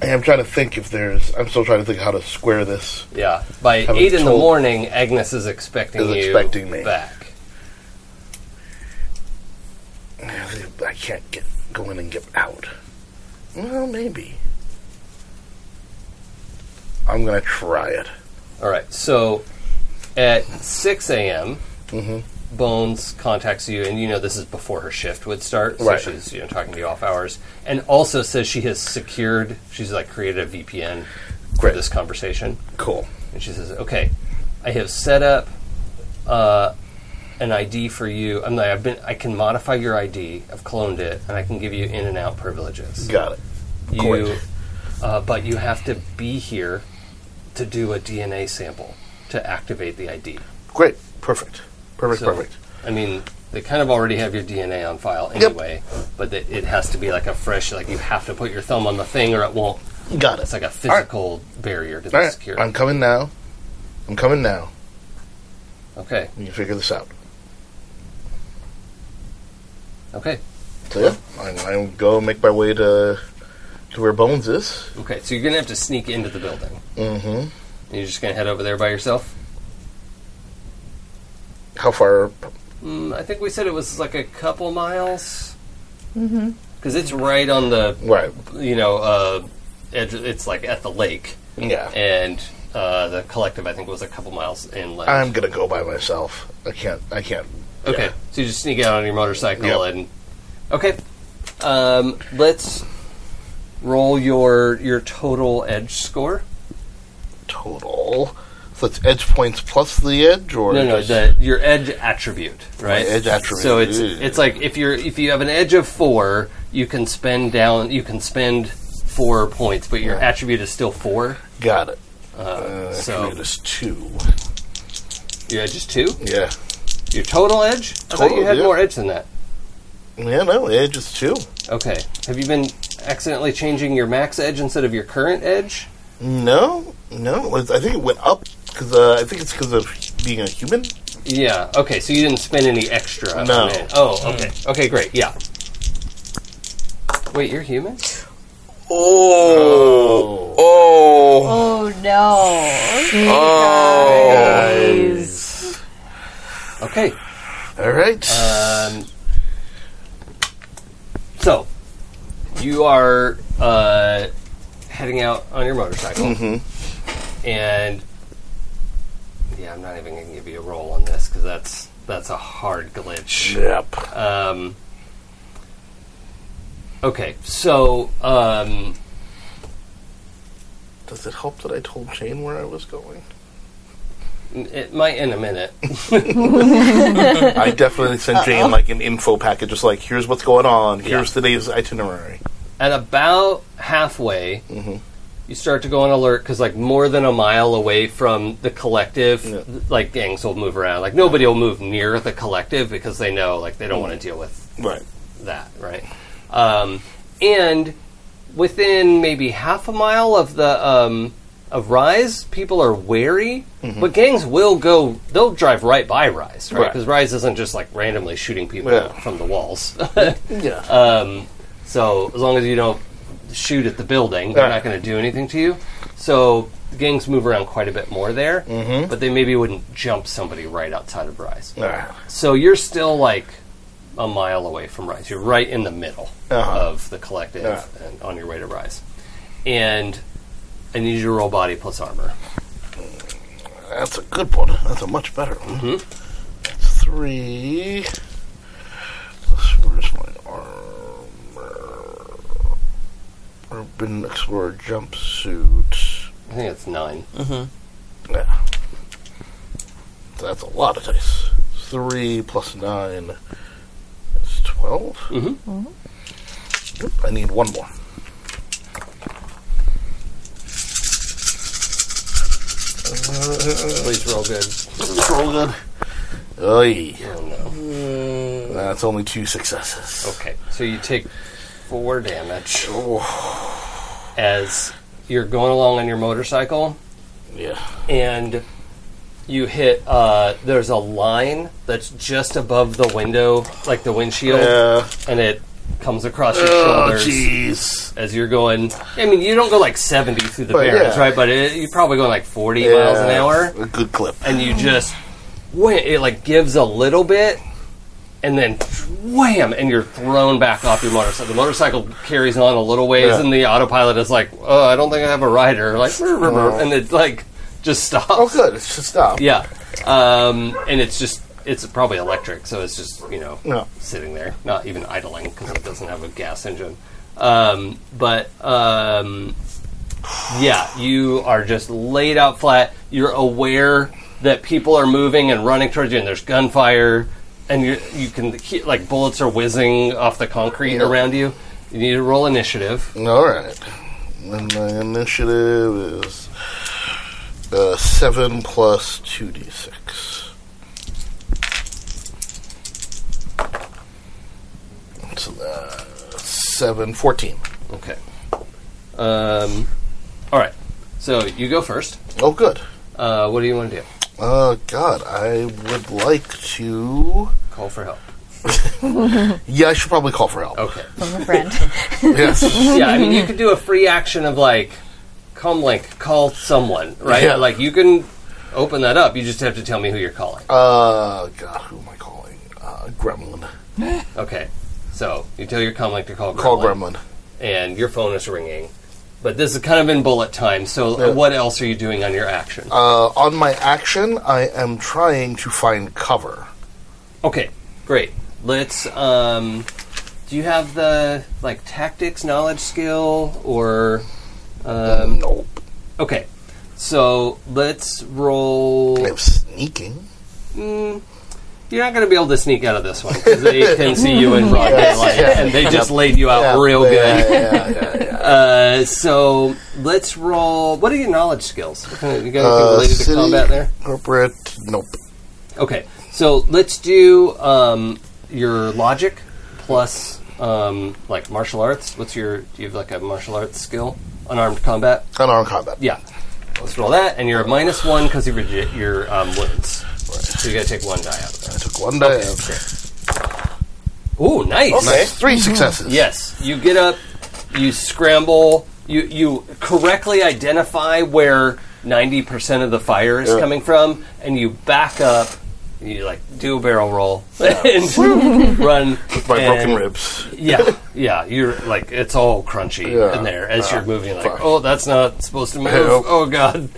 Speaker 2: I am trying to think if there's. I'm still trying to think how to square this.
Speaker 1: yeah, by
Speaker 2: Haven't
Speaker 1: eight in the
Speaker 2: told-
Speaker 1: morning, Agnes is expecting
Speaker 2: Is
Speaker 1: you
Speaker 2: expecting me.
Speaker 1: back.
Speaker 2: I can't get go in and get out. Well, maybe. I'm gonna try it.
Speaker 1: All right, so at six a.m.
Speaker 2: Mhm.
Speaker 1: Bones contacts you, and you know this is before her shift would start, so
Speaker 2: Right.
Speaker 1: she's you know talking to you off hours, and also says she has secured, she's like created a VPN for
Speaker 2: Great.
Speaker 1: this conversation.
Speaker 2: Cool.
Speaker 1: And she says, "Okay, I have set up uh, an ID for you. I'm like, I've been, I can modify your ID. I've cloned it, and I can give you in and out privileges.
Speaker 2: Got it.
Speaker 1: You,
Speaker 2: great.
Speaker 1: uh, but you have to be here to do a DNA sample to activate the ID.
Speaker 2: Great. Perfect. Perfect.
Speaker 1: So,
Speaker 2: Perfect.
Speaker 1: I mean." They kind of already have your DNA on file anyway, but it, it has to be like a fresh, like you have to put your thumb on the thing or it won't.
Speaker 2: Got it.
Speaker 1: It's like a
Speaker 2: All right.
Speaker 1: physical barrier to the
Speaker 2: All right.
Speaker 1: security.
Speaker 2: I'm coming now. I'm coming now.
Speaker 1: okay,
Speaker 2: We can figure this out.
Speaker 1: okay.
Speaker 2: So yeah, I'm, I'm go make my way to to where Bones is.
Speaker 1: Okay, so you're gonna have to sneak into the building.
Speaker 2: Mm-hmm.
Speaker 1: You're just gonna head over there by yourself.
Speaker 2: How far?
Speaker 1: Mm, I think we said it was like a couple miles. Mm-hmm. Because it's right on the
Speaker 2: Right.
Speaker 1: you know uh, edge. It's like at the lake,
Speaker 2: Yeah.
Speaker 1: and uh, the collective I think was a couple miles inland.
Speaker 2: I'm gonna go by myself. I can't. I can't.
Speaker 1: okay,
Speaker 2: yeah.
Speaker 1: so you just sneak out on your motorcycle
Speaker 2: Yep.
Speaker 1: and okay. Um, let's roll your your total edge score.
Speaker 2: Total. So it's edge points plus the edge, or
Speaker 1: No, no, the,
Speaker 2: just-
Speaker 1: your edge attribute, right?
Speaker 2: edge attribute.
Speaker 1: So it's
Speaker 2: Ew.
Speaker 1: it's like if you're if you have an edge of four, you can spend down, you can spend four points, but your
Speaker 2: Yeah.
Speaker 1: attribute is still four.
Speaker 2: got it.
Speaker 1: Uh,
Speaker 2: So
Speaker 1: so
Speaker 2: it is two.
Speaker 1: your edge is two.
Speaker 2: Yeah.
Speaker 1: Your total edge. I thought you
Speaker 2: Total,
Speaker 1: had
Speaker 2: yeah.
Speaker 1: more edge than that.
Speaker 2: Yeah. No, edge is two.
Speaker 1: Okay. Have you been accidentally changing your max edge instead of your current edge?
Speaker 2: No, no. it was- I think it went up because uh, I think it's because of being a human.
Speaker 1: Yeah. Okay. So you didn't spend any extra. on
Speaker 2: No. Mm.
Speaker 1: it. Oh. Okay. Okay. Great. Yeah. Wait, you're human.
Speaker 4: Oh. Oh.
Speaker 3: Oh no.
Speaker 2: Oh.
Speaker 1: Okay.
Speaker 2: All right.
Speaker 1: Um, so, you are uh, heading out on your motorcycle,
Speaker 2: Mm-hmm.
Speaker 1: and yeah, I'm not even going to give you a roll on this because that's that's a hard glitch.
Speaker 2: yep.
Speaker 1: Um, okay, so um,
Speaker 2: Does it help that I told Jane where I was going?
Speaker 1: it might in a minute.
Speaker 2: I definitely sent Jane like an info packet, just like here's what's going on, here's today's itinerary.
Speaker 1: at about halfway,
Speaker 2: Mm-hmm.
Speaker 1: you start to go on alert because, like, more than a mile away from the collective,
Speaker 2: Yeah.
Speaker 1: th- like, gangs will move around. Like, nobody will move near the collective because they know, like, they don't want
Speaker 2: Mm-hmm.
Speaker 1: to deal with
Speaker 2: Right.
Speaker 1: that, right? Um, and within maybe half a mile of the um, of Rise, people are wary, but gangs will go. They'll drive right by Rise, right?
Speaker 2: Mm-hmm. Right.
Speaker 1: Because Rise isn't just like randomly shooting people
Speaker 2: Yeah.
Speaker 1: from the walls.
Speaker 2: Yeah.
Speaker 1: Um, so as long as you don't shoot at the building. They're
Speaker 2: Right.
Speaker 1: not going to do anything to you. So the gangs move around quite a bit more there, but they maybe wouldn't jump somebody Mm-hmm. right outside of Rise.
Speaker 2: Ah.
Speaker 1: So you're still like a mile away from Rise. You're right in the middle
Speaker 2: Uh-huh.
Speaker 1: of the collective
Speaker 2: Yeah.
Speaker 1: and on your way to Rise. And I need you to roll body plus armor.
Speaker 2: That's a good one. That's a much better one. That's three. Plus, where's my armor? Urban Explorer jumpsuit.
Speaker 1: I think it's nine.
Speaker 4: Mm-hmm.
Speaker 2: Yeah. That's a lot of dice. Three plus nine. That's 12
Speaker 1: Mhm.
Speaker 2: Oop, I need one more.
Speaker 1: Please roll good.
Speaker 2: Roll good. Oy.
Speaker 1: Oh no.
Speaker 2: That's only two successes.
Speaker 1: Mm. Okay, so you take four damage
Speaker 2: Oh,
Speaker 1: as you're going along on your motorcycle.
Speaker 2: yeah.
Speaker 1: and you hit uh, there's a line that's just above the window like the windshield
Speaker 2: Yeah.
Speaker 1: and it comes across your
Speaker 2: Oh,
Speaker 1: shoulders
Speaker 2: jeez.
Speaker 1: as you're going i mean you don't go like 70 through the
Speaker 2: But,
Speaker 1: barrens
Speaker 2: yeah.
Speaker 1: right but it, you're probably going like 40 miles an
Speaker 2: Yeah,
Speaker 1: hour
Speaker 2: A good clip.
Speaker 1: and you just wait it like gives a little bit and then wham and you're thrown back off your motorcycle the motorcycle carries on a little ways
Speaker 2: Yeah.
Speaker 1: and the autopilot is like oh i don't think i have a rider like "Brr, brr, brr," and it like just stops
Speaker 2: Oh, good. It's just stop.
Speaker 1: yeah, um, and it's just it's probably electric, so it's just you know
Speaker 2: No.
Speaker 1: sitting there, not even idling because it doesn't have a gas engine. Um, but um, yeah, you are just laid out flat. You're aware that people are moving and running towards you, and there's gunfire, and you you can he- like bullets are whizzing off the concrete
Speaker 2: Yeah.
Speaker 1: around you. You need to roll initiative.
Speaker 2: All right. And my initiative is uh, seven plus two d six. So that's seven fourteen.
Speaker 1: Okay. Um, all right. So you go first.
Speaker 2: Oh, good.
Speaker 1: Uh, what do you want to do?
Speaker 2: Uh, God, I would like to.
Speaker 1: Call for help.
Speaker 2: Yeah, I should probably call for help.
Speaker 1: Okay.
Speaker 3: From a friend.
Speaker 2: Yes.
Speaker 1: yeah, I mean, you could do a free action of like, come link, call someone, right?
Speaker 2: Yeah.
Speaker 1: Like, you can open that up. You just have to tell me who you're calling.
Speaker 2: uh, God, who am I calling? Uh, Gremlin.
Speaker 1: Okay. So you tell your comlink to call Gremlin,
Speaker 2: Call Gremlin.
Speaker 1: and your phone is ringing. But this is kind of in bullet time. So
Speaker 2: Yeah.
Speaker 1: what else are you doing on your action?
Speaker 2: Uh, on my action, I am trying to find cover.
Speaker 1: okay, great. Let's. um Do you have the like tactics, knowledge, skill, or? Um,
Speaker 2: nope.
Speaker 1: okay. So let's roll.
Speaker 2: I have sneaking.
Speaker 1: Mm, You're not going to be able to sneak out of this one because they can see you in broad daylight, and they just laid you out real good.
Speaker 2: Yeah, yeah, yeah, yeah.
Speaker 1: Uh, so let's roll. What are your knowledge skills? What kind of- You got anything
Speaker 2: Uh,
Speaker 1: related to
Speaker 2: city,
Speaker 1: combat there?
Speaker 2: Corporate. Nope.
Speaker 1: Okay, so let's do um, your logic plus um, like martial arts. What's your? Do you have like a martial arts skill? Unarmed combat.
Speaker 2: Unarmed combat.
Speaker 1: Yeah, let's roll that, and you're a minus one because of your your um, wounds. So you got to take one die out. of
Speaker 2: I took one die.
Speaker 1: that. Ooh, nice.
Speaker 4: Okay.
Speaker 2: Nice. Three successes.
Speaker 1: Yes, you get up, you scramble, you you correctly identify where ninety percent of the fire is
Speaker 2: Yeah.
Speaker 1: coming from, and you back up. You like do a barrel roll and run
Speaker 2: My broken
Speaker 1: and-
Speaker 2: ribs.
Speaker 1: Yeah, yeah. You're like it's all crunchy
Speaker 2: Yeah.
Speaker 1: in there as you're
Speaker 2: Ah,
Speaker 1: moving. Like,
Speaker 2: fuck.
Speaker 1: oh, that's not supposed to move.
Speaker 2: Nope.
Speaker 1: Oh God.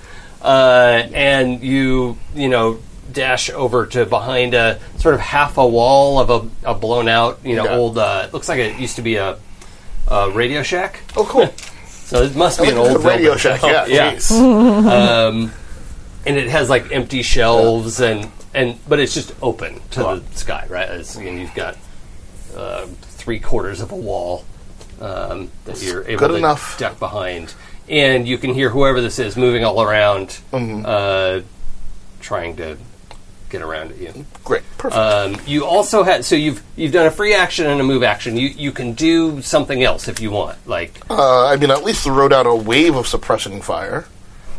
Speaker 1: Uh, and you you know dash over to behind a sort of half a wall of a, a blown out you know
Speaker 2: Yeah.
Speaker 1: old. Uh, it looks like it used to be a, a Radio Shack.
Speaker 2: Oh, cool.
Speaker 1: So it must be an old
Speaker 2: Radio
Speaker 1: building.
Speaker 2: Shack. Yeah.
Speaker 1: Yeah.
Speaker 2: jeez.
Speaker 1: Um, and it has like empty shelves and and but it's just open to the sky, right? It's, and you've got uh, three quarters of a wall um, that you're able
Speaker 2: good
Speaker 1: to
Speaker 2: enough.
Speaker 1: duck behind, and you can hear whoever this is moving all around,
Speaker 2: Mm-hmm.
Speaker 1: uh, trying to get around at you.
Speaker 2: Great. Perfect.
Speaker 1: Um, you also had so you've you've done a free action and a move action. You you can do something else if you want, like
Speaker 2: Uh, I mean, at least throw down a wave of suppressing fire.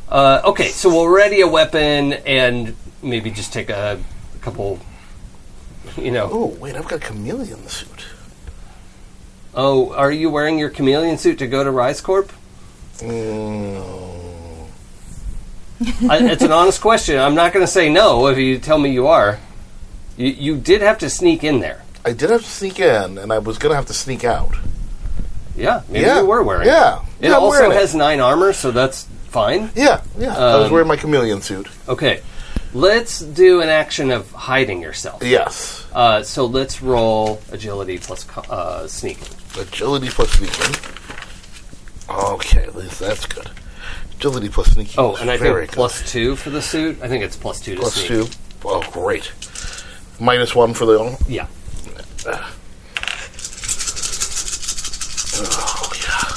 Speaker 1: Uh, okay, so we'll ready a weapon and maybe just take a, couple. You know,
Speaker 2: Oh, wait, I've got a chameleon suit.
Speaker 1: Oh, are you wearing your chameleon suit to go to Rise Corp?
Speaker 2: Mm.
Speaker 1: I, it's an honest question. I'm not going to say no if you tell me you are. You, you did have to sneak in there.
Speaker 2: I did have to sneak in, and I was gonna have to sneak out.
Speaker 1: Yeah, maybe
Speaker 2: yeah,
Speaker 1: you were wearing it.
Speaker 2: Yeah,
Speaker 1: It
Speaker 2: yeah, I'm
Speaker 1: also
Speaker 2: wearing it.
Speaker 1: has nine armor, so that's fine.
Speaker 2: Yeah, yeah. I was
Speaker 1: Um,
Speaker 2: wearing my chameleon suit.
Speaker 1: Okay, let's do an action of hiding yourself.
Speaker 2: Yes,
Speaker 1: Uh, so let's roll agility plus co- uh, sneaking.
Speaker 2: agility plus sneaking. Okay, at least that's good. Agility plus sneaking.
Speaker 1: Oh,
Speaker 2: is
Speaker 1: and I
Speaker 2: very
Speaker 1: think plus two for the suit. I think it's plus two to
Speaker 2: good. plus
Speaker 1: sneak.
Speaker 2: two. Oh, great. Minus one for the. Oh,
Speaker 1: Yeah.
Speaker 2: Oh, yeah.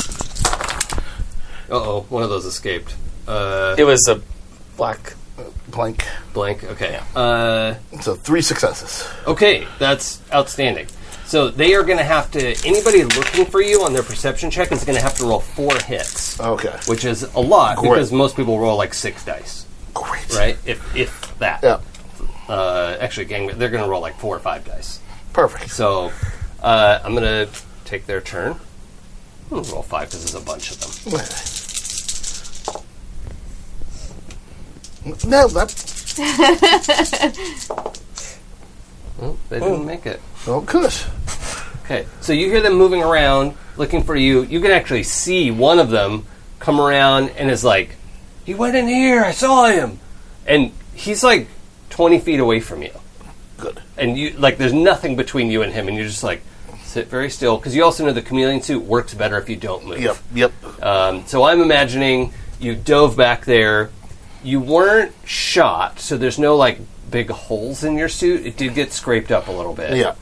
Speaker 1: Uh oh, one of those escaped. Uh,
Speaker 4: It was a black.
Speaker 2: Blank.
Speaker 1: blank. Okay. Uh,
Speaker 2: So three successes.
Speaker 1: okay, that's outstanding. So they are going to have to. Anybody looking for you on their perception check is going to have to roll four hits,
Speaker 2: Okay.
Speaker 1: which is a lot
Speaker 2: Oh. Great.
Speaker 1: because most people roll like six dice,
Speaker 2: Great.
Speaker 1: right? If if that.
Speaker 2: Yeah.
Speaker 1: Uh, actually, gang, they're going to roll like four or five dice.
Speaker 2: Perfect.
Speaker 1: So uh, I'm going to take their turn. Hmm, roll five because there's a bunch of them.
Speaker 2: No, that.
Speaker 1: Oh, they didn't make it.
Speaker 2: Oh, good.
Speaker 1: Okay, so you hear them moving around, looking for you. You can actually see one of them come around and is like, "He went in here. I saw him," and he's like twenty feet away from you.
Speaker 2: Good.
Speaker 1: And you like, there's nothing between you and him, and you're just like, sit very still because you also know the chameleon suit works better if you don't move.
Speaker 2: Yep. Yep.
Speaker 1: Um, so I'm imagining you dove back there. You weren't shot, so there's no like big holes in your suit. It did get scraped up a little bit.
Speaker 2: Yeah.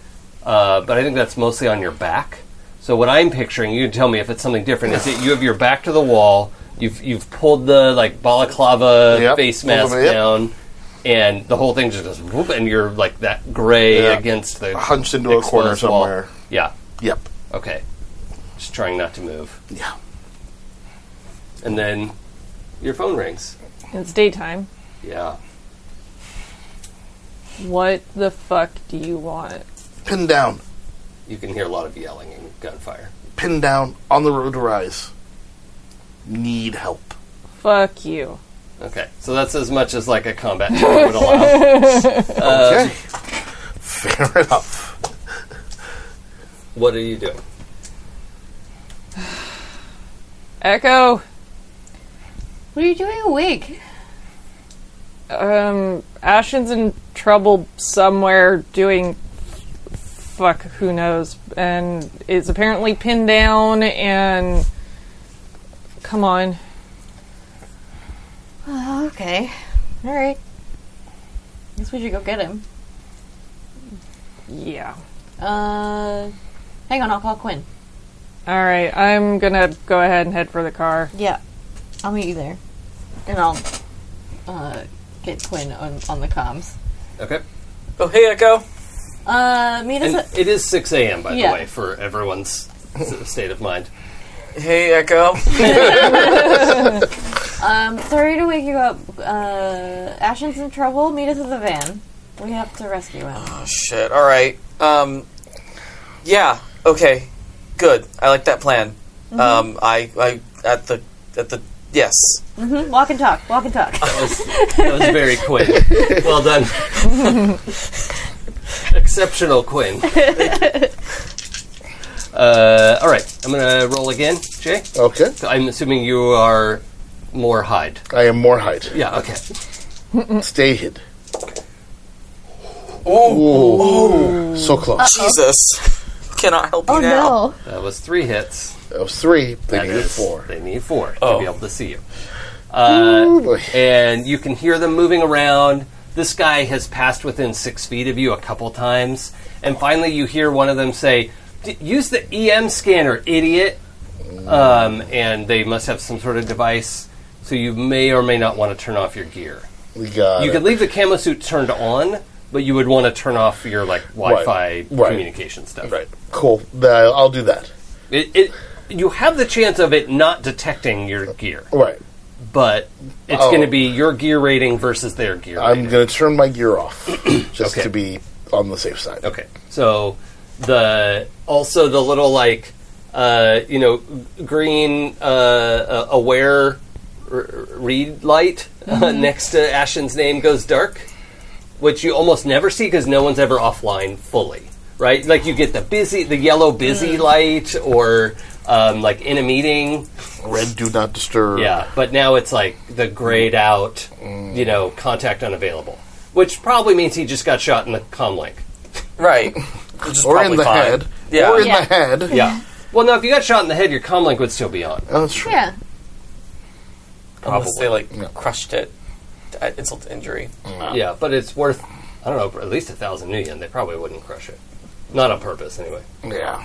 Speaker 1: Uh, but I think that's mostly on your back. So what I'm picturing, you can tell me if it's something different. is that you have your back to the wall? You've you've pulled the like balaclava
Speaker 2: Yep.
Speaker 1: face mask
Speaker 2: Yep.
Speaker 1: down, and the whole thing just goes whoop, and you're like that gray
Speaker 2: Yeah.
Speaker 1: against the
Speaker 2: Hunched into a
Speaker 1: exposed
Speaker 2: corner
Speaker 1: wall.
Speaker 2: somewhere.
Speaker 1: Yeah.
Speaker 2: Yep.
Speaker 1: Okay. Just trying not to move,
Speaker 2: Yeah.
Speaker 1: and then your phone rings.
Speaker 5: It's daytime.
Speaker 1: Yeah.
Speaker 5: What the fuck do you want?
Speaker 2: Pinned down.
Speaker 1: You can hear a lot of yelling and gunfire.
Speaker 2: Pinned down on the road to rise. Need help.
Speaker 5: Fuck you.
Speaker 1: Okay, so that's as much as like a combat check would allow. Uh,
Speaker 2: Okay. Fair enough.
Speaker 1: what are you doing?
Speaker 5: Echo.
Speaker 3: What are you doing awake?
Speaker 5: Um, Ashen's in trouble somewhere doing fuck who knows, and is apparently pinned down. And come on,
Speaker 3: Oh, okay. All right. Guess we should go get him.
Speaker 5: yeah.
Speaker 3: Uh, hang on, I'll call Quinn.
Speaker 5: All right, I'm gonna go ahead and head for the car.
Speaker 3: Yeah, I'll meet you there, and I'll uh, get Quinn on, on the comms.
Speaker 1: Okay.
Speaker 4: Oh, hey, Echo.
Speaker 3: Uh, meet us.
Speaker 1: And
Speaker 3: At,
Speaker 1: it is 6 a.m., by
Speaker 3: Yeah.
Speaker 1: the way, for everyone's s- state of mind.
Speaker 4: Hey, Echo.
Speaker 3: um, sorry to wake you up. Uh, Ashen's in trouble. Meet us at the van. We have to rescue him.
Speaker 4: oh, shit. All right. Um, yeah. Okay. Good. I like that plan.
Speaker 1: Mm-hmm.
Speaker 4: Um, I, I at the at the yes.
Speaker 3: Mhm, Walk and talk. Walk and talk.
Speaker 1: That was, that was very Quinn. Well done. Exceptional Quinn. Uh, all right, I'm going to roll again, Jay.
Speaker 2: Okay.
Speaker 1: So I'm assuming you are more hide.
Speaker 2: I am more height.
Speaker 1: Yeah, okay.
Speaker 2: Stay hid.
Speaker 4: Oh,
Speaker 2: Ooh. So close.
Speaker 4: Jesus! Cannot help
Speaker 1: Oh,
Speaker 4: you now.
Speaker 1: That was three hits.
Speaker 2: That was three. They
Speaker 1: That
Speaker 2: needed
Speaker 1: is-
Speaker 2: four.
Speaker 1: They need four to
Speaker 4: Oh.
Speaker 1: be able to see you. Uh,
Speaker 2: Ooh, Oh, boy.
Speaker 1: and you can hear them moving around. This guy has passed within six feet of you a couple times, and finally you hear one of them say, D- "Use the EM scanner, idiot!" Um, and they must have some sort of device, so you may or may not want to turn off your gear.
Speaker 2: We got
Speaker 1: You
Speaker 2: it.
Speaker 1: could leave the camo suit turned on, but you would want to turn off your like Wi-Fi
Speaker 2: Right. Right.
Speaker 1: communication stuff.
Speaker 2: Right. Cool. Th- I'll do that.
Speaker 1: It, it, you have the chance of it not detecting your gear.
Speaker 2: Right.
Speaker 1: but it's
Speaker 2: Oh.
Speaker 1: going to be your gear rating versus their gear
Speaker 2: I'm
Speaker 1: rating.
Speaker 2: going to turn my gear off just
Speaker 1: Okay.
Speaker 2: to be on the safe side.
Speaker 1: okay. So the also the little like uh, you know, g- green uh, uh, aware r- read light uh, next to Ashen's name goes dark, which you almost never see because no one's ever offline fully, right? Like you get the busy, the yellow busy light, or um, like in a meeting,
Speaker 2: Red do not disturb.
Speaker 1: yeah, but now it's like the grayed out, you know, contact unavailable, which probably means he just got shot in the com link.
Speaker 4: Right. Which is
Speaker 2: Or in
Speaker 4: probably
Speaker 2: the
Speaker 4: fine.
Speaker 2: head.
Speaker 4: Yeah.
Speaker 2: Or in
Speaker 3: Yeah.
Speaker 2: the head.
Speaker 1: Yeah. Well, no, if you got shot in the head, your com link would still be on.
Speaker 2: Oh, that's true.
Speaker 3: Yeah.
Speaker 4: Unless they like
Speaker 2: Yeah.
Speaker 4: crushed it. Uh, Insult to injury.
Speaker 1: Yeah, but it's worth, I don't know, at least a thousand new yen. They probably wouldn't crush it. Not on purpose, anyway.
Speaker 2: Yeah.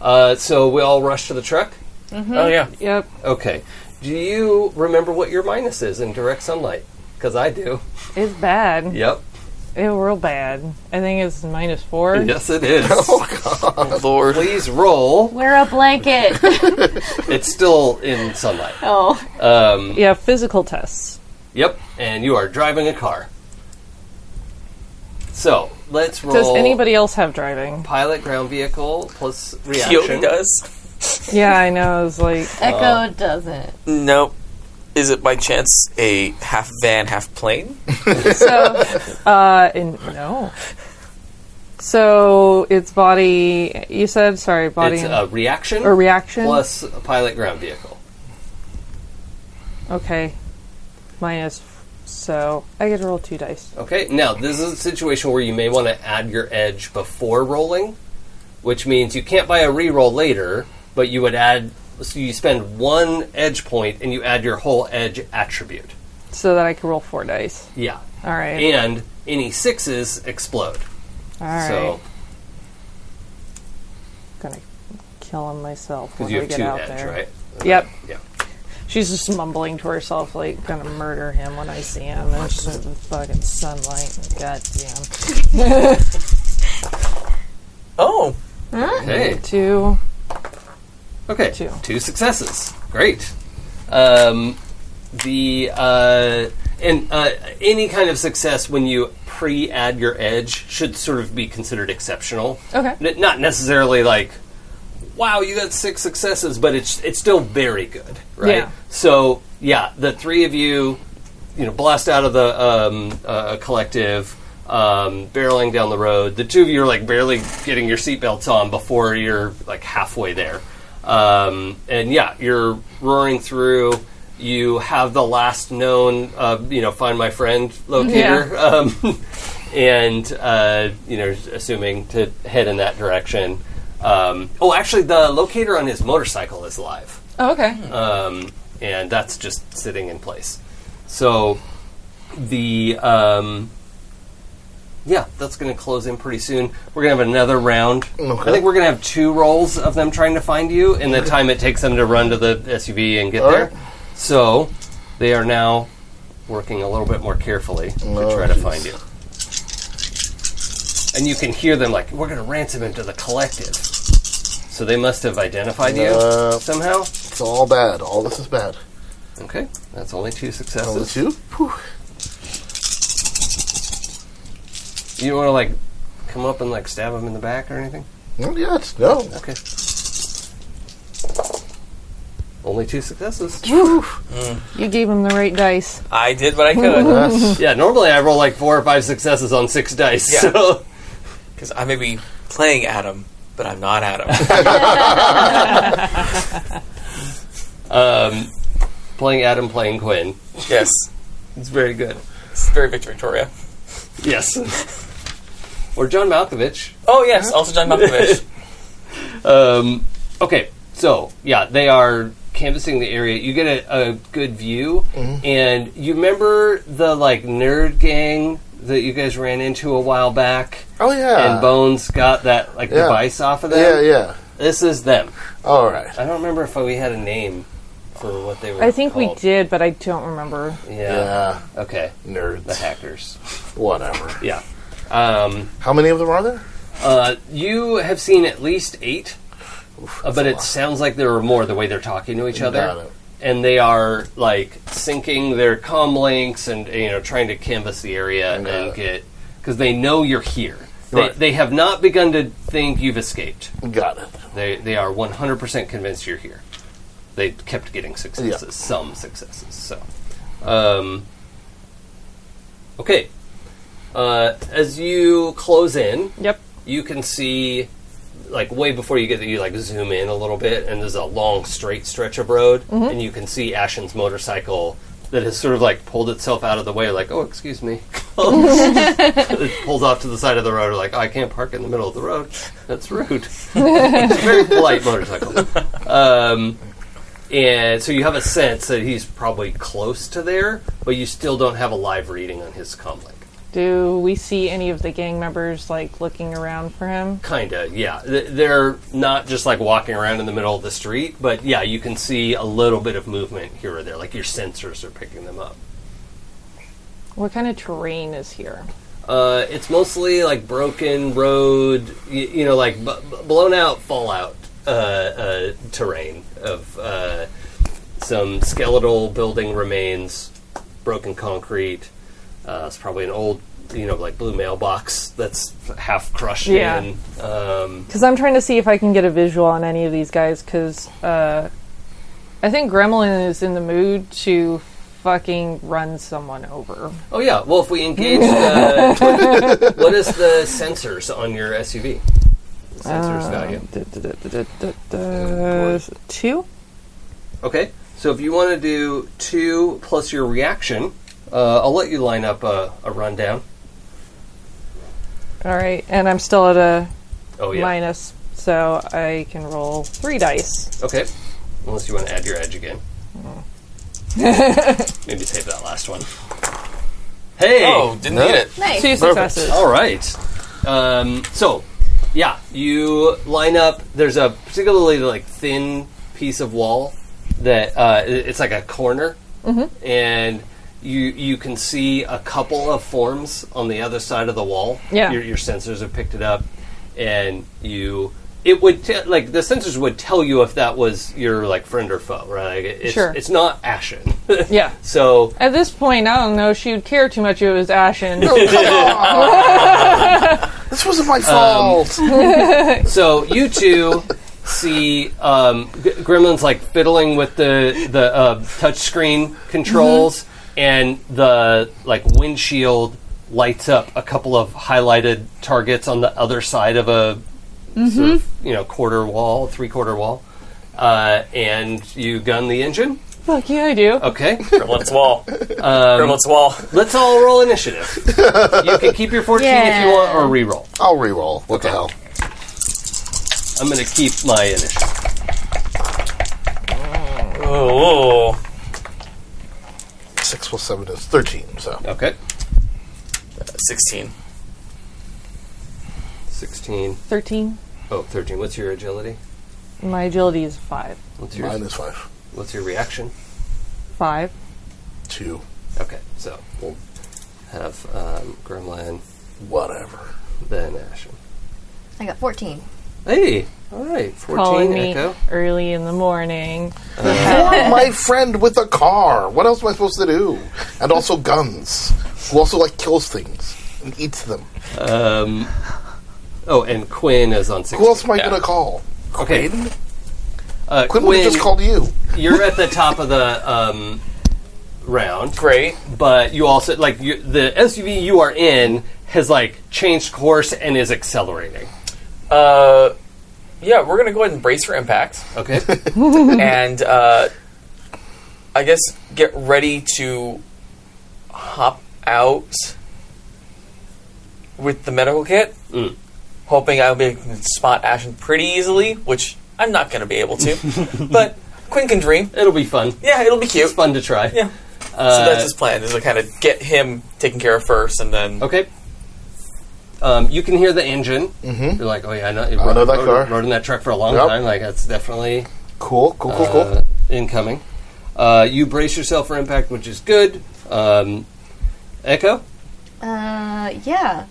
Speaker 1: Uh, so we all rush to the truck.
Speaker 4: Oh yeah.
Speaker 5: Yep.
Speaker 1: Okay. Do you remember what your minus is in direct sunlight? Because I do.
Speaker 5: It's bad.
Speaker 1: Yep.
Speaker 5: It's real bad. I think it's minus four.
Speaker 1: Yes, it is.
Speaker 4: Lord.
Speaker 1: Oh, Please roll.
Speaker 3: Wear a blanket.
Speaker 1: It's still in sunlight.
Speaker 3: oh.
Speaker 1: Um,
Speaker 5: Yeah, physical tests.
Speaker 1: Yep, and you are driving a car. So let's roll.
Speaker 5: Does anybody else have driving?
Speaker 1: pilot ground vehicle plus
Speaker 4: Kyoto
Speaker 1: reaction?
Speaker 4: does.
Speaker 5: Yeah, I know. It's like
Speaker 3: Echo doesn't.
Speaker 4: Nope. Is it by chance a half van, half plane?
Speaker 5: so. Uh, in, no. So it's body. You said sorry, body
Speaker 1: It's a reaction
Speaker 5: or reaction.
Speaker 1: plus a pilot ground vehicle.
Speaker 5: Okay, minus. f- So I get to roll two dice.
Speaker 1: Okay, now this is a situation where you may want to add your edge before rolling, which means you can't buy a reroll later, but you would add. So you spend one edge point and you add your whole edge attribute.
Speaker 5: so that I can roll four dice.
Speaker 1: Yeah,
Speaker 5: All right.
Speaker 1: and any sixes explode.
Speaker 5: All right.
Speaker 1: So
Speaker 5: gonna kill him myself
Speaker 1: because
Speaker 5: when
Speaker 1: you
Speaker 5: we
Speaker 1: have
Speaker 5: get
Speaker 1: two
Speaker 5: out
Speaker 1: edge,
Speaker 5: there.
Speaker 1: right?
Speaker 5: Yep.
Speaker 1: Yeah.
Speaker 5: She's just mumbling to herself, like gonna murder him when I see him. And she's in the fucking sunlight. Goddamn.
Speaker 4: Oh,
Speaker 1: Hey.
Speaker 5: Two.
Speaker 1: Okay,
Speaker 5: Two.
Speaker 1: successes. Great. Um, the uh, and uh, any kind of success when you pre-add your edge should sort of be considered exceptional.
Speaker 5: Okay.
Speaker 1: N- not necessarily like, wow, you got six successes, but it's it's still very good, right?
Speaker 5: Yeah.
Speaker 1: So yeah, the three of you, you know, blast out of the um, uh, collective. Um, barreling down the road, the two of you are like barely getting your seatbelts on before you're like halfway there. Um, and yeah, you're roaring through. You have the last known, uh, you know, find my friend locator, um, and uh, you know, assuming to head in that direction. Um, oh, actually, the locator on his motorcycle is live,
Speaker 5: Oh, okay.
Speaker 1: um, and that's just sitting in place. So the um, yeah, that's going to close in pretty soon. We're going to have another round. I think we're going to have two rolls of them trying to find you, and the time it takes them to run to the SUV and get there.
Speaker 2: right.
Speaker 1: So they are now working a little bit more carefully to
Speaker 2: Oh,
Speaker 1: try to
Speaker 2: jeez.
Speaker 1: find you. And you can hear them like, "We're going to ransom him to the collective." So they must have identified
Speaker 2: Uh,
Speaker 1: you somehow.
Speaker 2: It's all bad. All this is bad.
Speaker 1: Okay, that's only two
Speaker 2: Only
Speaker 1: successes.
Speaker 2: two? Whew.
Speaker 1: You want to like come up and like stab him in the back or anything?
Speaker 2: Not yet. No.
Speaker 1: Okay. Only two successes.
Speaker 2: Whew.
Speaker 5: You gave him the right dice.
Speaker 4: I did what I could
Speaker 2: That's
Speaker 1: Yeah, normally I roll like four or five successes on six dice.
Speaker 4: Yeah.
Speaker 1: So
Speaker 4: because I may be playing Adam, but I'm not Adam.
Speaker 1: um, playing Adam, playing Quinn.
Speaker 4: yes,
Speaker 1: It's very good.
Speaker 4: it's very Victor Victoria.
Speaker 1: Yes. or John Malkovich.
Speaker 4: Oh yes, also John Malkovich.
Speaker 1: Um, okay, so yeah, they are canvassing the area. You get a, a good view, and you remember the like nerd gang that you guys ran into a while back,
Speaker 2: Oh, yeah.
Speaker 1: and Bones got that like
Speaker 2: Yeah.
Speaker 1: device off of them.
Speaker 2: Yeah, yeah.
Speaker 1: This is them.
Speaker 2: All right.
Speaker 1: I don't remember if we had a name for what they were.
Speaker 5: I think we
Speaker 1: called.
Speaker 5: did, but I don't remember.
Speaker 1: Yeah.
Speaker 2: Yeah.
Speaker 1: Okay. The
Speaker 2: Nerds.
Speaker 1: hackers.
Speaker 2: Whatever.
Speaker 1: Yeah. Um,
Speaker 2: How many of them are there?
Speaker 1: uh, you have seen at least eight, uh, but it sounds like there are more the way they're talking to each other.
Speaker 2: Got it.
Speaker 1: And they are like syncing their comm links and you know trying to canvas the area and
Speaker 2: Got it.
Speaker 1: get because they know you're here. They,
Speaker 2: Right.
Speaker 1: they have not begun to think you've escaped.
Speaker 2: Got it.
Speaker 1: They, they are 100% convinced you're here. They kept getting successes, some successes. So, um, okay. Uh, as you close in,
Speaker 5: Yep.
Speaker 1: you can see, like way before you get there, you like zoom in a little bit, and there's a long straight stretch of road, and you can see Ashen's motorcycle that has sort of like pulled itself out of the way, like oh excuse me, it pulls off to the side of the road, like oh, I can't park in the middle of the road, that's rude. it's a very polite motorcycle, um, and so you have a sense that he's probably close to there, but you still don't have a live reading on his comlink.
Speaker 5: Do we see any of the gang members like looking around for him?
Speaker 1: Kinda, yeah. Th- They're not just like walking around in the middle of the street, but yeah, you can see a little bit of movement here or there. Like your sensors are picking them up.
Speaker 5: What kind of terrain is here?
Speaker 1: Uh, it's mostly like broken road, you, you know, like b- b- blown out fallout uh, uh, terrain of uh, some skeletal building remains, broken concrete. Uh, it's probably an old, you know, like blue mailbox that's half crushed
Speaker 5: Yeah.
Speaker 1: in. Um,
Speaker 5: Because I'm trying to see if I can get a visual on any of these guys. Because uh, I think Gremlin is in the mood to fucking run someone over.
Speaker 1: Oh yeah. Well, if we engage, uh, what is the sensors on your SUV? Sensors value.
Speaker 5: Uh, two.
Speaker 1: Okay. So if you want to do two plus your reaction, uh, I'll let you line up a, a rundown.
Speaker 5: All right, and I'm still at a
Speaker 1: Oh yeah.
Speaker 5: minus, so I can roll three dice.
Speaker 1: Okay. Unless you want to add your edge again. Maybe save that last one. Hey.
Speaker 4: Oh, didn't
Speaker 2: No.
Speaker 4: get it.
Speaker 3: Nice.
Speaker 5: Two successes.
Speaker 1: All right. Um, so, yeah, you line up. There's a particularly like thin piece of wall that uh, it- it's like a corner,
Speaker 5: Mm-hmm.
Speaker 1: and you you can see a couple of forms on the other side of the wall.
Speaker 5: Yeah.
Speaker 1: your, your sensors have picked it up, and you. It would te- like the sensors would tell you if that was your like friend or foe, right? Like, it's,
Speaker 5: Sure.
Speaker 1: It's not Ashen.
Speaker 5: Yeah.
Speaker 1: so
Speaker 5: At this point, I don't know if she would care too much if it was Ashen.
Speaker 2: This wasn't my fault.
Speaker 3: Um,
Speaker 1: So you two see um, G- Gremlins like fiddling with the the uh, touchscreen controls, and the like windshield lights up a couple of highlighted targets on the other side of a sort of, you know quarter wall, three quarter wall, uh, and you gun the engine.
Speaker 5: Fuck yeah, I do.
Speaker 1: Okay,
Speaker 4: Gremlin's wall.
Speaker 1: Um,
Speaker 4: Gremlin's wall.
Speaker 1: let's all roll initiative. you can keep your fourteen if you want, or re-roll.
Speaker 2: I'll re-roll. What the hell?
Speaker 1: I'm going to keep my initiative.
Speaker 4: Oh,
Speaker 2: Six plus seven is thirteen. So
Speaker 1: Okay,
Speaker 4: sixteen.
Speaker 1: sixteen.
Speaker 5: Thirteen.
Speaker 1: Oh, 13. What's your agility?
Speaker 5: My agility is five.
Speaker 1: What's your
Speaker 2: mine is five,
Speaker 1: What's your reaction?
Speaker 5: Five.
Speaker 2: two,
Speaker 1: Okay, so we'll have um, Gremlin,
Speaker 2: whatever.
Speaker 1: then Ashen.
Speaker 3: I got 14.
Speaker 1: Hey, all right,
Speaker 5: Calling
Speaker 1: fourteen
Speaker 5: me
Speaker 1: Echo.
Speaker 5: early in the morning.
Speaker 2: Or my friend with a car. What else am I supposed to do? And also guns. Who also like kills things and eats them.
Speaker 1: Um, oh, and Quinn is on sixteen.
Speaker 2: Who else am I
Speaker 1: Yeah.
Speaker 2: gonna call?
Speaker 1: Okay, uh,
Speaker 2: Quinn would
Speaker 1: Quinn,
Speaker 2: have just called you.
Speaker 1: you're at the top of the um, round.
Speaker 4: Great.
Speaker 1: but you also like you, the SUV you are in has like changed course and is accelerating.
Speaker 4: Uh, yeah, we're gonna go ahead and brace for impact,
Speaker 1: Okay,
Speaker 4: and uh, I guess get ready to hop out with the medical kit,
Speaker 1: Mm.
Speaker 4: hoping I'll be able to spot Ashen pretty easily, which I'm not gonna be able to. but Quinn can dream.
Speaker 1: it'll be fun.
Speaker 4: Yeah, it'll be
Speaker 1: It's
Speaker 4: cute.
Speaker 1: fun to try. Uh,
Speaker 4: Yeah. so that's his plan is to kind of get him taken care of first, and then
Speaker 1: Okay. Um, you can hear the engine. Mm-hmm. You're like, oh yeah, I know,
Speaker 2: I know that
Speaker 1: rode,
Speaker 2: car.
Speaker 1: Rode in that truck for a long
Speaker 2: Yep.
Speaker 1: time. Like that's definitely
Speaker 2: Cool, cool, cool, cool.
Speaker 1: uh, incoming. Uh, you brace yourself for impact, which is good. Um, Echo.
Speaker 3: Uh, yeah.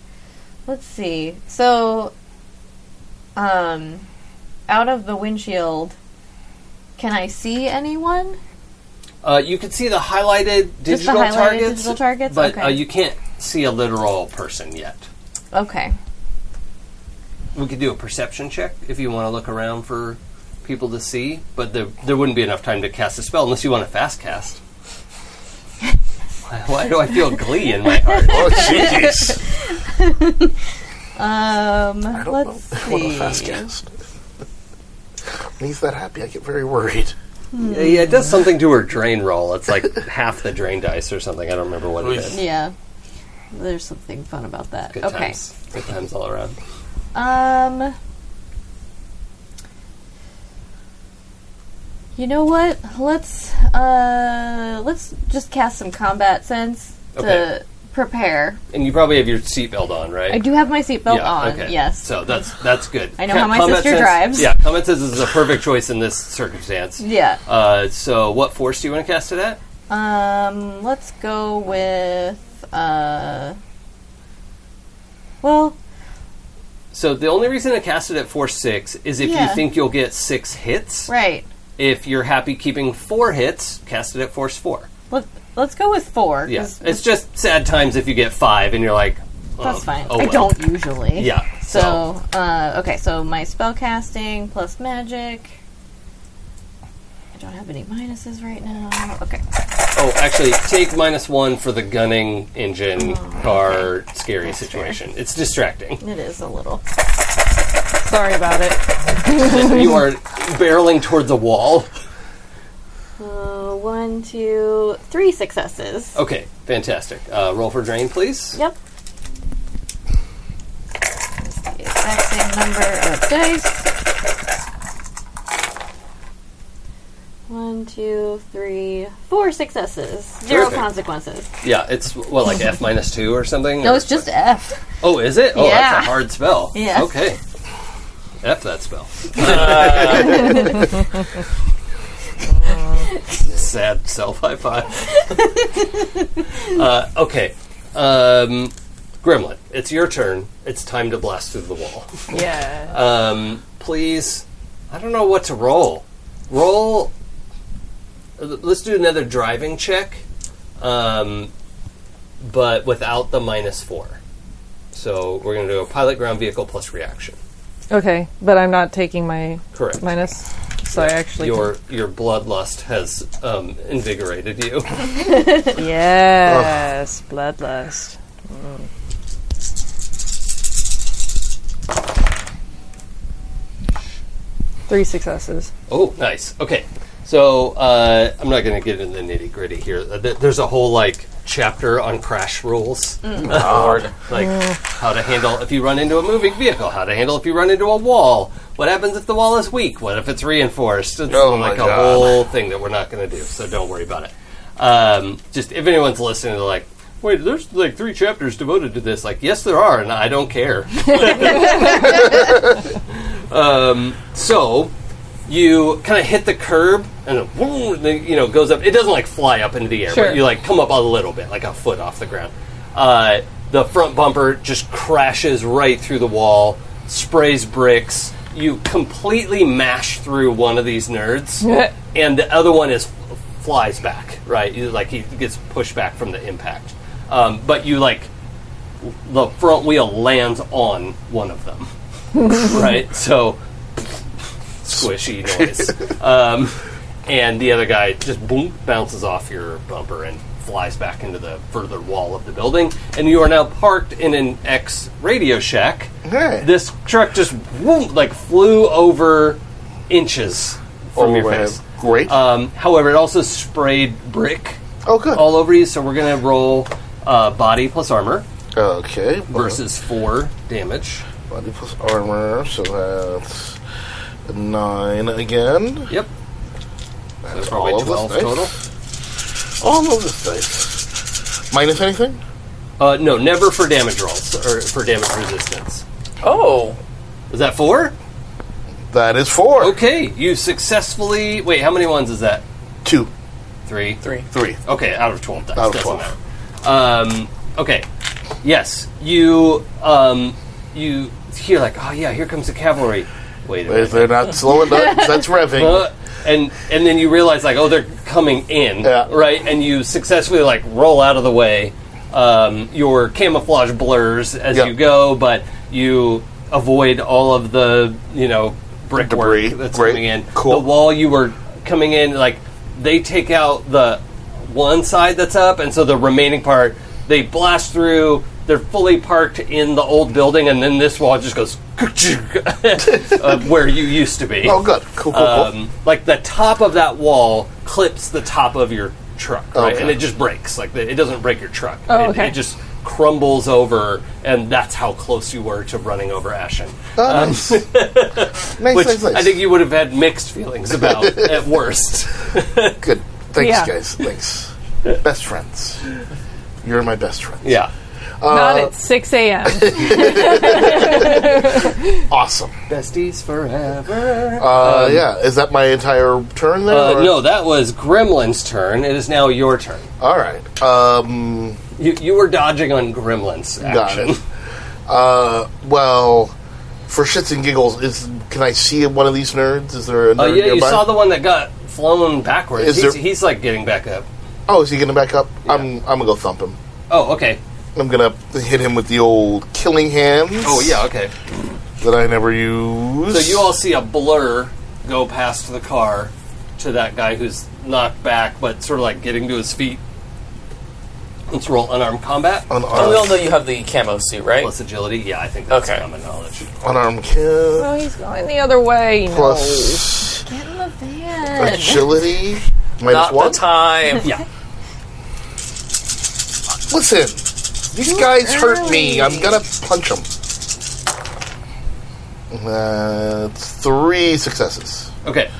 Speaker 3: Let's see. So, um, out of the windshield, can I see anyone?
Speaker 1: Uh, you can see the highlighted digital
Speaker 3: Just the highlighted
Speaker 1: targets,
Speaker 3: digital targets?
Speaker 1: but
Speaker 3: Okay.
Speaker 1: uh, you can't see a literal person yet.
Speaker 3: Okay.
Speaker 1: we could do a perception check if you want to look around for people to see, but there, there wouldn't be enough time to cast a spell unless you want to fast cast. Why- Why do I feel glee in my heart?
Speaker 2: Oh, jeez.
Speaker 3: Um,
Speaker 2: I don't
Speaker 3: let's
Speaker 2: know. What a fast
Speaker 3: see.
Speaker 2: cast. When he's that happy, I get very worried.
Speaker 3: Hmm.
Speaker 1: Yeah, yeah, it does something to her drain roll. It's like half the drain dice or something. I don't remember what it
Speaker 4: Oof.
Speaker 1: is.
Speaker 3: Yeah, there's something fun about that.
Speaker 1: Good
Speaker 3: okay.
Speaker 1: times. Good times all around.
Speaker 3: Um. You know what? Let's uh let's just cast some combat sense
Speaker 1: Okay.
Speaker 3: to prepare.
Speaker 1: And you probably have your seatbelt on, right?
Speaker 3: I do have my seatbelt
Speaker 1: yeah,
Speaker 3: on.
Speaker 1: Okay.
Speaker 3: Yes.
Speaker 1: So that's that's good.
Speaker 3: I know how my
Speaker 1: Comet
Speaker 3: sister
Speaker 1: says-
Speaker 3: drives.
Speaker 1: Yeah, Comet says this is a perfect choice in this circumstance.
Speaker 3: yeah.
Speaker 1: Uh, so what force do you want to cast it at?
Speaker 3: Um. Let's go with uh. Well,
Speaker 1: So the only reason to cast it at force six is if
Speaker 3: Yeah.
Speaker 1: you think you'll get six hits.
Speaker 3: right.
Speaker 1: If you're happy keeping four hits, cast it at force four.
Speaker 3: Let Let's go with four. 'cause
Speaker 1: Yeah, it's just sad times if you get five and you're like, oh,
Speaker 3: That's fine.
Speaker 1: Oh,
Speaker 3: I
Speaker 1: well.
Speaker 3: don't usually.
Speaker 1: Yeah.
Speaker 3: So, uh, okay, so my spell casting plus magic. I don't have any minuses right now. Okay.
Speaker 1: Oh, actually, take minus one for the gunning engine
Speaker 3: Oh,
Speaker 1: car scary situation. It's distracting.
Speaker 3: It is a little.
Speaker 5: Sorry about it.
Speaker 1: you are barreling toward the wall.
Speaker 3: Uh, one, two, three successes.
Speaker 1: Okay, fantastic. Uh, roll for drain, please.
Speaker 3: Yep. It's the exact same number of dice. One, two, three, four successes. Zero
Speaker 1: Terrific.
Speaker 3: consequences.
Speaker 1: Yeah, it's what like F minus two or something.
Speaker 3: No,
Speaker 1: Or-
Speaker 3: it's just F.
Speaker 1: Oh, is it? Oh,
Speaker 3: Yeah.
Speaker 1: that's a hard spell.
Speaker 3: Yeah.
Speaker 1: Okay. F that spell.
Speaker 3: Uh.
Speaker 1: Sad self high five. uh, okay. Um, Gremlin, it's your turn. It's time to blast through the wall.
Speaker 5: Yeah.
Speaker 1: Um, please, I don't know what to roll. Roll. l- Let's do another driving check, um, but without the minus four. So we're going to do a pilot ground vehicle plus reaction.
Speaker 5: Okay, but I'm not taking my
Speaker 1: Correct.
Speaker 5: minus, so I actually
Speaker 1: Your your bloodlust has um, invigorated you.
Speaker 5: can- yes, bloodlust. Mm. Three successes.
Speaker 1: Oh, nice. Okay, so uh, I'm not going to get into the nitty gritty here. Uh, th- There's a whole like chapter on crash rules,
Speaker 4: Lord.
Speaker 1: like how to handle if you run into a moving vehicle, how to handle if you run into a wall. What happens if the wall is weak? What if it's reinforced? It's
Speaker 2: Oh, my
Speaker 1: like a
Speaker 2: God.
Speaker 1: whole thing that we're not going to do. So don't worry about it. Um, just if anyone's listening, they're like. Wait, there's like three chapters devoted to this. Like, yes, there are, and I don't care. um, so, you kind of hit the curb and it, woo, and then, you know goes up. It doesn't like fly up into the air,
Speaker 5: Sure.
Speaker 1: but you like come up a little bit, like a foot off the ground. Uh, the front bumper just crashes right through the wall, sprays bricks. You completely mash through one of these nerds, and the other one is flies back. Right, You- like he gets pushed back from the impact. Um, but you like the front wheel lands on one of them. right, so squishy noise. um, and the other guy just boom bounces off your bumper and flies back into the further wall of the building. And you are now parked in an ex Radio Shack.
Speaker 2: Hey.
Speaker 1: This truck just boom, like flew over inches from your
Speaker 2: Overhead.
Speaker 1: face.
Speaker 2: Oh, Great.
Speaker 1: Um, however, it also sprayed brick
Speaker 2: oh, good.
Speaker 1: all over you. So we're gonna roll uh, body plus armor
Speaker 2: Uh-huh. okay. well,
Speaker 1: versus four damage.
Speaker 2: Body plus armor, so that's nine again.
Speaker 1: Yep. So probably
Speaker 2: all of us,
Speaker 1: twelve
Speaker 2: right?
Speaker 1: total.
Speaker 2: All of this dice. Minus anything?
Speaker 1: Uh, no, never for damage rolls or for damage resistance.
Speaker 4: Oh,
Speaker 1: Is that four?
Speaker 2: That is four.
Speaker 1: Okay, you successfully. Wait, how many ones is that?
Speaker 2: Two.
Speaker 1: Three.
Speaker 4: three.
Speaker 2: Three.
Speaker 1: Okay, out of twelve. Dice.
Speaker 2: Out of
Speaker 1: Doesn't
Speaker 2: 12.
Speaker 1: matter. Um, okay. Yes, you. Um, you hear like, oh yeah, here comes the cavalry. Wait a
Speaker 2: If
Speaker 1: minute.
Speaker 2: they're not slowing up, that's revving.
Speaker 1: Uh, and and then you realize like, oh, they're coming in,
Speaker 2: Yeah.
Speaker 1: right? And you successfully like roll out of the way. Um, your camouflage blurs as
Speaker 2: Yep.
Speaker 1: you go, but you avoid all of the you know brickwork
Speaker 2: Debris.
Speaker 1: that's
Speaker 2: Great.
Speaker 1: coming in.
Speaker 2: Cool.
Speaker 1: The wall you were coming in, like they take out the one side that's up, and so the remaining part they blast through. They're fully parked in the old building, and then this wall just goes uh, where you used to be.
Speaker 2: Oh, good. Cool, cool, cool.
Speaker 1: Um, like the top of that wall clips the top of your truck, right?
Speaker 2: Okay.
Speaker 1: And it just breaks. Like the, it doesn't break your truck.
Speaker 5: Oh,
Speaker 1: It-
Speaker 5: okay.
Speaker 1: it just crumbles over, and that's how close you were to running over Ashen.
Speaker 2: Ah, nice. nice,
Speaker 1: Which
Speaker 2: nice, nice.
Speaker 1: I think you would have had mixed feelings about at worst.
Speaker 2: Good. Thanks,
Speaker 5: Yeah.
Speaker 2: guys. Thanks. best friends. You're my best friends.
Speaker 1: Yeah.
Speaker 5: Not at 6 a.m.
Speaker 2: Awesome.
Speaker 1: Besties forever.
Speaker 2: Uh, yeah. Is that my entire turn there?
Speaker 1: Um, Uh,
Speaker 2: or-
Speaker 1: no, that was Gremlin's turn. It is now your turn.
Speaker 2: All right. Um,
Speaker 1: You, you were dodging on Gremlin's
Speaker 2: got
Speaker 1: action.
Speaker 2: it. Uh, well, for shits and giggles, is can I see one of these nerds? Is there a nerd
Speaker 1: Uh, yeah,
Speaker 2: nearby?
Speaker 1: you saw the one that got flown backwards.
Speaker 2: Is
Speaker 1: He's,
Speaker 2: there-
Speaker 1: he's like getting back up.
Speaker 2: oh, is he gonna back up? I'm. I'm gonna go thump him.
Speaker 1: Oh, okay.
Speaker 2: I'm gonna hit him with the old killing hands.
Speaker 1: Oh, yeah, okay.
Speaker 2: That I never use.
Speaker 1: So you all see a blur go past the car to that guy who's knocked back, but sort of like getting to his feet. Let's roll unarmed combat.
Speaker 4: And Oh, we all
Speaker 2: unarmed,
Speaker 4: know you have the camo suit, right?
Speaker 1: Plus agility. Yeah, I think that's
Speaker 4: Okay.
Speaker 1: common knowledge.
Speaker 2: unarmed kill.
Speaker 5: oh, he's going the other way. you know.
Speaker 2: Plus.
Speaker 3: Get in the van.
Speaker 2: Agility minus
Speaker 4: Not
Speaker 2: one.
Speaker 4: the time.
Speaker 1: Yeah.
Speaker 2: Listen, these guys hurt me. I'm gonna punch them. Uh, three successes.
Speaker 1: Okay.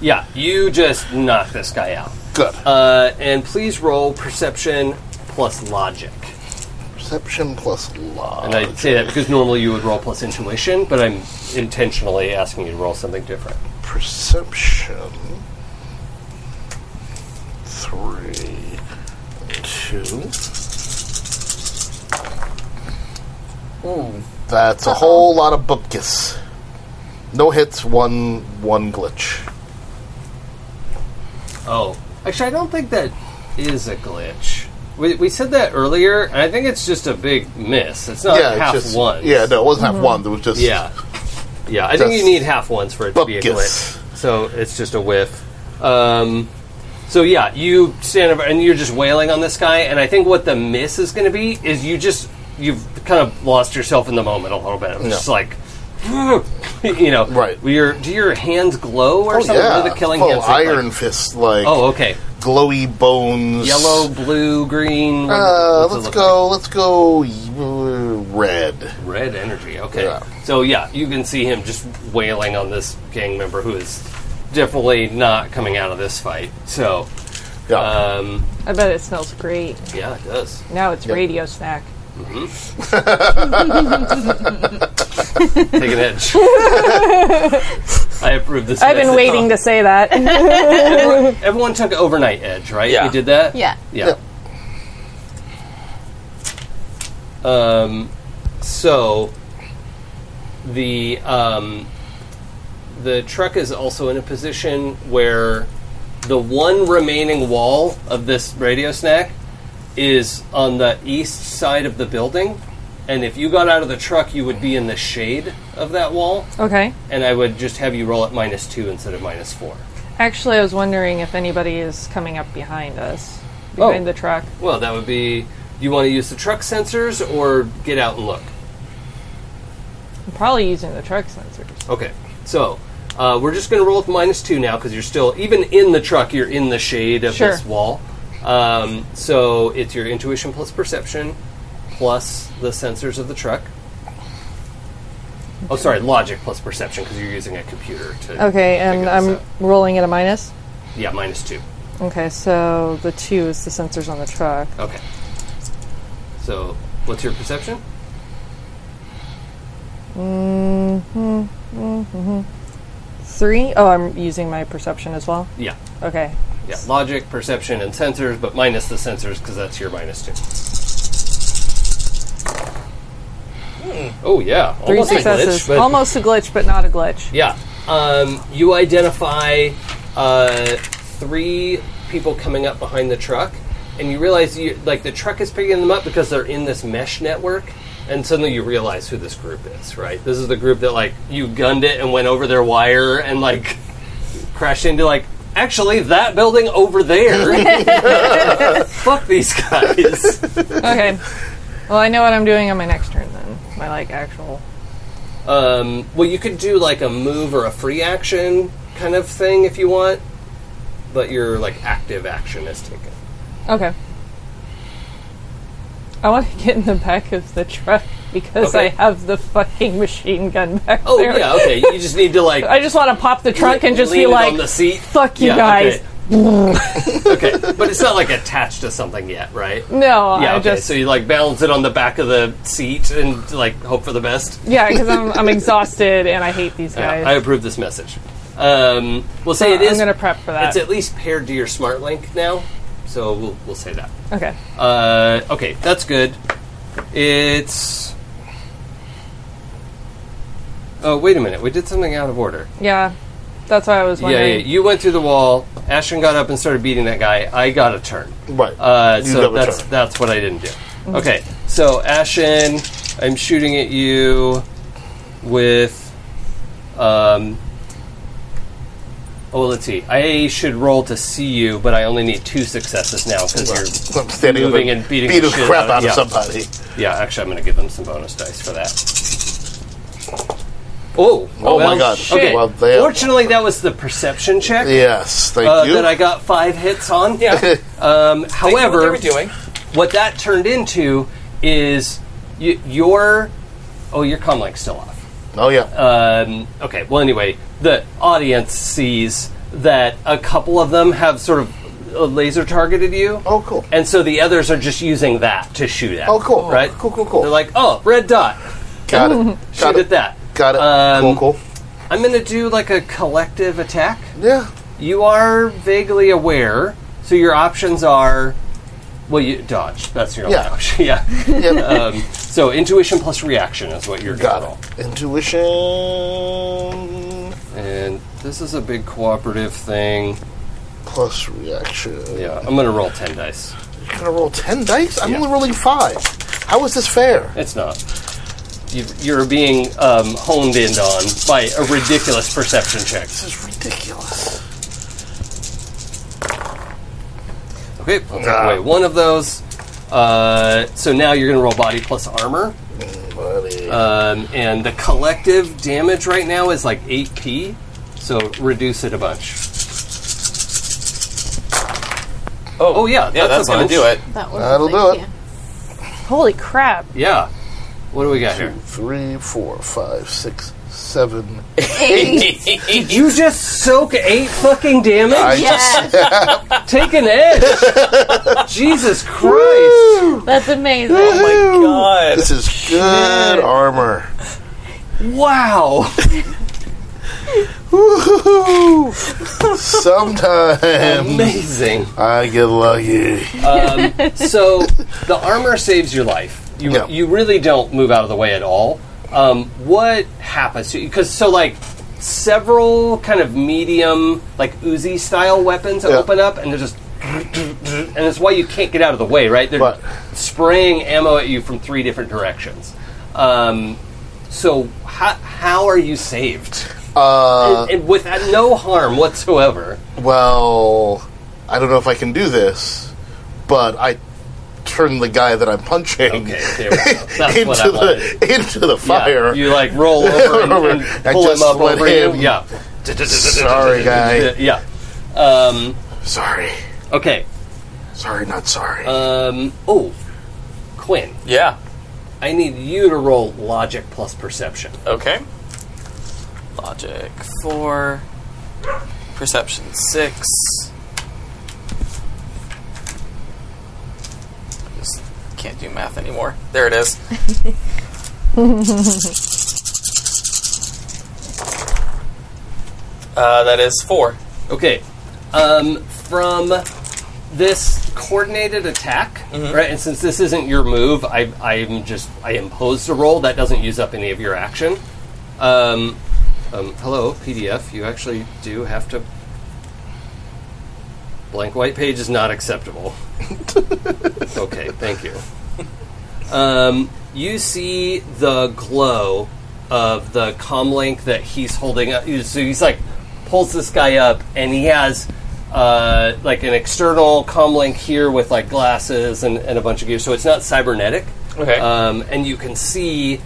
Speaker 1: Yeah, you just knock this guy out.
Speaker 2: Good.
Speaker 1: Uh, and please roll perception plus logic.
Speaker 2: Perception plus
Speaker 1: And
Speaker 2: law.
Speaker 1: I say that because normally you would roll plus intuition, but I'm intentionally asking you to roll something different.
Speaker 2: Perception. Three. Two.
Speaker 4: Ooh.
Speaker 2: That's a whole lot of bupkis. No hits, one one glitch.
Speaker 1: Oh, actually, I don't think that is a glitch. We, we said that earlier, and I think it's just a big miss. It's not
Speaker 2: yeah, it's
Speaker 1: half
Speaker 2: just
Speaker 1: ones.
Speaker 2: Yeah, no, it wasn't half one. It was just
Speaker 1: yeah, yeah. I
Speaker 2: Just
Speaker 1: think you need half ones for it to be a
Speaker 2: bupkis.
Speaker 1: glitch. So it's just a whiff. Um, so yeah, you stand over and you're just wailing on this guy, and I think what the miss is going to be is you just you've kind of lost yourself in the moment a little bit. It was
Speaker 2: Yeah.
Speaker 1: Just like. you know,
Speaker 2: Right.
Speaker 1: Your do your hands glow or
Speaker 2: Oh,
Speaker 1: something? What
Speaker 2: yeah.
Speaker 1: do the killing
Speaker 2: Full
Speaker 1: hands look like?
Speaker 2: iron fist like.
Speaker 1: Oh, okay.
Speaker 2: glowy bones.
Speaker 1: Yellow, blue, green.
Speaker 2: Uh,
Speaker 1: What's it
Speaker 2: let's
Speaker 1: look
Speaker 2: go. Let's go. uh, Red.
Speaker 1: like? Red energy. Okay.
Speaker 2: Yeah.
Speaker 1: So yeah, you can see him just wailing on this gang member who is definitely not coming out of this fight. So,
Speaker 2: Yeah.
Speaker 1: um,
Speaker 5: I bet it smells great.
Speaker 1: yeah, it does.
Speaker 5: Now it's
Speaker 2: Yep.
Speaker 5: radio snack.
Speaker 1: Take an edge. I approve this.
Speaker 5: I've been waiting to say that.
Speaker 1: Everyone, everyone took overnight edge, right?
Speaker 4: Yeah.
Speaker 1: You did that.
Speaker 3: Yeah.
Speaker 1: Yeah. Um, so the um, the truck is also in a position where the one remaining wall of this radio snack is on the east side of the building, and if you got out of the truck, you would be in the shade of that wall,
Speaker 5: okay.
Speaker 1: and I would just have you roll at minus two instead of minus four.
Speaker 5: Actually, I was wondering if anybody is coming up behind us, behind the truck.
Speaker 1: Well, that would be. You want to use the truck sensors or get out and look?
Speaker 5: I'm probably using the truck sensors.
Speaker 1: Okay, so uh, we're just going to roll with minus two now because you're still even in the truck. You're in the shade of
Speaker 5: Sure.
Speaker 1: this wall. Um, so it's your intuition plus perception plus the sensors of the truck. Oh, sorry, logic plus perception because you're using a computer to.
Speaker 5: Okay, and
Speaker 1: figure
Speaker 5: I'm
Speaker 1: this out.
Speaker 5: rolling at a minus.
Speaker 1: Yeah, minus two.
Speaker 5: Okay, so the two is the sensors on the truck.
Speaker 1: Okay. So what's your perception?
Speaker 5: Three? Oh, I'm using my perception as well.
Speaker 1: Yeah.
Speaker 5: Okay.
Speaker 1: Yeah, logic, perception, and sensors, but minus the sensors because that's your minus two. Oh yeah,
Speaker 5: Three
Speaker 1: almost a glitch,
Speaker 5: successes.
Speaker 1: but-
Speaker 5: Almost a glitch, but not a glitch.
Speaker 1: Yeah, um, you identify uh, three people coming up behind the truck, and you realize you like the truck is picking them up because they're in this mesh network, and suddenly you realize who this group is, right? This is the group that like you gunned it and went over their wire and like crashed into like actually that building over there. Fuck these guys.
Speaker 5: Okay. Well, I know what I'm doing on my next turn then. My like actual.
Speaker 1: Um, well, you could do like a move or a free action kind of thing if you want, but your like active action is taken.
Speaker 5: Okay. I want to get in the back of the truck because
Speaker 1: Okay.
Speaker 5: I have the fucking machine gun back
Speaker 1: Oh
Speaker 5: there.
Speaker 1: yeah, okay. You just need to like
Speaker 5: I just want to pop the trunk and just
Speaker 1: lean
Speaker 5: be
Speaker 1: it
Speaker 5: like,
Speaker 1: on the seat.
Speaker 5: "Fuck you
Speaker 1: Yeah,
Speaker 5: guys."
Speaker 1: Okay. okay, but it's not like attached to something yet, right?
Speaker 5: No,
Speaker 1: Yeah,
Speaker 5: I
Speaker 1: okay.
Speaker 5: just
Speaker 1: so you like balance it on the back of the seat and like hope for the best.
Speaker 5: yeah, because I'm, I'm exhausted and I hate these
Speaker 1: Yeah,
Speaker 5: guys. Uh,
Speaker 1: I approve this message. Um, we'll say it
Speaker 5: I'm
Speaker 1: is-
Speaker 5: gonna prep for that.
Speaker 1: It's at least paired to your smart link now, so we'll we'll say that.
Speaker 5: okay,
Speaker 1: Uh, okay, that's good. It's. Oh wait a minute! We did something out of order.
Speaker 5: yeah, that's why I was
Speaker 1: Yeah,
Speaker 5: wondering.
Speaker 1: yeah. You went through the wall. Ashton got up and started beating that guy. I got a turn.
Speaker 2: Right.
Speaker 1: Uh,
Speaker 2: You
Speaker 1: so
Speaker 2: got a
Speaker 1: that's
Speaker 2: turn.
Speaker 1: that's what I didn't do. Okay, so Ashen, I'm shooting at you with. Um, oh, let's see. I should roll to see you, but I only need two successes now because you're
Speaker 2: I'm standing up
Speaker 1: moving
Speaker 2: and
Speaker 1: and beating the
Speaker 2: the
Speaker 1: shit
Speaker 2: crap
Speaker 1: out of-
Speaker 2: out
Speaker 1: yeah.
Speaker 2: of somebody.
Speaker 1: yeah, actually, I'm going to give them some bonus dice for that. Oh,
Speaker 2: Oh
Speaker 1: well,
Speaker 2: my god.
Speaker 5: shit.
Speaker 1: Okay.
Speaker 2: Well, they-
Speaker 1: Fortunately, that was the perception check
Speaker 2: yes, thank
Speaker 1: uh,
Speaker 2: you.
Speaker 1: that I got five hits on.
Speaker 4: Yeah.
Speaker 1: Um,
Speaker 4: They knew what
Speaker 1: however,
Speaker 4: they were doing.
Speaker 1: what that turned into is y- your oh, your comlink's still off.
Speaker 2: oh yeah.
Speaker 1: Um, okay. Well, anyway, the audience sees that a couple of them have sort of uh, laser targeted you.
Speaker 2: oh cool.
Speaker 1: And so the others are just using that to shoot at.
Speaker 2: Oh, cool.
Speaker 1: Right?
Speaker 2: Cool, cool, cool.
Speaker 1: They're like, oh, red dot.
Speaker 2: Got it.
Speaker 1: Shoot
Speaker 2: Got
Speaker 1: at
Speaker 2: it.
Speaker 1: that.
Speaker 2: Got it.
Speaker 1: Um,
Speaker 2: cool, cool.
Speaker 1: I'm going to do like a collective attack.
Speaker 2: Yeah.
Speaker 1: You are vaguely aware, so your options are well, you dodge. That's your only
Speaker 2: Yeah.
Speaker 1: option. Yeah.
Speaker 2: Yeah.
Speaker 1: um, so intuition plus reaction is what you're
Speaker 2: Got
Speaker 1: gonna roll.
Speaker 2: it. Intuition
Speaker 1: And this is a big cooperative thing.
Speaker 2: plus reaction.
Speaker 1: Yeah, I'm gonna roll ten dice.
Speaker 2: I'm gonna roll ten dice. I'm
Speaker 1: Yeah.
Speaker 2: only rolling five. How is this fair?
Speaker 1: It's not. You, you're being um, honed in on by a ridiculous perception check.
Speaker 2: This is ridiculous.
Speaker 1: Okay, I'll take
Speaker 2: Ah.
Speaker 1: away one of those. Uh, so now you're gonna roll body plus armor.
Speaker 2: Buddy.
Speaker 1: Um, and the collective damage right now is like 8p, so reduce it a bunch.
Speaker 4: Oh,
Speaker 1: oh, yeah,
Speaker 4: yeah,
Speaker 1: that's
Speaker 4: that's
Speaker 1: a
Speaker 4: gonna
Speaker 1: bunch.
Speaker 4: do it.
Speaker 3: That was
Speaker 2: That'll do it.
Speaker 5: Holy crap!
Speaker 1: Yeah. What do we got here?
Speaker 2: Three, four, five, six, seven.
Speaker 1: Did you just soak 8 fucking damage?
Speaker 2: I
Speaker 3: Yes,
Speaker 1: Take an edge! Jesus Christ!
Speaker 3: that's amazing.
Speaker 4: God.
Speaker 2: This is good armor.
Speaker 1: Wow!
Speaker 2: Woo-hoo-hoo. Sometimes
Speaker 1: Amazing.
Speaker 2: I get lucky.
Speaker 1: So, the armor saves your life. You,
Speaker 2: Yeah.
Speaker 1: you really don't move out of the way at all. Um, what happens to you? Because, so, like, several kind of medium, like, Uzi style weapons
Speaker 2: Yeah.
Speaker 1: open up and they're just. And that's why you can't get out of the way, right? They're
Speaker 2: Right.
Speaker 1: spraying ammo at you from three different directions. Um, so, how, how are you saved?
Speaker 2: Uh,
Speaker 1: And- and with no harm whatsoever.
Speaker 2: well, I don't know if I can do this, but I turn the guy that I'm punching
Speaker 1: Okay, there we go. That's
Speaker 2: into
Speaker 1: what I wanted.
Speaker 2: the into
Speaker 1: Yeah,
Speaker 2: the fire.
Speaker 1: you like roll over and, and
Speaker 2: I
Speaker 1: pull him
Speaker 2: just
Speaker 1: up
Speaker 2: let
Speaker 1: over
Speaker 2: him-
Speaker 1: you. Yeah.
Speaker 2: Sorry, guy.
Speaker 1: Yeah. Um,
Speaker 2: Sorry.
Speaker 1: okay.
Speaker 2: Sorry, not sorry.
Speaker 1: Um, oh, Quinn,
Speaker 4: Yeah.
Speaker 1: I need you to roll logic plus perception.
Speaker 4: Okay. Logic four. Perception six. I just can't do math anymore. There it is. uh, that is four.
Speaker 1: Okay. Um, from this coordinated attack, right? And since this isn't your move, I, I'm just I imposed a roll that doesn't use up any of your action. Um, um, hello, PDF. You actually do have to. Blank white page is not acceptable. okay, thank you. Um, you see the glow of the comm link that he's holding up. So he's like pulls this guy up, and he has uh, like an external comm link here with like glasses and, and a bunch of gear. So it's not cybernetic.
Speaker 4: Okay.
Speaker 1: Um, and you can see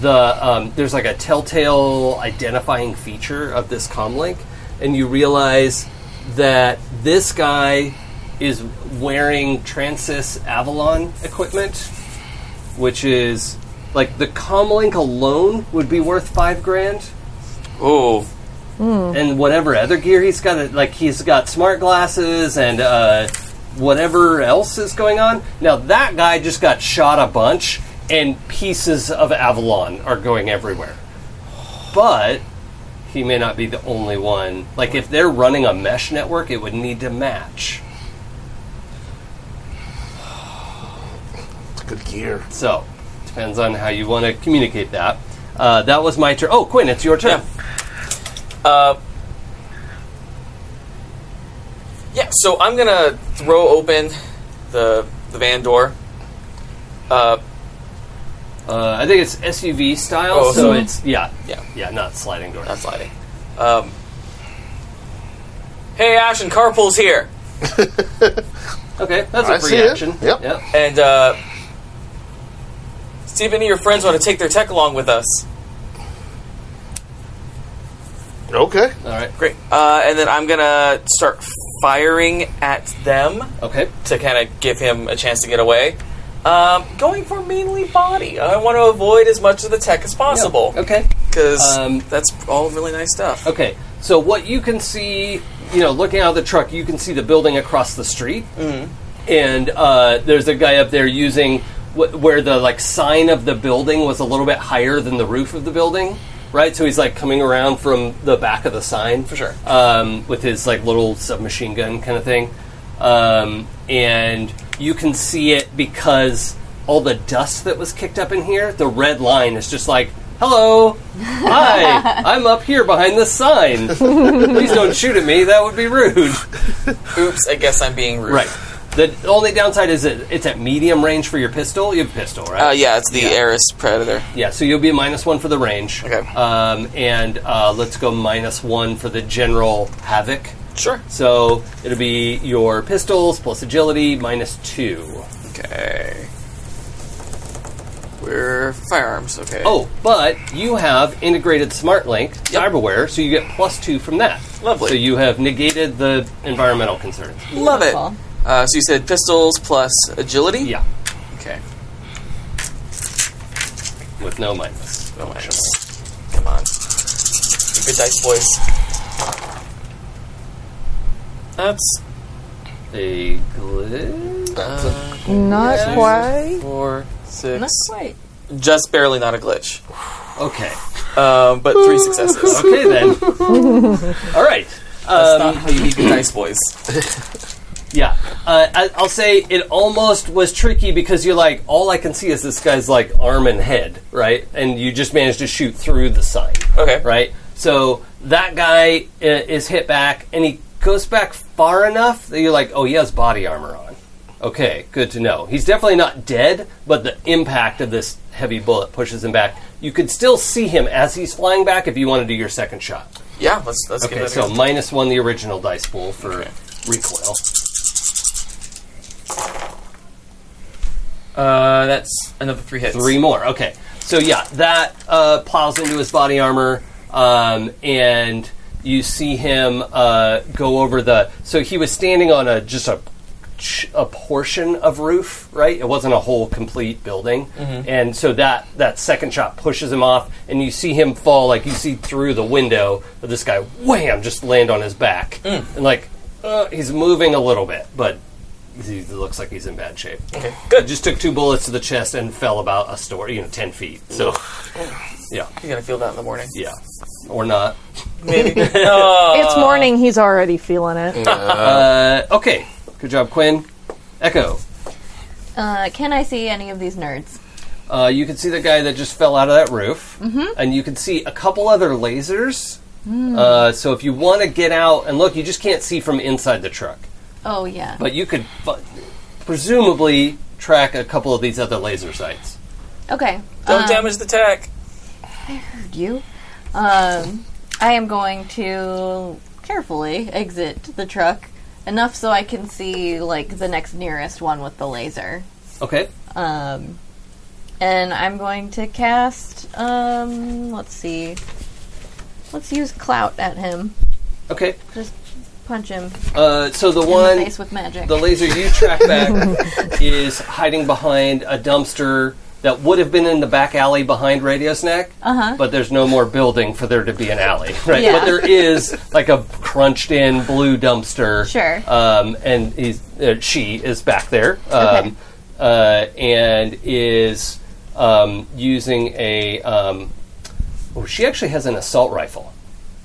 Speaker 1: the um, there's like a telltale identifying feature of this comm link, and you realize that this guy is wearing Transys Avalon equipment which is like the comlink alone would be worth five grand
Speaker 4: Oh,
Speaker 1: and whatever other gear he's got uh, like he's got smart glasses and uh, whatever else is going on now that guy just got shot a bunch and pieces of avalon are going everywhere but he may not be the only one like if they're running a mesh network it would need to match
Speaker 2: It's good gear.
Speaker 1: so depends on how you want to communicate that uh, that was my turn oh quinn it's your turn
Speaker 4: Yeah. Uh, yeah, so I'm gonna throw open the the van door. Uh,
Speaker 1: Uh, I think it's SUV style,
Speaker 4: Oh,
Speaker 1: so
Speaker 4: okay.
Speaker 1: it's yeah,
Speaker 4: Yeah.
Speaker 1: yeah, not sliding doors.
Speaker 4: not sliding. Um, hey, Ash and Carpool's here,
Speaker 1: okay, that's
Speaker 2: I
Speaker 1: a
Speaker 2: see
Speaker 1: free
Speaker 2: it.
Speaker 1: action.
Speaker 2: Yep.
Speaker 4: and uh, see if any of your friends want to take their tech along with us.
Speaker 2: Okay.
Speaker 1: All right.
Speaker 4: Great. Uh, and then I'm gonna start firing at them
Speaker 1: Okay.
Speaker 4: to kind of give him a chance to get away. Um, going for mainly body. I want to avoid as much of the tech as possible.
Speaker 1: Yeah, Okay.
Speaker 4: because
Speaker 1: Um, uh,
Speaker 4: that's all really nice stuff.
Speaker 1: Okay. So what you can see, you know, looking out of the truck, you can see the building across the street, and uh, there's a guy up there using wh- where the like sign of the building was a little bit higher than the roof of the building, right? So he's like coming around from the back of the sign
Speaker 4: For sure.
Speaker 1: um, with his like little submachine gun kind of thing, um, and you can see it because all the dust that was kicked up in here. The red line is just like, "Hello, hi, I'm up here behind the sign. Please don't shoot at me. That would be rude."
Speaker 4: Oops, I guess I'm being rude.
Speaker 1: Right. The only downside is it, it's at medium range for your pistol. You have pistol, right?
Speaker 4: Uh, yeah, it's the Eris Predator.
Speaker 1: Yeah, so you'll be minus one for the range.
Speaker 4: Okay.
Speaker 1: Um, and uh, let's go minus one for the general havoc.
Speaker 4: Sure.
Speaker 1: So it'll be your pistols plus agility minus two.
Speaker 4: Okay. We're firearms. Okay.
Speaker 1: Oh, but you have integrated smart link cyberware, so you get plus two from that.
Speaker 4: Lovely.
Speaker 1: So you have negated the environmental concerns.
Speaker 4: love it.
Speaker 3: Beautiful.
Speaker 4: Uh, so you said pistols plus agility.
Speaker 1: Yeah,
Speaker 4: Okay.
Speaker 1: with no minus.
Speaker 4: No minus. Come on. You're Good dice, boys. That's
Speaker 1: A glitch.
Speaker 2: That's a,
Speaker 4: uh,
Speaker 5: Not
Speaker 4: two,
Speaker 5: quite.
Speaker 4: four, six.
Speaker 3: Not quite.
Speaker 4: Just barely not a glitch.
Speaker 1: Okay.
Speaker 4: Um, but three successes. Um,
Speaker 1: Okay then. All right.
Speaker 4: That's not how you need good dice, boys.
Speaker 1: Yeah, uh, I, I'll say it almost was tricky because you're like, all I can see is this guy's like arm and head, right? And you just managed to shoot through the sign,
Speaker 4: Okay.
Speaker 1: right? So that guy uh, is hit back, and he goes back far enough that you're like, oh, he has body armor on. Okay, good to know. He's definitely not dead, but the impact of this heavy bullet pushes him back. You could still see him as he's flying back if you want to do your second shot.
Speaker 4: Yeah, let's let's
Speaker 1: Okay,
Speaker 4: get
Speaker 1: so
Speaker 4: that.
Speaker 1: minus one the original dice pool for
Speaker 4: Okay.
Speaker 1: recoil.
Speaker 4: uh, that's another three hits.
Speaker 1: Three more. Okay. So yeah, that uh, plows into his body armor, um, and you see him uh, go over the. So he was standing on a just a ch- a portion of roof, right? It wasn't a whole complete building, and so that that second shot pushes him off, and you see him fall like you see through the window. But this guy, wham, just land on his back, and like uh, he's moving a little bit, but he looks like he's in bad shape. Okay, good. Just took two bullets to the chest and fell about a store, you know, ten feet. So, yeah,
Speaker 4: You're gonna feel that in the morning.
Speaker 1: yeah, or not.
Speaker 4: Maybe.
Speaker 5: it's morning. He's already feeling it.
Speaker 1: Uh, okay, good job, Quinn. Echo.
Speaker 3: Uh, can I see any of these nerds?
Speaker 1: Uh, you can see the guy that just fell out of that roof, and you can see a couple other lasers. Uh, so if you want to get out and look, you just can't see from inside the truck,
Speaker 3: Oh yeah.
Speaker 1: but you could fu- presumably track a couple of these other laser sites.
Speaker 3: Okay.
Speaker 4: Don't
Speaker 3: um,
Speaker 4: damage the tech.
Speaker 3: you. Um, I am going to carefully exit the truck enough so I can see like the next nearest one with the laser.
Speaker 1: Okay.
Speaker 3: Um, and I'm going to cast. Um, let's see. Let's use clout at him.
Speaker 1: Okay.
Speaker 3: Just punch him
Speaker 1: Uh, so the
Speaker 3: in the
Speaker 1: one
Speaker 3: face with magic.
Speaker 1: the laser you track back is hiding behind a dumpster that would have been in the back alley behind Radio Snack,
Speaker 3: Uh-huh.
Speaker 1: but there's no more building for there to be an alley, right?
Speaker 3: Yeah.
Speaker 1: But there is like a crunched in blue dumpster.
Speaker 3: Sure.
Speaker 1: Um, and he's, uh, she is back there um, uh, and is um, using a. Um, oh, she actually has an assault rifle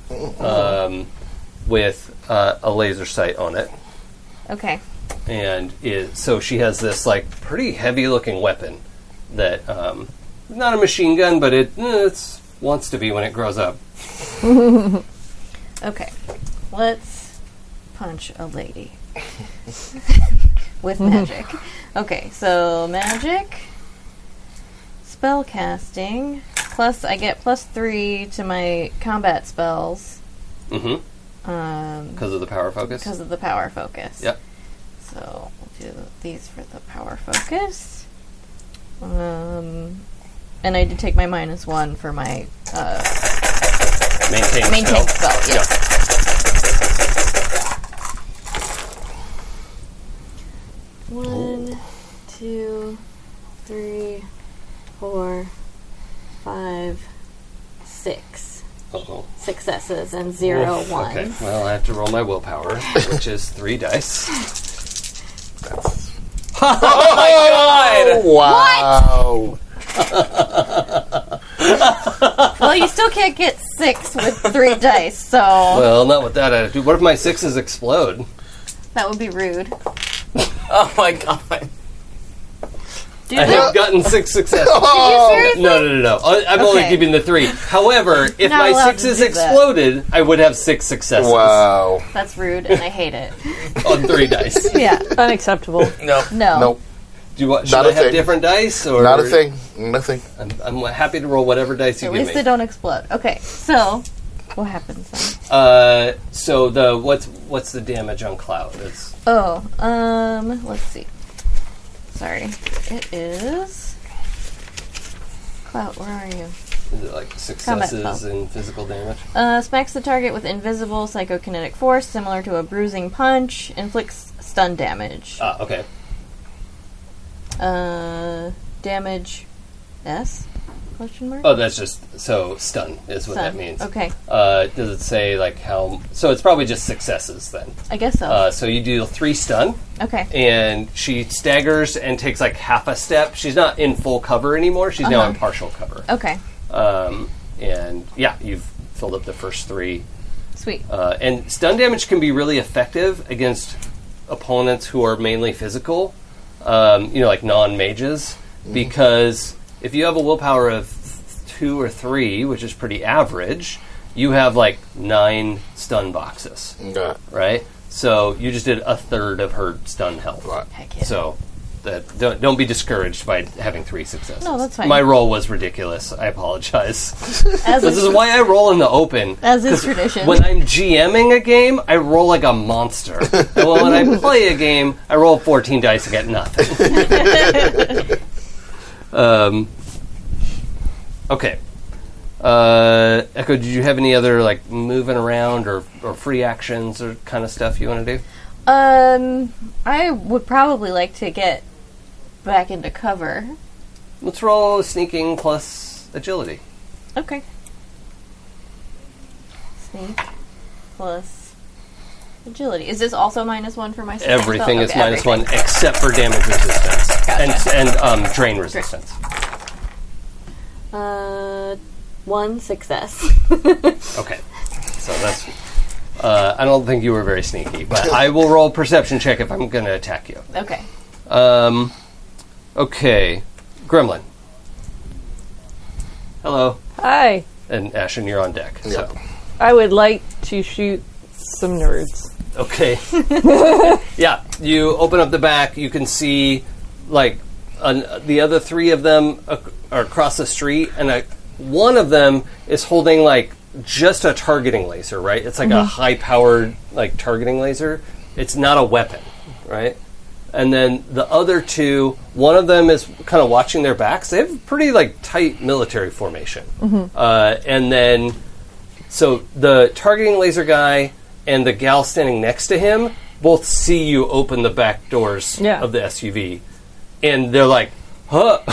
Speaker 3: Mm-hmm.
Speaker 1: um, with uh, a laser sight on it
Speaker 3: okay.
Speaker 1: and it, so she has this like pretty heavy looking weapon that um, not a machine gun, but it eh, it's, wants to be when it grows up.
Speaker 3: Okay. Let's punch a lady with magic. Okay, so magic, spell casting, plus I get plus three to my combat spells
Speaker 1: Mm-hmm.
Speaker 3: because
Speaker 1: Because of the power focus.
Speaker 3: of the power focus.
Speaker 1: Yep.
Speaker 3: So we'll do these for the power focus. Um, and I did take my minus one for my uh,
Speaker 1: Maintain.
Speaker 3: maintain
Speaker 1: spell.
Speaker 3: spell. yes.
Speaker 1: Yeah.
Speaker 3: One, two, three, four, five, six
Speaker 1: Uh-oh.
Speaker 3: successes and zero
Speaker 1: Oof,
Speaker 3: ones.
Speaker 1: Okay. Well, I have to roll my willpower, which is three dice.
Speaker 2: Oh, wow.
Speaker 3: Well, you still can't get six with three dice, so
Speaker 1: Well, not with that attitude. What if my sixes explode?
Speaker 3: that would be rude.
Speaker 4: Oh my god.
Speaker 1: I have gotten six successes.
Speaker 2: Oh,
Speaker 3: Are you serious?
Speaker 1: No, no, no, no. I- I'm only
Speaker 3: Okay.
Speaker 1: keeping the three. However, if
Speaker 3: Not
Speaker 1: my
Speaker 3: allowed to
Speaker 1: sixes
Speaker 3: do that.
Speaker 1: exploded, I would have six successes
Speaker 2: Wow.
Speaker 3: That's rude, and I hate it.
Speaker 1: on three dice.
Speaker 3: Yeah,
Speaker 5: Unacceptable.
Speaker 4: No.
Speaker 3: no.
Speaker 2: Nope.
Speaker 1: Do you want, should
Speaker 2: Not
Speaker 1: I
Speaker 2: a
Speaker 1: have
Speaker 2: thing.
Speaker 1: different dice or
Speaker 2: Not a thing. Nothing.
Speaker 1: I'm, I'm happy to roll whatever dice you
Speaker 3: At
Speaker 1: give
Speaker 3: least
Speaker 1: me.
Speaker 3: they don't explode. Okay, so what happens then?
Speaker 1: Uh, so the what's what's the damage on cloud? It's
Speaker 3: Oh, um, let's see. Sorry. It is. Clout, where are you?
Speaker 1: is it like
Speaker 3: Combat
Speaker 1: successes
Speaker 3: spell.
Speaker 1: and physical damage.
Speaker 3: Uh, smacks the target with invisible psychokinetic force, similar to a bruising punch, inflicts stun damage.
Speaker 1: Ah, okay.
Speaker 3: Uh, damage S? Question mark?
Speaker 1: Oh, that's just so stun is what that
Speaker 3: Stun.
Speaker 1: means.
Speaker 3: Okay,
Speaker 1: Uh, does it say like how? So it's probably just successes then.
Speaker 3: I guess so.
Speaker 1: Uh, so you deal three stun,
Speaker 3: okay.
Speaker 1: and she staggers and takes like half a step. She's not in full cover anymore. She's now in partial cover.
Speaker 3: Okay,
Speaker 1: Um, and yeah, you've filled up the first three
Speaker 3: sweet.
Speaker 1: Uh, and stun damage can be really effective against opponents who are mainly physical, um, you know, like non mages, because if you have a willpower of two or three, which is pretty average, you have like nine stun boxes,
Speaker 2: Yeah.
Speaker 1: right? So you just did a third of her stun health.
Speaker 2: Right.
Speaker 3: Heck yeah.
Speaker 1: So that, don't, don't be discouraged by having three successes.
Speaker 3: No, that's fine.
Speaker 1: My roll was ridiculous. I apologize.
Speaker 3: As
Speaker 1: This
Speaker 3: is,
Speaker 1: is why I roll in the open.
Speaker 3: as is tradition.
Speaker 1: When I'm GMing a game, I roll like a monster. and when I play a game, I roll 14 dice and get nothing. um, okay. Uh, Echo, did you have any other like moving around or, or free actions or kind of stuff you want to do?
Speaker 3: um, I would probably like to get back into cover.
Speaker 1: Let's roll sneaking plus agility.
Speaker 3: Okay. Sneak plus agility. Is this also minus one for my spell?
Speaker 1: Everything is
Speaker 3: Okay,
Speaker 1: minus
Speaker 3: everything.
Speaker 1: one except for damage resistance
Speaker 3: Gotcha.
Speaker 1: and and um, drain resistance.
Speaker 3: Uh, one success.
Speaker 1: Okay. So that's. Uh, I don't think you were very sneaky, but I will roll perception check if I'm going to attack you.
Speaker 3: okay.
Speaker 1: Um, okay, Gremlin. Hello,
Speaker 5: Hi.
Speaker 1: and Ashen, you're on deck. So
Speaker 5: I would like to shoot some nerds.
Speaker 1: okay, yeah, you open up the back. You can see like an, the other three of them ac- are across the street, and I, one of them is holding like just a targeting laser, right? It's like a high powered like targeting laser. It's not a weapon, right? And then the other two, one of them is kind of watching their backs. They have a pretty like tight military formation, uh, and then so the targeting laser guy and the gal standing next to him both see you open the back doors
Speaker 5: Yeah.
Speaker 1: of the SUV, and they're like, "Huh,"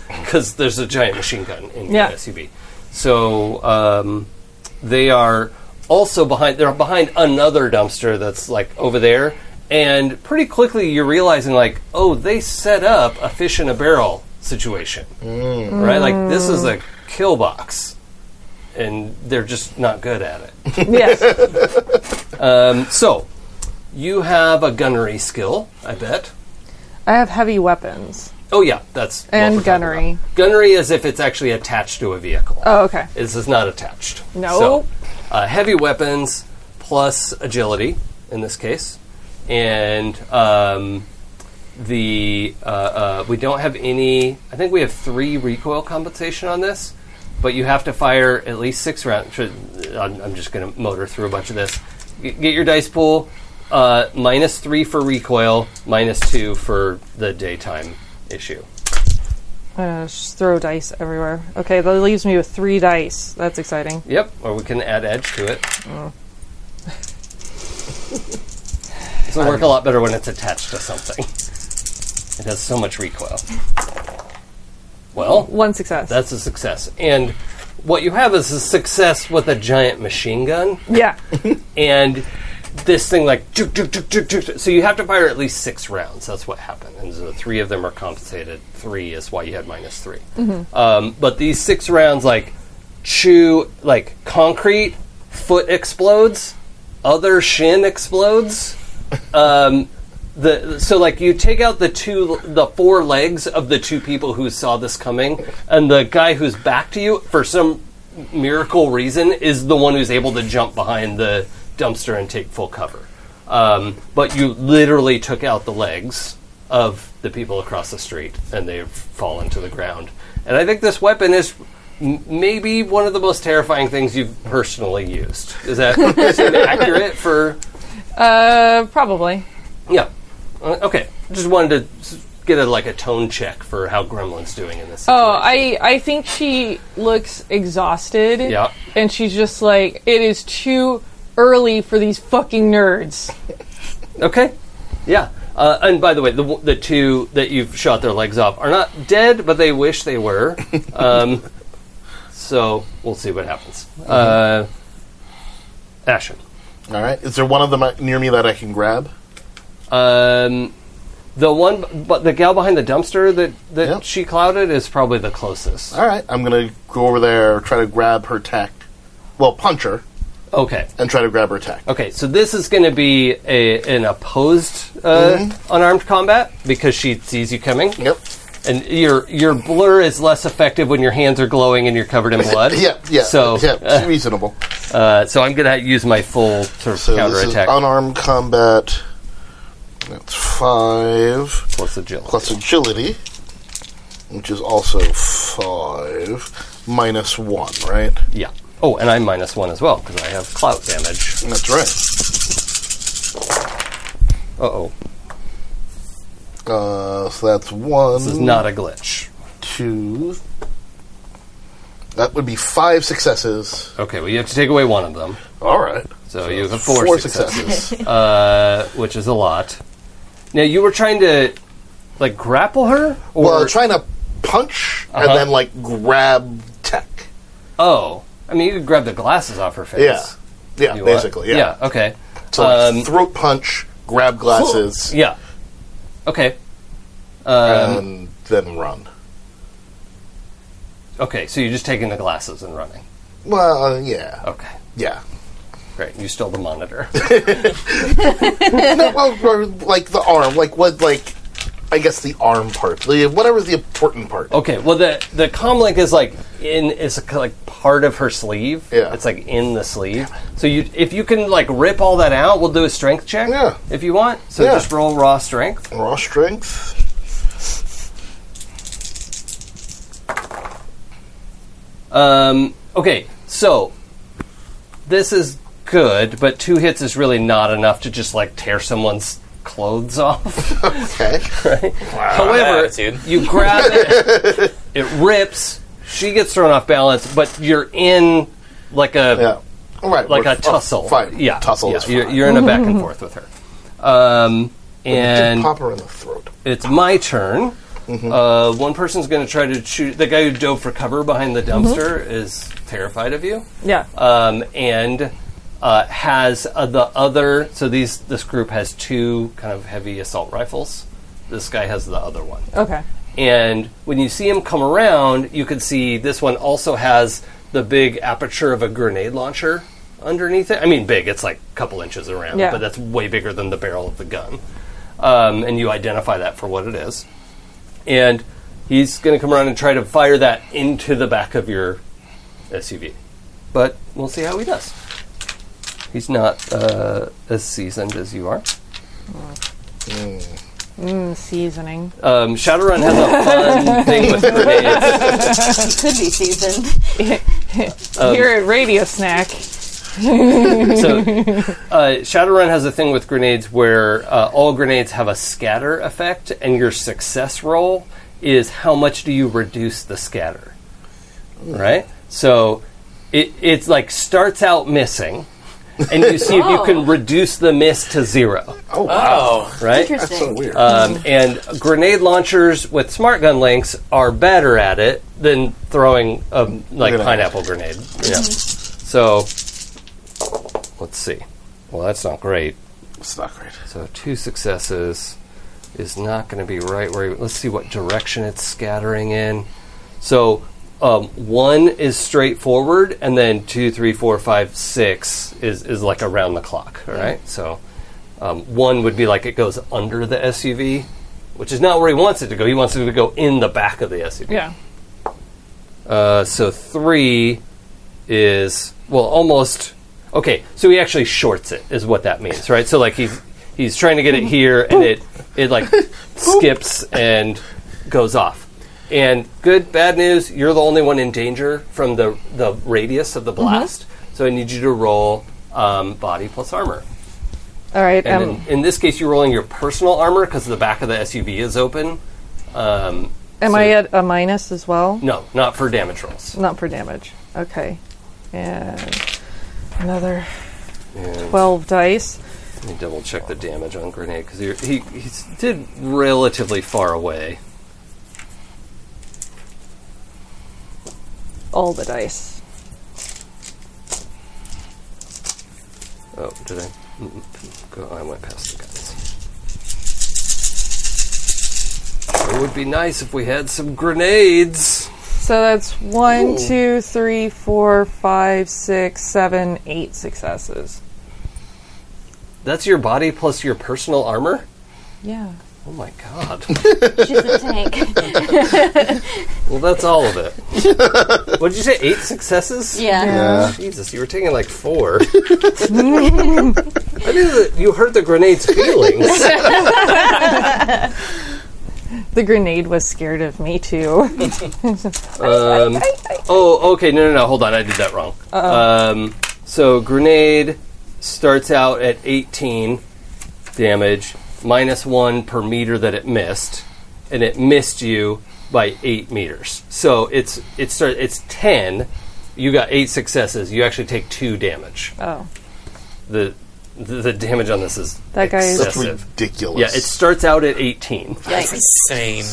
Speaker 1: because there's a giant machine gun in
Speaker 5: Yeah.
Speaker 1: the SUV. So um, they are also behind. They're behind another dumpster that's like over there, and pretty quickly you're realizing like, "Oh, they set up a fish in a barrel situation, right? Like this is a kill box." and they're just not good at it.
Speaker 5: yes.
Speaker 1: So, you have a gunnery skill, I bet.
Speaker 5: I have heavy weapons.
Speaker 1: Oh yeah, that's what
Speaker 5: And
Speaker 1: we're talking
Speaker 5: gunnery.
Speaker 1: about. Gunnery is if it's actually attached to a vehicle.
Speaker 5: Oh, okay.
Speaker 1: This is not attached.
Speaker 5: No.
Speaker 1: So, uh, heavy weapons plus agility in this case, and um, the uh, uh, we don't have any. I think we have three recoil compensation on this, but you have to fire at least six rounds. I'm, I'm just going to motor through a bunch of this. G- get your dice pool uh, minus three for recoil, minus two for the daytime issue.
Speaker 5: Uh, just throw dice everywhere. Okay, that leaves me with three dice. That's exciting.
Speaker 1: Yep, or we can add edge to it. this will work a lot better when it's attached to something. It has so much recoil. Well,
Speaker 5: One success.
Speaker 1: that's a success. And what you have is a success with a giant machine gun,
Speaker 5: yeah.
Speaker 1: and this thing like juk, juk, juk, juk, juk, juk. so you have to fire at least six rounds. That's what happened, and so three of them are compensated. Three is why you had minus 3 Um, but these six rounds like chew like concrete, foot explodes, other shin explodes. Um, the so like you take out the two the four legs of the two people who saw this coming, and the guy who's back to you for some miracle reason is the one who's able to jump behind the dumpster and take full cover. Um, but you literally took out the legs of the people across the street, and they've fallen to the ground. And I think this weapon is m- maybe one of the most terrifying things you've personally used. Is that is that accurate for?
Speaker 5: Uh, probably.
Speaker 1: Yeah. Uh, okay. Just wanted to s- get a, like a tone check for how Gremlin's doing in this.
Speaker 5: Oh,
Speaker 1: situation.
Speaker 5: I I think she looks exhausted.
Speaker 1: Yeah.
Speaker 5: And she's just like, it is too early for these fucking nerds.
Speaker 1: Okay. Yeah. Uh, and by the way, the, w- the two that you've shot their legs off are not dead, but they wish they were. Um, so we'll see what happens. Uh, Ashen.
Speaker 2: All right. Is there one of them uh, near me that I can grab?
Speaker 1: Um, the one, b- but the gal behind the dumpster that, that
Speaker 2: Yep.
Speaker 1: she clouded is probably the closest.
Speaker 2: All right. I'm gonna go over there, try to grab her tech. Well, punch her
Speaker 1: Okay.
Speaker 2: and try to grab her tech.
Speaker 1: Okay, so this is going to be a, an opposed uh, unarmed combat because she sees you coming.
Speaker 2: Mm-hmm. Yep.
Speaker 1: And your your blur is less effective when your hands are glowing and you're covered in blood.
Speaker 2: Yeah. Yeah.
Speaker 1: So
Speaker 2: yeah.
Speaker 1: uh,
Speaker 2: reasonable.
Speaker 1: uh, so I'm going to use my full sort of
Speaker 2: So this is
Speaker 1: counterattack
Speaker 2: unarmed combat. That's five.
Speaker 1: plus agility.
Speaker 2: plus agility, which is also five minus one, right?
Speaker 1: Yeah. Oh, and I'm minus one as well because I have clout damage.
Speaker 2: That's right.
Speaker 1: Uh oh,
Speaker 2: Uh, so that's one.
Speaker 1: this is not a glitch.
Speaker 2: two. That would be five successes.
Speaker 1: Okay, well you have to take away one of them,
Speaker 2: All right.
Speaker 1: so, you have four, successes,
Speaker 2: successes.
Speaker 1: uh, which is a lot. Now you were trying to like grapple her, or
Speaker 2: well, trying to punch
Speaker 1: Uh-huh.
Speaker 2: and then like grab tech.
Speaker 1: Oh, I mean, you could grab the glasses off her face.
Speaker 2: Yeah. Yeah,
Speaker 1: You are-
Speaker 2: basically. Yeah.
Speaker 1: Okay.
Speaker 2: So like,
Speaker 1: Um,
Speaker 2: throat punch, grab glasses,
Speaker 1: Yeah. Okay. Um,
Speaker 2: and then run.
Speaker 1: okay. So you're just taking the glasses and running.
Speaker 2: Well, yeah,
Speaker 1: Okay.
Speaker 2: yeah.
Speaker 1: Great. You stole the monitor.
Speaker 2: no, well, or, like the arm, like what, like I guess the arm part, the, whatever's the important part.
Speaker 1: okay. Well, the the comlink is like in is like part of her sleeve.
Speaker 2: Yeah.
Speaker 1: It's like in the sleeve. So you if you can like rip all that out, we'll do a strength check.
Speaker 2: Yeah.
Speaker 1: If you want. So
Speaker 2: Yeah.
Speaker 1: just roll raw strength.
Speaker 2: Raw strength.
Speaker 1: Um, okay, so this is good, but two hits is really not enough to just like tear someone's clothes off.
Speaker 2: Okay. Ah,
Speaker 1: However,
Speaker 4: attitude.
Speaker 1: you grab it, it rips. She gets thrown off balance, but you're in like a
Speaker 2: Yeah. All right.
Speaker 1: like
Speaker 2: we're
Speaker 1: a
Speaker 2: f-
Speaker 1: tussle.
Speaker 2: Fine.
Speaker 1: Yeah,
Speaker 2: Tussle
Speaker 1: yeah,
Speaker 2: is
Speaker 1: You're,
Speaker 2: fine.
Speaker 1: you're in a back and forth with her. Um, and
Speaker 2: Just pop Mm-hmm. her in the throat.
Speaker 1: it's my turn. Uh, one person's going to try to shoot. The guy who dove for cover behind the dumpster is terrified of you,
Speaker 5: Yeah.
Speaker 1: um, and uh, has uh, the other. So these this group has two kind of heavy assault rifles. This guy has the other one.
Speaker 5: Okay.
Speaker 1: And when you see him come around, you can see this one also has the big aperture of a grenade launcher underneath it. I mean, big, it's like a couple inches around,
Speaker 5: Yeah.
Speaker 1: but that's way bigger than the barrel of the gun. Um, and you identify that for what it is. And he's going to come around and try to fire that into the back of your SUV. But we'll see how he does. He's not uh, as seasoned as you are.
Speaker 5: Mm, Seasoning.
Speaker 1: Um, Shadowrun has a fun thing with grenades.
Speaker 3: Could be seasoned.
Speaker 1: Um,
Speaker 5: Here at Radio Snack.
Speaker 1: so, uh, Shadowrun has a thing with grenades where uh, all grenades have a scatter effect, and your success roll is how much do you reduce the scatter, right? So, it it's like starts out missing, and you see if you can reduce the miss to zero,
Speaker 2: Oh
Speaker 1: Uh,
Speaker 2: wow.
Speaker 4: Oh,
Speaker 1: right?
Speaker 2: That's so
Speaker 3: Interesting.
Speaker 2: weird.
Speaker 1: Um, and grenade launchers with smart gun links are better at it than throwing a like
Speaker 2: Grenade.
Speaker 1: pineapple grenade. Yeah. So let's see. Well, that's not great.
Speaker 2: it's not great.
Speaker 1: So two successes is not going to be right where. You, let's see what direction it's scattering in. So um, one is straightforward, and then two, three, four, five, six is is like around the clock. All right. So um, one would be like it goes under the SUV, which is not where he wants it to go. He wants it to go in the back of the SUV.
Speaker 5: Yeah.
Speaker 1: Uh, so three is well almost okay. So he actually shorts it is what that means, right? So like he's he's trying to get it here and it it like skips and goes off. And good bad news, you're the only one in danger from the the radius of the blast. So I need you to roll um, body plus armor.
Speaker 5: All right.
Speaker 1: And
Speaker 5: Um,
Speaker 1: in, in this case, you're rolling your personal armor because the back of the SUV is open. Um,
Speaker 5: am
Speaker 1: so-
Speaker 5: I at a minus as well?
Speaker 1: no, not for damage rolls.
Speaker 5: Not for damage. Okay. And another
Speaker 1: And-
Speaker 5: 12 dice.
Speaker 1: Let me double check the damage on grenade because he, he he's did relatively far away.
Speaker 5: All the dice.
Speaker 1: Oh, did I? mm, Go, I went past the guns. It would be nice if we had some grenades.
Speaker 5: So that's one, two, three, four, five, six, seven, eight successes.
Speaker 1: That's your body plus your personal armor.
Speaker 5: Yeah.
Speaker 1: Oh my god!
Speaker 3: She's a tank.
Speaker 1: well, that's all of it. what did you say? Eight successes?
Speaker 3: Yeah.
Speaker 1: Jesus, you were taking like four. I knew that you hurt the grenade's feelings.
Speaker 5: The grenade was scared of me too.
Speaker 1: Um, oh, okay. No, no, no. Hold on. I did that wrong. Um, so grenade starts out at 18 damage, minus one per meter that it missed, and it missed you by eight meters. So it's it start, it's 10. You got eight successes. You actually take two damage.
Speaker 5: oh.
Speaker 1: The the, the damage on this is
Speaker 5: That guy is-
Speaker 2: That's
Speaker 1: excessive.
Speaker 2: ridiculous.
Speaker 1: Yeah, it starts out at 18.
Speaker 4: that's
Speaker 3: Yikes.
Speaker 4: insane.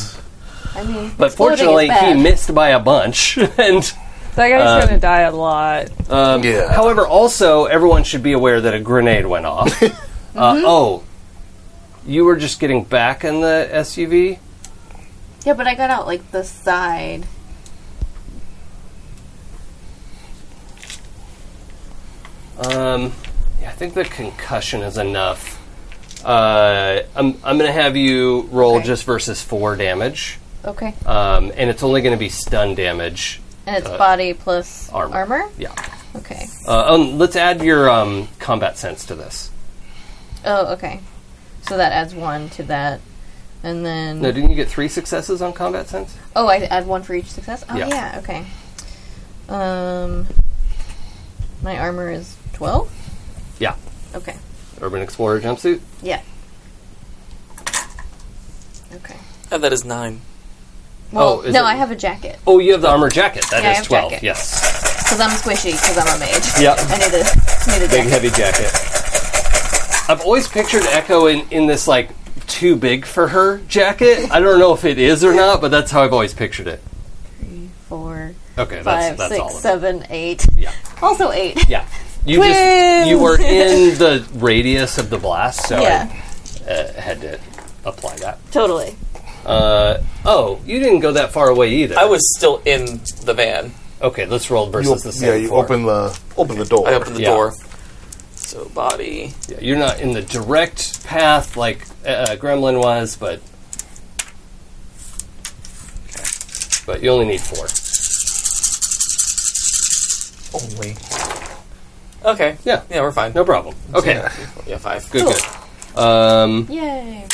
Speaker 3: I mean,
Speaker 1: But
Speaker 3: exploding is
Speaker 1: fortunately, he
Speaker 3: bad.
Speaker 1: missed by a bunch, and
Speaker 5: That guy's gonna die a lot.
Speaker 1: Um,
Speaker 2: Yeah.
Speaker 1: However, also everyone should be aware that a grenade went off. uh,
Speaker 3: Mm-hmm.
Speaker 1: Oh, you were just getting back in the SUV.
Speaker 3: yeah, but I got out like the side.
Speaker 1: Um, yeah, I think the concussion is enough. Uh, I'm I'm going to have you roll
Speaker 3: Okay.
Speaker 1: just versus four damage,
Speaker 3: Okay.
Speaker 1: um, and it's only going to be stun damage.
Speaker 3: And it's
Speaker 1: Uh,
Speaker 3: body plus
Speaker 1: armor.
Speaker 3: armor.
Speaker 1: Yeah.
Speaker 3: Okay.
Speaker 1: Uh, um, let's add your um, combat sense to this.
Speaker 3: Oh, okay. So that adds one to that. And then.
Speaker 1: No, didn't you get three successes on combat sense?
Speaker 3: oh, I add one for each success? Oh,
Speaker 1: Yeah.
Speaker 3: yeah, okay. Um, my armor is 12?
Speaker 1: Yeah.
Speaker 3: Okay.
Speaker 1: Urban Explorer jumpsuit.
Speaker 3: Yeah. Okay.
Speaker 4: Oh, that is nine.
Speaker 3: Well,
Speaker 1: Oh, is
Speaker 3: no,
Speaker 1: it-
Speaker 3: I have a jacket.
Speaker 1: Oh, you have the armor jacket. That is
Speaker 3: Yeah, I have
Speaker 1: 12.
Speaker 3: jacket.
Speaker 1: Yes.
Speaker 3: Because I'm squishy, because I'm a mage.
Speaker 1: Yep.
Speaker 3: I need a, need a
Speaker 1: Big
Speaker 3: jacket.
Speaker 1: heavy jacket. I've always pictured Echo in, in this, like, too big for her jacket. I don't know if it is or not, but that's how I've always pictured it.
Speaker 3: Four,
Speaker 1: Okay,
Speaker 3: five,
Speaker 1: that's, that's
Speaker 3: six,
Speaker 1: all of it.
Speaker 3: seven, eight.
Speaker 1: Yeah.
Speaker 3: Also eight.
Speaker 1: Yeah. You just you were in the radius of the blast, so
Speaker 3: Yeah.
Speaker 1: I uh, had to apply that.
Speaker 3: Totally.
Speaker 1: Uh, oh, you didn't go that far away either.
Speaker 4: I was still in the van.
Speaker 1: okay. Let's roll
Speaker 2: You,
Speaker 1: versus the same.
Speaker 2: yeah, you
Speaker 1: four.
Speaker 2: open the open the door.
Speaker 4: I opened the
Speaker 1: Yeah.
Speaker 4: door. So body.
Speaker 1: Yeah, you're not in the direct path like uh, uh, Gremlin was, but but you only need four.
Speaker 4: Only. Okay.
Speaker 1: Yeah.
Speaker 4: Yeah, we're fine.
Speaker 1: No problem. Okay,
Speaker 4: Yeah, five.
Speaker 1: good, good. Um,
Speaker 3: Yay.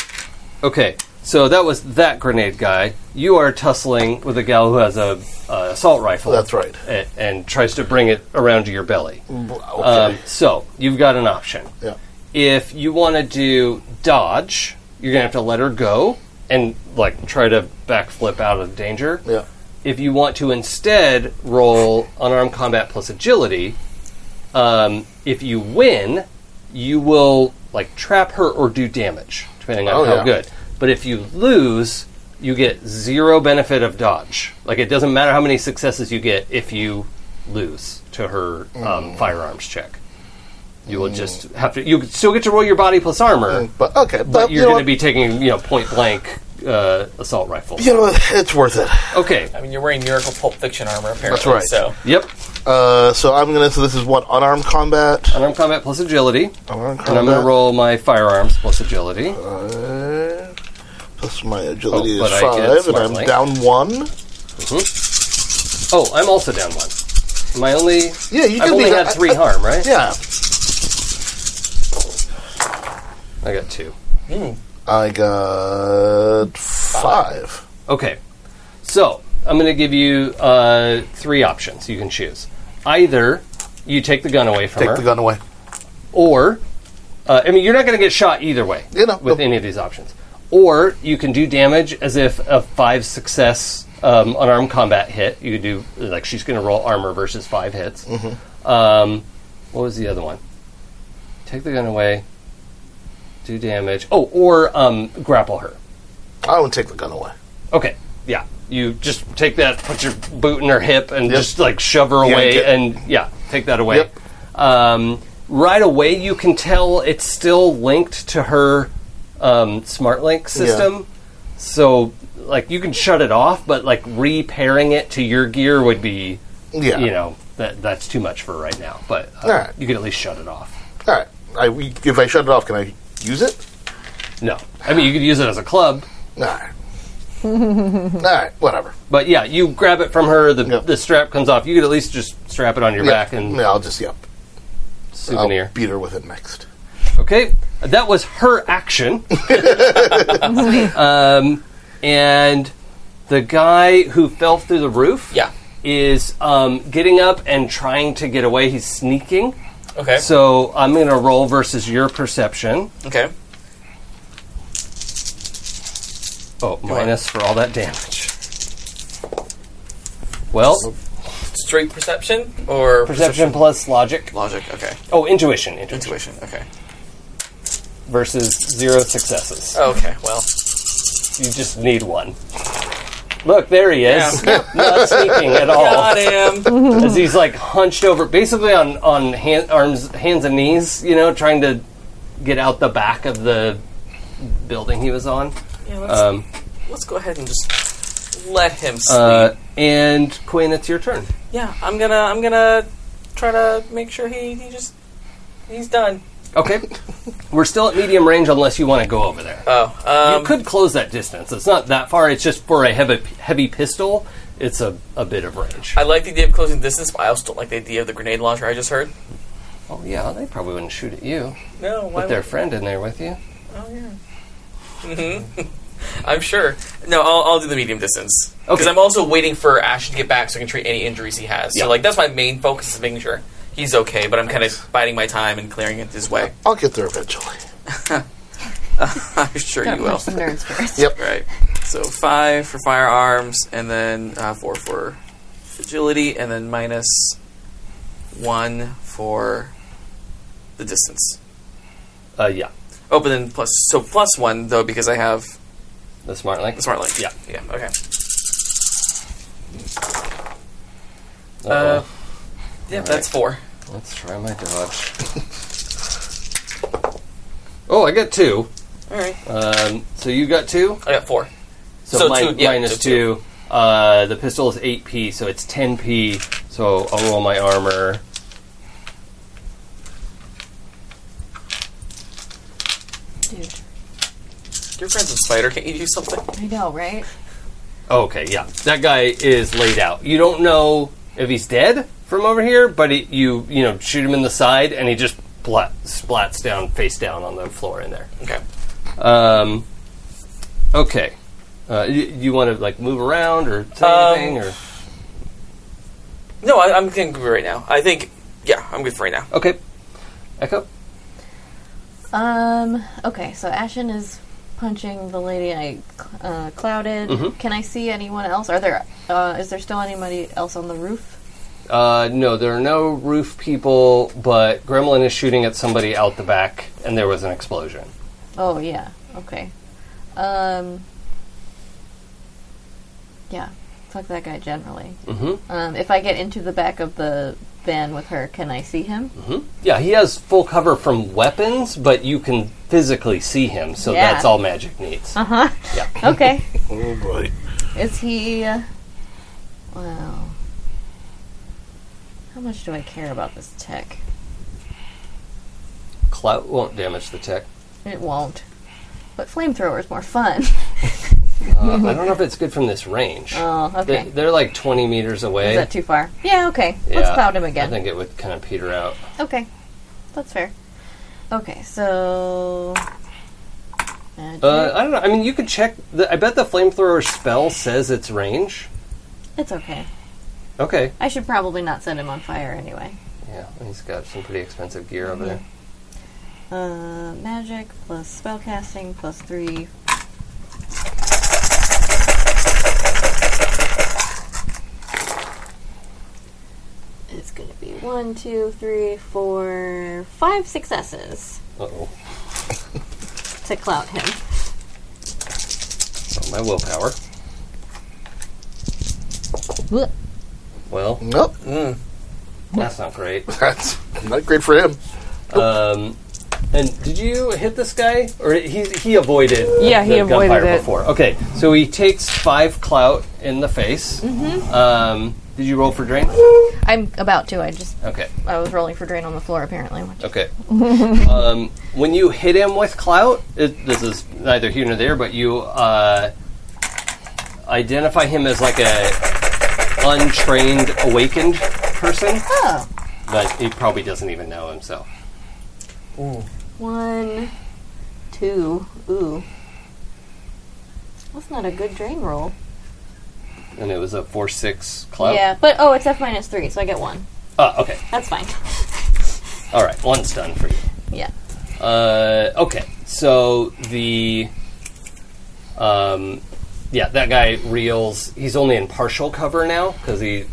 Speaker 1: okay, so that was that grenade guy. You are tussling with a gal who has a uh, assault rifle.
Speaker 2: That's right. Mm,
Speaker 1: a- And, tries to bring it around to your belly.
Speaker 2: Okay.
Speaker 1: Um, so you've got an option.
Speaker 2: yeah.
Speaker 1: if you want to do dodge, you're gonna have to let her go and like try to backflip out of danger.
Speaker 2: Yeah.
Speaker 1: If you want to instead roll unarmed combat plus agility, um, if you win, you will like trap her or do damage, depending on
Speaker 2: Oh,
Speaker 1: how
Speaker 2: yeah.
Speaker 1: good. But if you lose, you get zero benefit of dodge. Like it doesn't matter how many successes you get if you lose to her
Speaker 2: Mm.
Speaker 1: um, firearms check. You will just have to. You could still get to roll your body plus armor,
Speaker 2: Mm, But okay, but,
Speaker 1: but
Speaker 2: you
Speaker 1: you're
Speaker 2: know
Speaker 1: going
Speaker 2: what?
Speaker 1: to be taking you know point blank uh, assault rifle.
Speaker 2: You know what? It's worth it.
Speaker 1: Okay.
Speaker 4: I mean, you're wearing Miracle Pulp Fiction armor, apparently.
Speaker 2: That's right.
Speaker 4: So
Speaker 1: Yep.
Speaker 2: Uh, so I'm gonna. So this is what unarmed combat.
Speaker 1: Unarmed combat plus agility,
Speaker 2: Unarmed combat.
Speaker 1: Uh, and I'm going to roll my firearms plus agility.
Speaker 2: Uh, plus my agility
Speaker 1: Oh, but
Speaker 2: is
Speaker 1: I get
Speaker 2: five, and
Speaker 1: smart
Speaker 2: I'm
Speaker 1: link.
Speaker 2: down one.
Speaker 1: Oh, I'm also down one. My only
Speaker 2: Yeah, you
Speaker 1: I've
Speaker 2: can
Speaker 1: only
Speaker 2: be.
Speaker 1: had
Speaker 2: I-
Speaker 1: three
Speaker 2: I-
Speaker 1: harm, right?
Speaker 2: Yeah,
Speaker 1: I got two.
Speaker 2: I got five.
Speaker 1: Okay, so I'm going to give you uh, three options you can choose. Either you take the gun away from
Speaker 2: Take
Speaker 1: her,
Speaker 2: the gun away.
Speaker 1: or uh, I mean, you're not going to get shot either way
Speaker 2: You know,
Speaker 1: with
Speaker 2: no.
Speaker 1: any of these options. Or you can do damage as if a five success um, unarmed combat hit. You could do like she's going to roll armor versus five hits.
Speaker 2: Mm-hmm.
Speaker 1: Um, what was the other one? Take the gun away, do damage. Oh, or um, grapple her.
Speaker 2: I would take the gun away.
Speaker 1: Okay, yeah. You just take that, put your boot in her hip, and
Speaker 2: Yep.
Speaker 1: just like shove her
Speaker 2: Yank
Speaker 1: away,
Speaker 2: it.
Speaker 1: and yeah, take that away.
Speaker 2: Yep.
Speaker 1: Um, right away, you can tell it's still linked to her um, smart link system. So, like, you can shut it off, but like repairing it to your gear would be,
Speaker 2: Yeah.
Speaker 1: you know, that that's too much for right now. But uh,
Speaker 2: Alright.
Speaker 1: you can at least shut it off.
Speaker 2: All right. I, we- if I shut it off, can I use it?
Speaker 1: No, I mean you could use it as a club.
Speaker 2: All right. All right. Whatever.
Speaker 1: But yeah, you grab it from her. The,
Speaker 2: Yep.
Speaker 1: the strap comes off. You could at least just strap it on your
Speaker 2: Yeah.
Speaker 1: back and
Speaker 2: yeah, I'll just yep.
Speaker 1: souvenir.
Speaker 2: I'll beat her with it next.
Speaker 1: Oh. Okay, that was her action. um, and the guy who fell through the roof
Speaker 4: Yeah.
Speaker 1: is um, getting up and trying to get away. He's sneaking.
Speaker 4: okay.
Speaker 1: So I'm going to roll versus your perception.
Speaker 4: okay.
Speaker 1: Oh, minus for all that damage. Well,
Speaker 4: Straight perception or
Speaker 1: perception plus logic.
Speaker 4: Logic. Okay.
Speaker 1: Oh, intuition. Intuition
Speaker 4: Intuition. Okay.
Speaker 1: versus zero successes.
Speaker 4: Oh, Okay. Well.
Speaker 1: You just need one. Look, there he is. Not sneaking at all.
Speaker 4: Got him.
Speaker 1: as he's like hunched over, basically on on hand, arms, hands and knees, you know, trying to get out the back of the building he was on.
Speaker 4: Yeah, let's,
Speaker 1: Um,
Speaker 4: let's go ahead and just let him sleep.
Speaker 1: uh, and Quinn, it's your turn.
Speaker 4: yeah, I'm gonna I'm gonna try to make sure he he just he's done.
Speaker 1: Okay, we're still at medium range unless you want to go over there.
Speaker 4: Oh, um,
Speaker 1: you could close that distance. It's not that far. It's just for a heavy heavy pistol. It's a, a bit of range.
Speaker 4: I like the idea of closing distance, but I also don't like the idea of the grenade launcher I just heard.
Speaker 1: oh yeah, they probably wouldn't shoot at you
Speaker 4: No, why?
Speaker 1: with their friend in there with you.
Speaker 4: would- oh yeah. I'm sure. No, I'll, I'll do the medium distance because
Speaker 1: Okay.
Speaker 4: I'm also waiting for Ash to get back so I can treat any injuries he has.
Speaker 1: Yeah.
Speaker 4: So like that's my main focus is making sure he's okay. But I'm kind of biding my time and clearing it his way.
Speaker 2: I'll get there eventually.
Speaker 4: I'm sure you will.
Speaker 3: punch the nerds first.
Speaker 2: Yep.
Speaker 4: Right. So five for firearms, and then uh, four for agility, and then minus one for the distance.
Speaker 1: Uh, yeah,
Speaker 4: Oh, but then plus so plus one though because I have
Speaker 1: the smart link.
Speaker 4: the smart link.
Speaker 1: Yeah.
Speaker 4: Yeah. Okay.
Speaker 1: Uh,
Speaker 4: Uh, yeah, that's four.
Speaker 1: let's try my dodge. oh, I got two.
Speaker 4: All right.
Speaker 1: Um, so you got two.
Speaker 4: I got four.
Speaker 1: So,
Speaker 4: So
Speaker 1: mi-
Speaker 4: two, yeah,
Speaker 1: minus
Speaker 4: so two.
Speaker 1: two. Uh, the pistol is 8p, so it's 10p. So I'll roll my armor.
Speaker 3: Dude,
Speaker 4: Your friends with Spider, can't you do something?
Speaker 3: I know, right?
Speaker 1: Okay, yeah. That guy is laid out. You don't know if he's dead from over here, but it, you you know shoot him in the side and he just plat, splats down face down on the floor in there.
Speaker 4: Okay.
Speaker 1: Um, okay. Uh, you, you want to like move around or say
Speaker 4: Um,
Speaker 1: anything or
Speaker 4: No, I, I'm getting good right now. I think. Yeah, I'm good for right now.
Speaker 1: okay. Echo.
Speaker 3: Um. Okay, so Ashen is punching the lady I uh, clouded.
Speaker 1: Mm-hmm.
Speaker 3: Can I see anyone else? Are there? Uh, is there still anybody else on the roof?
Speaker 1: Uh, no, there are no roof people, but Gremlin is shooting at somebody out the back, and there was an explosion.
Speaker 3: Oh yeah. Okay. Um. Yeah. Fuck that guy. Generally,
Speaker 1: hmm
Speaker 3: um, if I get into the back of the van with her, can I see him?
Speaker 1: Yeah, he has full cover from weapons, but you can physically see him, so
Speaker 3: Yeah.
Speaker 1: that's all magic needs.
Speaker 3: Uh huh.
Speaker 1: Yeah.
Speaker 3: Okay.
Speaker 2: Oh boy.
Speaker 3: Is he? Uh, well, how much do I care about this tech?
Speaker 1: Clout won't damage the tech.
Speaker 3: It won't. But flamethrower is more fun.
Speaker 1: Uh, I don't know if it's good from this range.
Speaker 3: oh, okay.
Speaker 1: They, they're like 20 meters away.
Speaker 3: Is that too far? Yeah. Okay. Let's
Speaker 1: Yeah,
Speaker 3: cloud him
Speaker 1: I
Speaker 3: again.
Speaker 1: think it would kind of peter out.
Speaker 3: Okay, that's fair. Okay, so. Magic.
Speaker 1: Uh, I don't know. I mean, you could check. The, I bet the flamethrower spell says its range.
Speaker 3: it's okay.
Speaker 1: Okay.
Speaker 3: I should probably not set him on fire anyway.
Speaker 1: Yeah, he's got some pretty expensive gear over there.
Speaker 3: Uh, magic plus spellcasting plus three. It's gonna be one, two, three, four, five successes
Speaker 1: Uh oh.
Speaker 3: to clout him.
Speaker 1: My willpower.
Speaker 3: Blech.
Speaker 1: Well,
Speaker 2: Nope.
Speaker 1: that's not great.
Speaker 2: That's not great for him.
Speaker 1: Um, and did you hit this guy, or he he avoided?
Speaker 5: Yeah,
Speaker 1: the
Speaker 5: he avoided
Speaker 1: gunfire
Speaker 5: it.
Speaker 1: before. Okay, so he takes five clout in the face. Mm-hmm. Um, did you roll for drain?
Speaker 5: Mm-hmm.
Speaker 3: I'm about to. I just
Speaker 1: Okay,
Speaker 3: I was rolling for drain on the floor apparently.
Speaker 1: okay. um, when you hit him with clout, it, this is neither here nor there, but you uh, identify him as like a untrained, awakened person.
Speaker 3: Oh.
Speaker 1: but he probably doesn't even know himself.
Speaker 3: One, two, ooh. That's not a good drain roll.
Speaker 1: And it was a four six clout.
Speaker 3: Yeah, but oh, it's F minus three, so I get one.
Speaker 1: Ah, okay.
Speaker 3: That's fine.
Speaker 1: All right. One's done for you.
Speaker 3: Yeah.
Speaker 1: Uh, okay. So the, um, yeah, that guy reels. He's only in partial cover now because he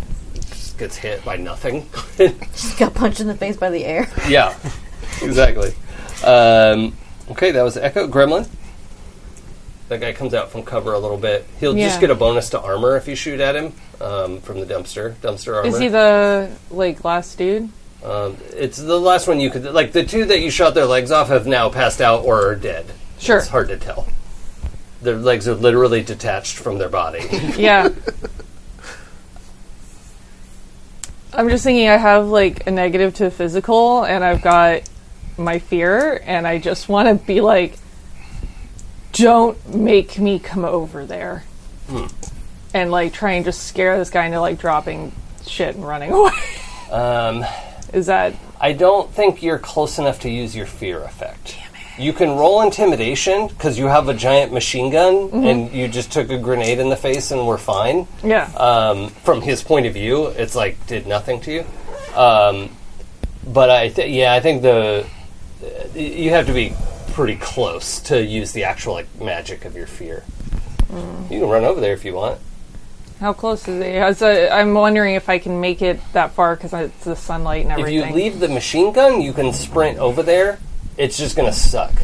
Speaker 1: just gets hit by nothing.
Speaker 3: Just got punched in the face by the air.
Speaker 1: yeah. Exactly. Um, okay. That was Echo Gremlin. That guy comes out from cover a little bit. He'll just
Speaker 5: Yeah.
Speaker 1: get a bonus to armor if you shoot at him um, from the dumpster. Dumpster armor.
Speaker 5: Is he the like last dude?
Speaker 1: Um, it's the last one you could like. The two that you shot their legs off have now passed out or are dead.
Speaker 5: Sure.
Speaker 1: it's hard to tell. Their legs are literally detached from their body.
Speaker 5: Yeah. I'm just thinking I have like a negative to physical and I've got my fear and I just want to be like don't make me come over there. And like try and just scare this guy into like dropping shit and running away.
Speaker 1: um,
Speaker 5: Is that
Speaker 1: I don't think you're close enough to use your fear effect. You can roll intimidation because you have a giant machine gun and you just took a grenade in the face and we're fine.
Speaker 5: Yeah.
Speaker 1: Um, from his point of view, it's like did nothing to you. Um, but I th- yeah, I think the y- you have to be pretty close to use the actual like magic of your fear. You can run over there if you want.
Speaker 5: How close is it? Has a, I'm wondering if I can make it that far because it's the sunlight and
Speaker 1: If
Speaker 5: everything.
Speaker 1: you leave the machine gun, you can sprint over there. It's just gonna suck.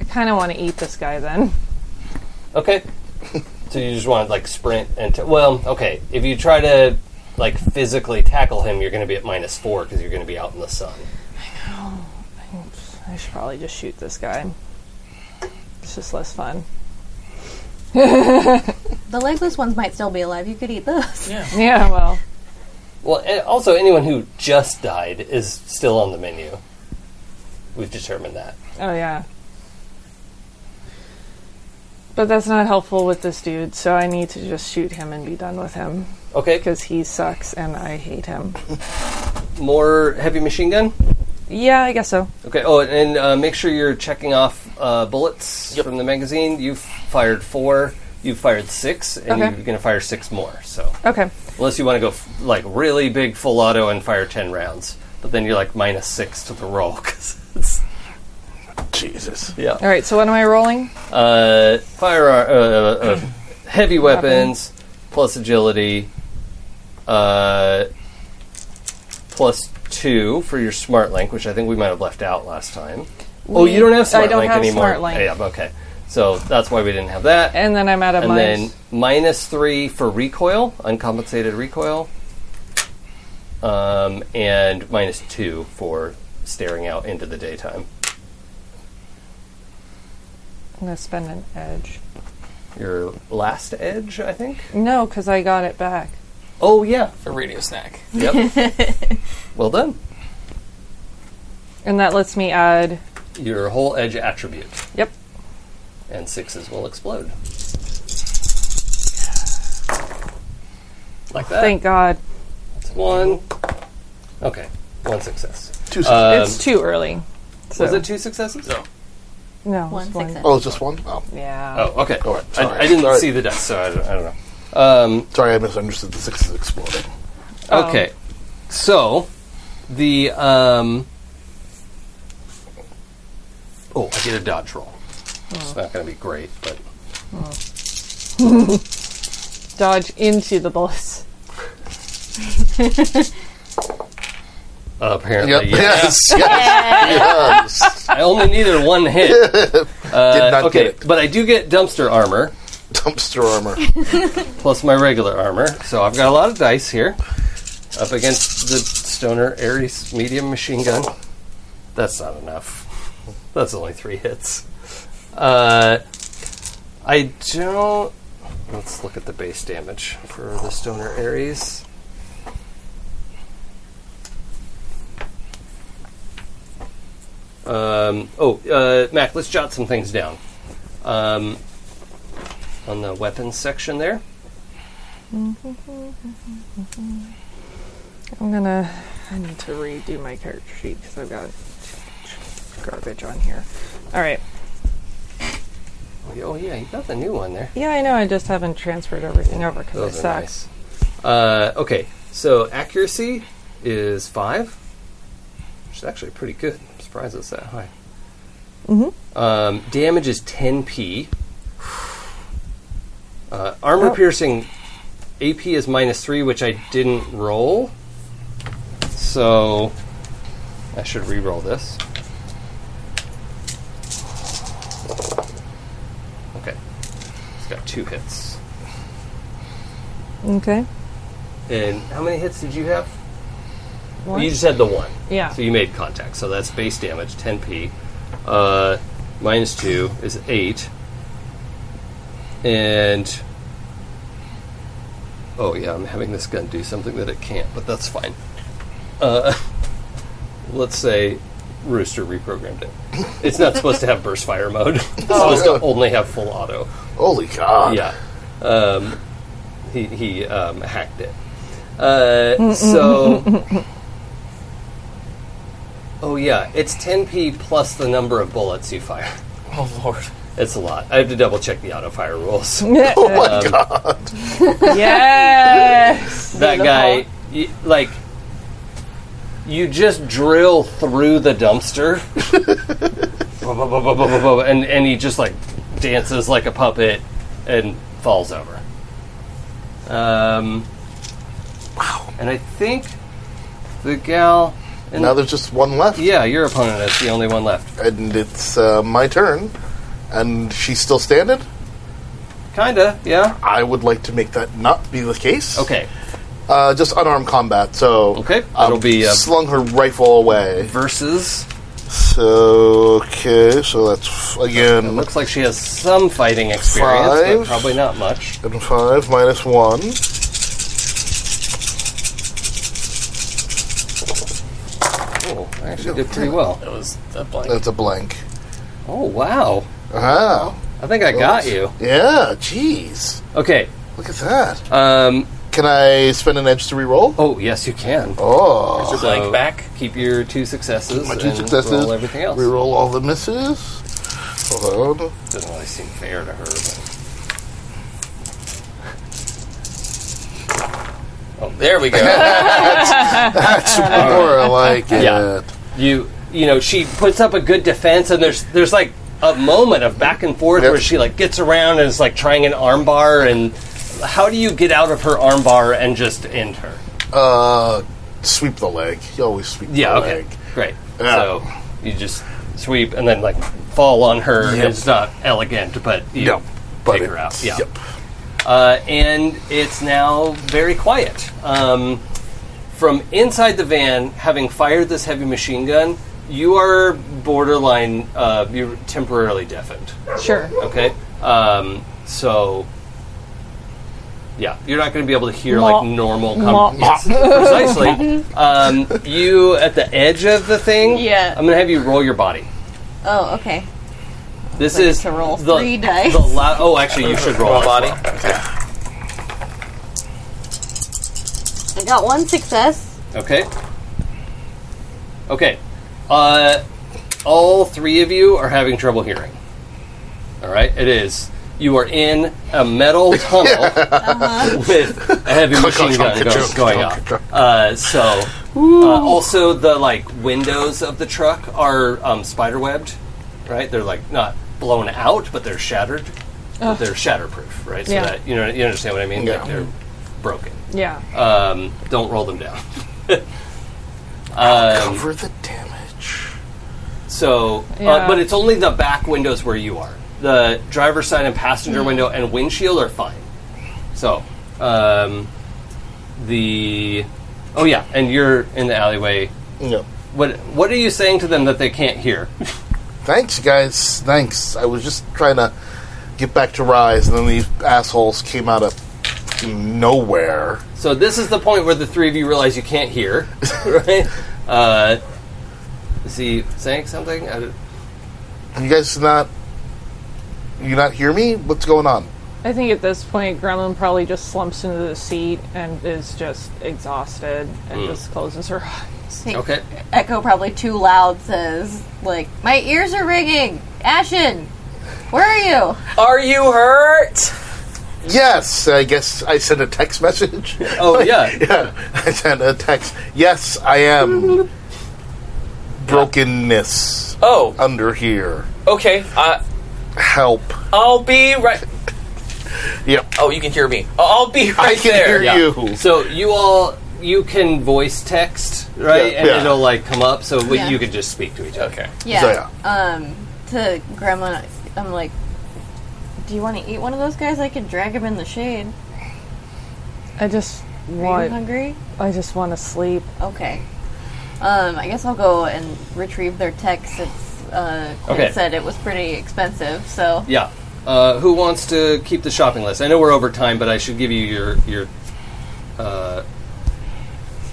Speaker 5: I kind of want to eat this guy then.
Speaker 1: Okay. so you just want to like sprint and t- well, okay. If you try to like physically tackle him, you're going to be at minus four because you're going to be out in the sun.
Speaker 5: I should probably just shoot this guy. It's just less fun.
Speaker 3: The legless ones might still be alive. You could eat those.
Speaker 5: Yeah, well,
Speaker 1: Well, a- also anyone who just died is still on the menu. We've determined that.
Speaker 5: oh yeah. But that's not helpful with this dude, so I need to just shoot him and be done with him
Speaker 1: Okay,
Speaker 5: because he sucks and I hate him.
Speaker 1: more heavy machine gun.
Speaker 5: Yeah, I guess so.
Speaker 1: Okay. Oh, and uh, make sure you're checking off uh, bullets
Speaker 4: Yep.
Speaker 1: from the magazine. You've fired four. You've fired six, and
Speaker 5: Okay.
Speaker 1: you're going to fire six more. So
Speaker 5: Okay.
Speaker 1: Unless you want to go f- like really big full auto and fire ten rounds, but then you're like minus six to the roll. 'cause it's,
Speaker 2: Jesus.
Speaker 5: All right, so what am I rolling?
Speaker 1: uh, firearm, uh, uh, uh, heavy weapons plus agility, uh, plus two for your smart link, which I think we might have left out last time. oh,
Speaker 5: We-
Speaker 1: you don't have
Speaker 5: I
Speaker 1: smart
Speaker 5: don't
Speaker 1: link
Speaker 5: have
Speaker 1: anymore.
Speaker 5: smart link.
Speaker 1: Yeah, okay. So that's why we didn't have that.
Speaker 5: And then I'm out of
Speaker 1: and
Speaker 5: mine.
Speaker 1: then minus three for recoil, uncompensated recoil, um, and minus two for staring out into the daytime.
Speaker 5: I'm gonna spend an edge.
Speaker 1: Your last edge, I think.
Speaker 5: No, because I got it back.
Speaker 1: Oh yeah,
Speaker 4: for radio snack.
Speaker 1: yep. well done.
Speaker 5: And that lets me add.
Speaker 1: Your whole edge attribute
Speaker 5: Yep.
Speaker 1: and sixes will explode. Like that.
Speaker 5: Thank God.
Speaker 1: That's one. Okay, one success.
Speaker 2: Two
Speaker 1: Um,
Speaker 5: it's too early. So.
Speaker 1: Was it two successes?
Speaker 4: No.
Speaker 5: No.
Speaker 3: One
Speaker 5: it's
Speaker 3: success.
Speaker 2: Oh, it's just one? Oh,
Speaker 5: Yeah.
Speaker 1: Oh, okay.
Speaker 2: All right,
Speaker 1: I,
Speaker 2: sorry.
Speaker 1: I didn't
Speaker 2: Sorry.
Speaker 1: see the dice, so I don't, I don't know. Um,
Speaker 2: sorry, I misunderstood. The six is exploding.
Speaker 5: Oh.
Speaker 1: Okay, so the um, oh, I get a dodge roll. It's not going to be great, but
Speaker 5: Dodge into the bullets.
Speaker 1: apparently,
Speaker 2: Yep.
Speaker 1: Uh, yeah.
Speaker 2: Yes. Yes. yes.
Speaker 1: I only needed one hit.
Speaker 2: Did
Speaker 1: Uh,
Speaker 2: not
Speaker 1: okay,
Speaker 2: get it.
Speaker 1: but I do get dumpster armor
Speaker 2: Dumpster armor.
Speaker 1: plus my regular armor, so I've got a lot of dice here up against the stoner Ares medium machine gun. That's not enough. That's only three hits. Uh, I don't. Let's look at the base damage for the Stoner Ares. Um, oh, uh, Mac, let's jot some things down um, on the weapons section there.
Speaker 5: I'm gonna. I need to redo my character sheet because I've got garbage on here. All right.
Speaker 1: Oh yeah, you got the new one there.
Speaker 5: Yeah, I know. I just haven't transferred everything over because it
Speaker 1: Those are
Speaker 5: sucks.
Speaker 1: nice. Uh, okay, so accuracy is five, which is actually pretty good. I'm surprised it's that high. Mm-hmm. Um, damage is 10p. Uh, armor piercing AP is minus three, which I didn't roll. So I should re roll this. Okay. It's got two hits.
Speaker 5: Okay.
Speaker 1: And how many hits did you have?
Speaker 5: One.
Speaker 1: You just had the one.
Speaker 5: Yeah.
Speaker 1: So you made contact. So that's base damage, 10p. Uh, minus 2 is 8. And. Oh, yeah, I'm having this gun do something that it can't, but that's fine. Uh, let's say Rooster reprogrammed it. It's not supposed to have burst fire mode, it's
Speaker 5: Oh.
Speaker 1: supposed to only have full auto.
Speaker 2: Holy God.
Speaker 1: Yeah. Um, he he um, hacked it. Uh, so Oh yeah, it's 10p plus the number of bullets you fire.
Speaker 4: Oh lord.
Speaker 1: It's a lot. I have to double check the auto fire rules.
Speaker 2: Oh my god.
Speaker 5: yes.
Speaker 1: that
Speaker 4: the
Speaker 1: guy, y- like, you just drill through the dumpster, Ba- ba- ba- ba- ba- ba- ba- and and he just like dances like a puppet and falls over. Um, wow. And I think the gal. And
Speaker 2: Now there's just one left.
Speaker 1: yeah, your opponent is the only one left.
Speaker 2: And it's uh, my turn. And she's still standing.
Speaker 1: Kinda, yeah.
Speaker 2: I would like to make that not be the case.
Speaker 1: Okay,
Speaker 2: Uh, just unarmed combat. So
Speaker 1: Okay,
Speaker 2: um,
Speaker 1: that'll be, uh,
Speaker 2: slung her rifle away.
Speaker 1: versus.
Speaker 2: So okay, so that's f-
Speaker 1: It
Speaker 2: again
Speaker 1: looks like she has some fighting experience, but
Speaker 2: Five.
Speaker 1: probably not much.
Speaker 2: and five minus one.
Speaker 1: Oh, I actually did pretty well.
Speaker 4: That was a blank.
Speaker 2: That's a blank.
Speaker 1: Oh wow!
Speaker 2: Wow.
Speaker 1: I think I got you.
Speaker 2: Yeah. Jeez.
Speaker 1: Okay.
Speaker 2: Look at that.
Speaker 1: Um.
Speaker 2: Can I spend an edge to reroll?
Speaker 1: Oh yes, you can.
Speaker 2: Oh.
Speaker 4: Your blank back.
Speaker 1: Keep your two successes.
Speaker 2: My two
Speaker 1: and
Speaker 2: successes.
Speaker 1: Roll everything else.
Speaker 2: Reroll all the misses. Hold on.
Speaker 1: Doesn't really seem fair to her. But...
Speaker 4: Oh, There we go.
Speaker 2: That's more like
Speaker 1: Yeah.
Speaker 2: it.
Speaker 1: You you know she puts up a good defense, and there's there's like a moment of back and forth
Speaker 2: Yep.
Speaker 1: where she like gets around and is like trying an armbar, and how do you get out of her armbar and just end her?
Speaker 2: Uh, sweep the leg. You always sweep
Speaker 1: Yeah.
Speaker 2: the
Speaker 1: Okay.
Speaker 2: leg.
Speaker 1: Great.
Speaker 2: Yeah.
Speaker 1: So you just sweep and then like fall on her.
Speaker 2: Yep.
Speaker 1: It's not elegant, but you
Speaker 2: Yep. But
Speaker 1: take her
Speaker 2: it-
Speaker 1: out. Yeah.
Speaker 2: Yep.
Speaker 1: Uh, and it's now very quiet. Um, from inside the van, having fired this heavy machine gun, you are borderline. Uh, you're temporarily deafened.
Speaker 5: Sure.
Speaker 1: Okay. Um, so. Yeah, you're not going to be able to hear
Speaker 5: Mop.
Speaker 1: like normal.
Speaker 5: Mop.
Speaker 1: Com- yes, precisely. Um, you at the edge of the thing.
Speaker 3: Mm-hmm. Yeah.
Speaker 1: I'm going to have you roll your body.
Speaker 3: Oh, okay.
Speaker 1: This
Speaker 3: Like
Speaker 1: is
Speaker 3: to roll
Speaker 1: the,
Speaker 3: three dice.
Speaker 1: The la- oh, actually, you should roll
Speaker 4: Roll
Speaker 1: as
Speaker 4: body.
Speaker 1: well.
Speaker 3: I got one success.
Speaker 1: Okay. Okay. Uh, all three of you are having trouble hearing. All right. It is. You are in a metal tunnel with a heavy machine gun go- going off. Uh, so, uh, also the like windows of the truck are um, spider webbed, right? They're like not blown out, but they're shattered. But they're shatterproof, right? So
Speaker 5: Yeah.
Speaker 1: that you know you understand what I mean? Like
Speaker 2: Yeah.
Speaker 1: they're broken.
Speaker 5: Yeah.
Speaker 1: Um, don't roll them down. Um,
Speaker 2: Cover the damage.
Speaker 1: So, uh,
Speaker 5: Yeah.
Speaker 1: but it's only the back windows where you are. The driver's side and passenger window and windshield are fine. So, um, the oh yeah, and you're in the alleyway.
Speaker 2: Yeah.
Speaker 1: What what are you saying to them that they can't hear?
Speaker 2: Thanks, guys. Thanks. I was just trying to get back to Rise, and then these assholes came out of fucking nowhere.
Speaker 1: So this is the point where the three of you realize you can't hear, right? Uh, is he saying something? I don't-
Speaker 2: You guys not? You not hear me? What's going on?
Speaker 5: I think at this point, Gremlin probably just slumps into the seat and is just exhausted and
Speaker 1: Mm.
Speaker 5: just closes her eyes.
Speaker 3: I think
Speaker 1: Okay,
Speaker 3: Echo probably too loud says, like, my ears are ringing. Ashen, where are you?
Speaker 4: Are you hurt?
Speaker 2: Yes, I guess I sent a text message.
Speaker 1: Oh, yeah.
Speaker 2: yeah. I sent a text. Yes, I am. Brokenness
Speaker 4: Oh,
Speaker 2: under here.
Speaker 4: okay. Uh,
Speaker 2: Help.
Speaker 4: I'll be right.
Speaker 2: Yep.
Speaker 4: Oh, you can hear me. I'll be right
Speaker 2: I can
Speaker 4: there.
Speaker 2: hear
Speaker 1: Yeah.
Speaker 2: you.
Speaker 1: So you all you can voice text, right?
Speaker 2: Yeah.
Speaker 1: And
Speaker 2: Yeah.
Speaker 1: it'll like come up, so we,
Speaker 3: Yeah.
Speaker 1: you can just speak to each other.
Speaker 4: Okay.
Speaker 3: Yeah. Um, to Grandma, I'm like, do you want to eat one of those guys? I can drag him in the shade.
Speaker 5: I just
Speaker 3: Are you
Speaker 5: want.
Speaker 3: hungry?
Speaker 5: I just want to sleep.
Speaker 3: Okay. Um, I guess I'll go and retrieve their text. It's uh, Quinn
Speaker 1: Okay.
Speaker 3: said it was pretty expensive, so
Speaker 1: Yeah. Uh, who wants to keep the shopping list? I know we're over time, but I should give you your your uh,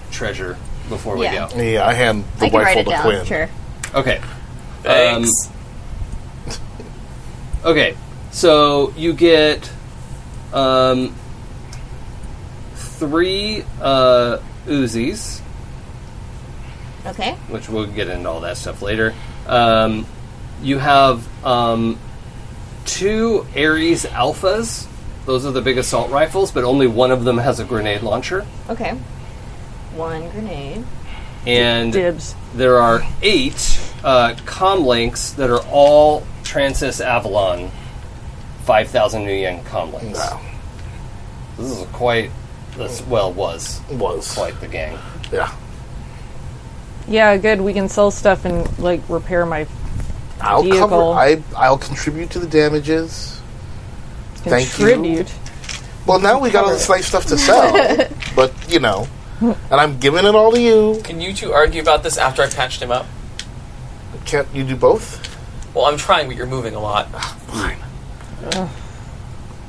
Speaker 1: treasure before we
Speaker 3: Yeah.
Speaker 1: go.
Speaker 2: Yeah, I hand the
Speaker 3: I can write
Speaker 2: rifle
Speaker 3: it
Speaker 2: to
Speaker 3: down.
Speaker 2: Quinn.
Speaker 3: Sure.
Speaker 1: Okay. Um,
Speaker 4: Thanks.
Speaker 1: Okay. So you get um, three uh, Uzis,
Speaker 3: Okay.
Speaker 1: which we'll get into all that stuff later. Um, you have um, two Ares Alphas. Those are the big assault rifles, but only one of them has a grenade launcher.
Speaker 3: Okay. One grenade.
Speaker 1: And
Speaker 5: Dibs.
Speaker 1: there are eight uh, comlinks that are all Transis Avalon 5,000 new yen comlinks.
Speaker 2: Wow.
Speaker 1: This is quite, this, well, was
Speaker 2: Was.
Speaker 1: quite the gang.
Speaker 2: Yeah.
Speaker 5: Yeah, good. We can sell stuff and like repair my
Speaker 2: I'll
Speaker 5: Vehicle.
Speaker 2: cover. I, I'll contribute to the damages. Thank you.
Speaker 5: contribute.
Speaker 2: Well, now we got all this nice stuff to sell, but you know, and I'm giving it all to you.
Speaker 4: Can you two argue about this after I patched him up?
Speaker 2: Can't you do both?
Speaker 4: Well, I'm trying, but you're moving a lot.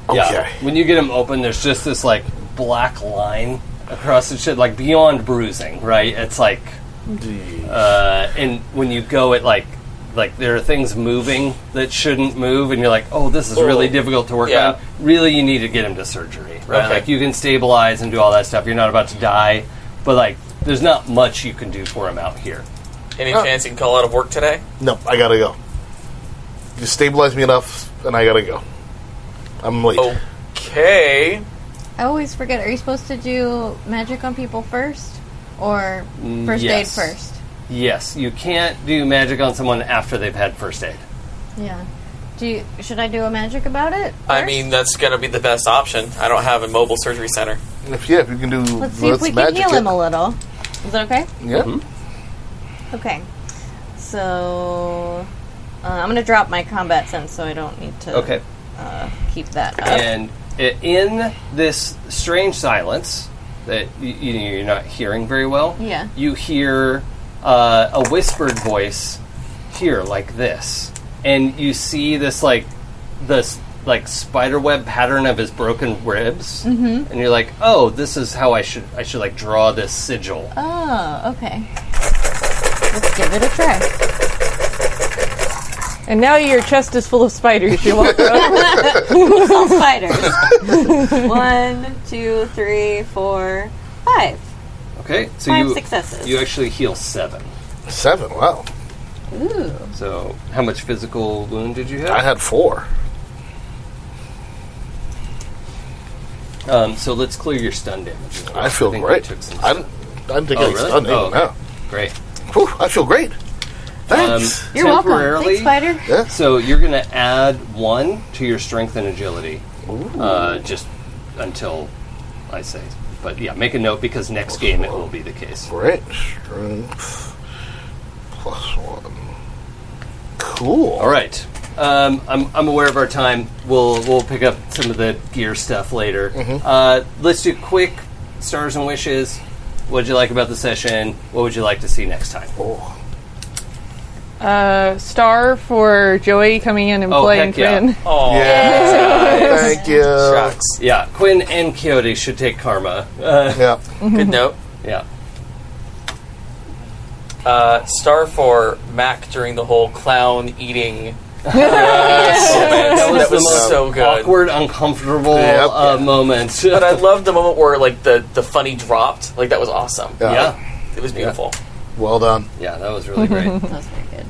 Speaker 2: Okay.
Speaker 1: When you get them open, there's just this like black line across the shit, like beyond bruising, right? It's like, uh, and when you go at like, like there are things moving that shouldn't move, and you're like, oh, this is really
Speaker 4: Oh.
Speaker 1: difficult to work
Speaker 4: Yeah.
Speaker 1: on. Really, you need to get him to surgery, right?
Speaker 4: Okay.
Speaker 1: Like you can stabilize and do all that stuff. You're not about to die, but like, there's not much you can do for him out here.
Speaker 4: Any
Speaker 2: Oh.
Speaker 4: chance you can call out of work today?
Speaker 2: Nope. I gotta go. You stabilize me enough, and I gotta go. I'm late.
Speaker 1: Oh.
Speaker 4: Okay.
Speaker 3: I always forget. Are you supposed to do magic on people first, or first
Speaker 1: yes.
Speaker 3: aid first?
Speaker 1: Yes, you can't do magic on someone after they've had first aid.
Speaker 3: Yeah. Do you, should I do a magic about it?
Speaker 4: I
Speaker 3: first?
Speaker 4: mean, that's going to be the best option. I don't have a mobile surgery center.
Speaker 2: If yeah, if you can do
Speaker 3: let's see if we can heal him a little. Is that okay?
Speaker 2: Yeah.
Speaker 1: Mm-hmm.
Speaker 3: Okay. So uh, I'm gonna drop my combat sense, so I don't need to.
Speaker 1: Okay.
Speaker 3: Uh, keep that up.
Speaker 1: And i- in this strange silence that y- you, you're not hearing very well,
Speaker 3: Yeah.
Speaker 1: you hear uh, a whispered voice here, like this, and you see this like this like spiderweb pattern of his broken ribs, mm-hmm. and you're like, oh, this is how I should I should like draw this sigil.
Speaker 3: Oh, okay. Let's give it a try.
Speaker 5: And now your chest is full of spiders. You walk up.
Speaker 3: All spiders. One, two, three, four, five.
Speaker 1: Okay, so
Speaker 3: Five
Speaker 1: you
Speaker 3: successes.
Speaker 1: you actually heal seven.
Speaker 2: Seven. Wow.
Speaker 3: Ooh.
Speaker 1: So how much physical wound did you have?
Speaker 2: I had four.
Speaker 1: Um, so let's clear your stun damage.
Speaker 2: I feel
Speaker 1: Oh, think we
Speaker 2: great.
Speaker 1: took some
Speaker 2: I didn't, I didn't think
Speaker 1: Oh,
Speaker 2: I was
Speaker 1: really?
Speaker 2: done.
Speaker 1: Oh,
Speaker 2: Oh,
Speaker 1: okay. Um, Great.
Speaker 2: I feel great. Thanks.
Speaker 1: Um,
Speaker 3: You're welcome.
Speaker 1: temporarily,
Speaker 3: Thanks, spider.
Speaker 2: yeah.
Speaker 1: So you're going to add one to your strength and agility, uh, just until I say. But yeah, make a note because next game it will be the case.
Speaker 2: Great. Strength plus one. Cool.
Speaker 1: All right. Um, I'm, I'm aware of our time. We'll we'll pick up some of the gear stuff later.
Speaker 3: Mm-hmm.
Speaker 1: Uh, let's do quick stars and wishes. What would you like about the session? What would you like to see next time?
Speaker 2: Oh,
Speaker 5: uh, star for Joey coming in and
Speaker 1: Oh,
Speaker 5: playing
Speaker 1: heck yeah.
Speaker 5: Quinn.
Speaker 4: Oh,
Speaker 2: yeah. Thank you.
Speaker 4: shucks.
Speaker 1: Yeah, Quinn and Coyote should take karma.
Speaker 2: Yeah.
Speaker 4: Good note.
Speaker 1: Yeah.
Speaker 4: Uh, star for Mac during the whole clown eating. Oh,
Speaker 1: that was,
Speaker 4: That was
Speaker 1: the most
Speaker 4: so good.
Speaker 1: awkward, uncomfortable
Speaker 2: Yep.
Speaker 1: uh, moment.
Speaker 4: But I loved the moment where like the the funny dropped. Like that was awesome.
Speaker 2: Yeah.
Speaker 1: yeah,
Speaker 4: It was beautiful.
Speaker 2: Well done.
Speaker 1: yeah, that was really great.
Speaker 3: That was very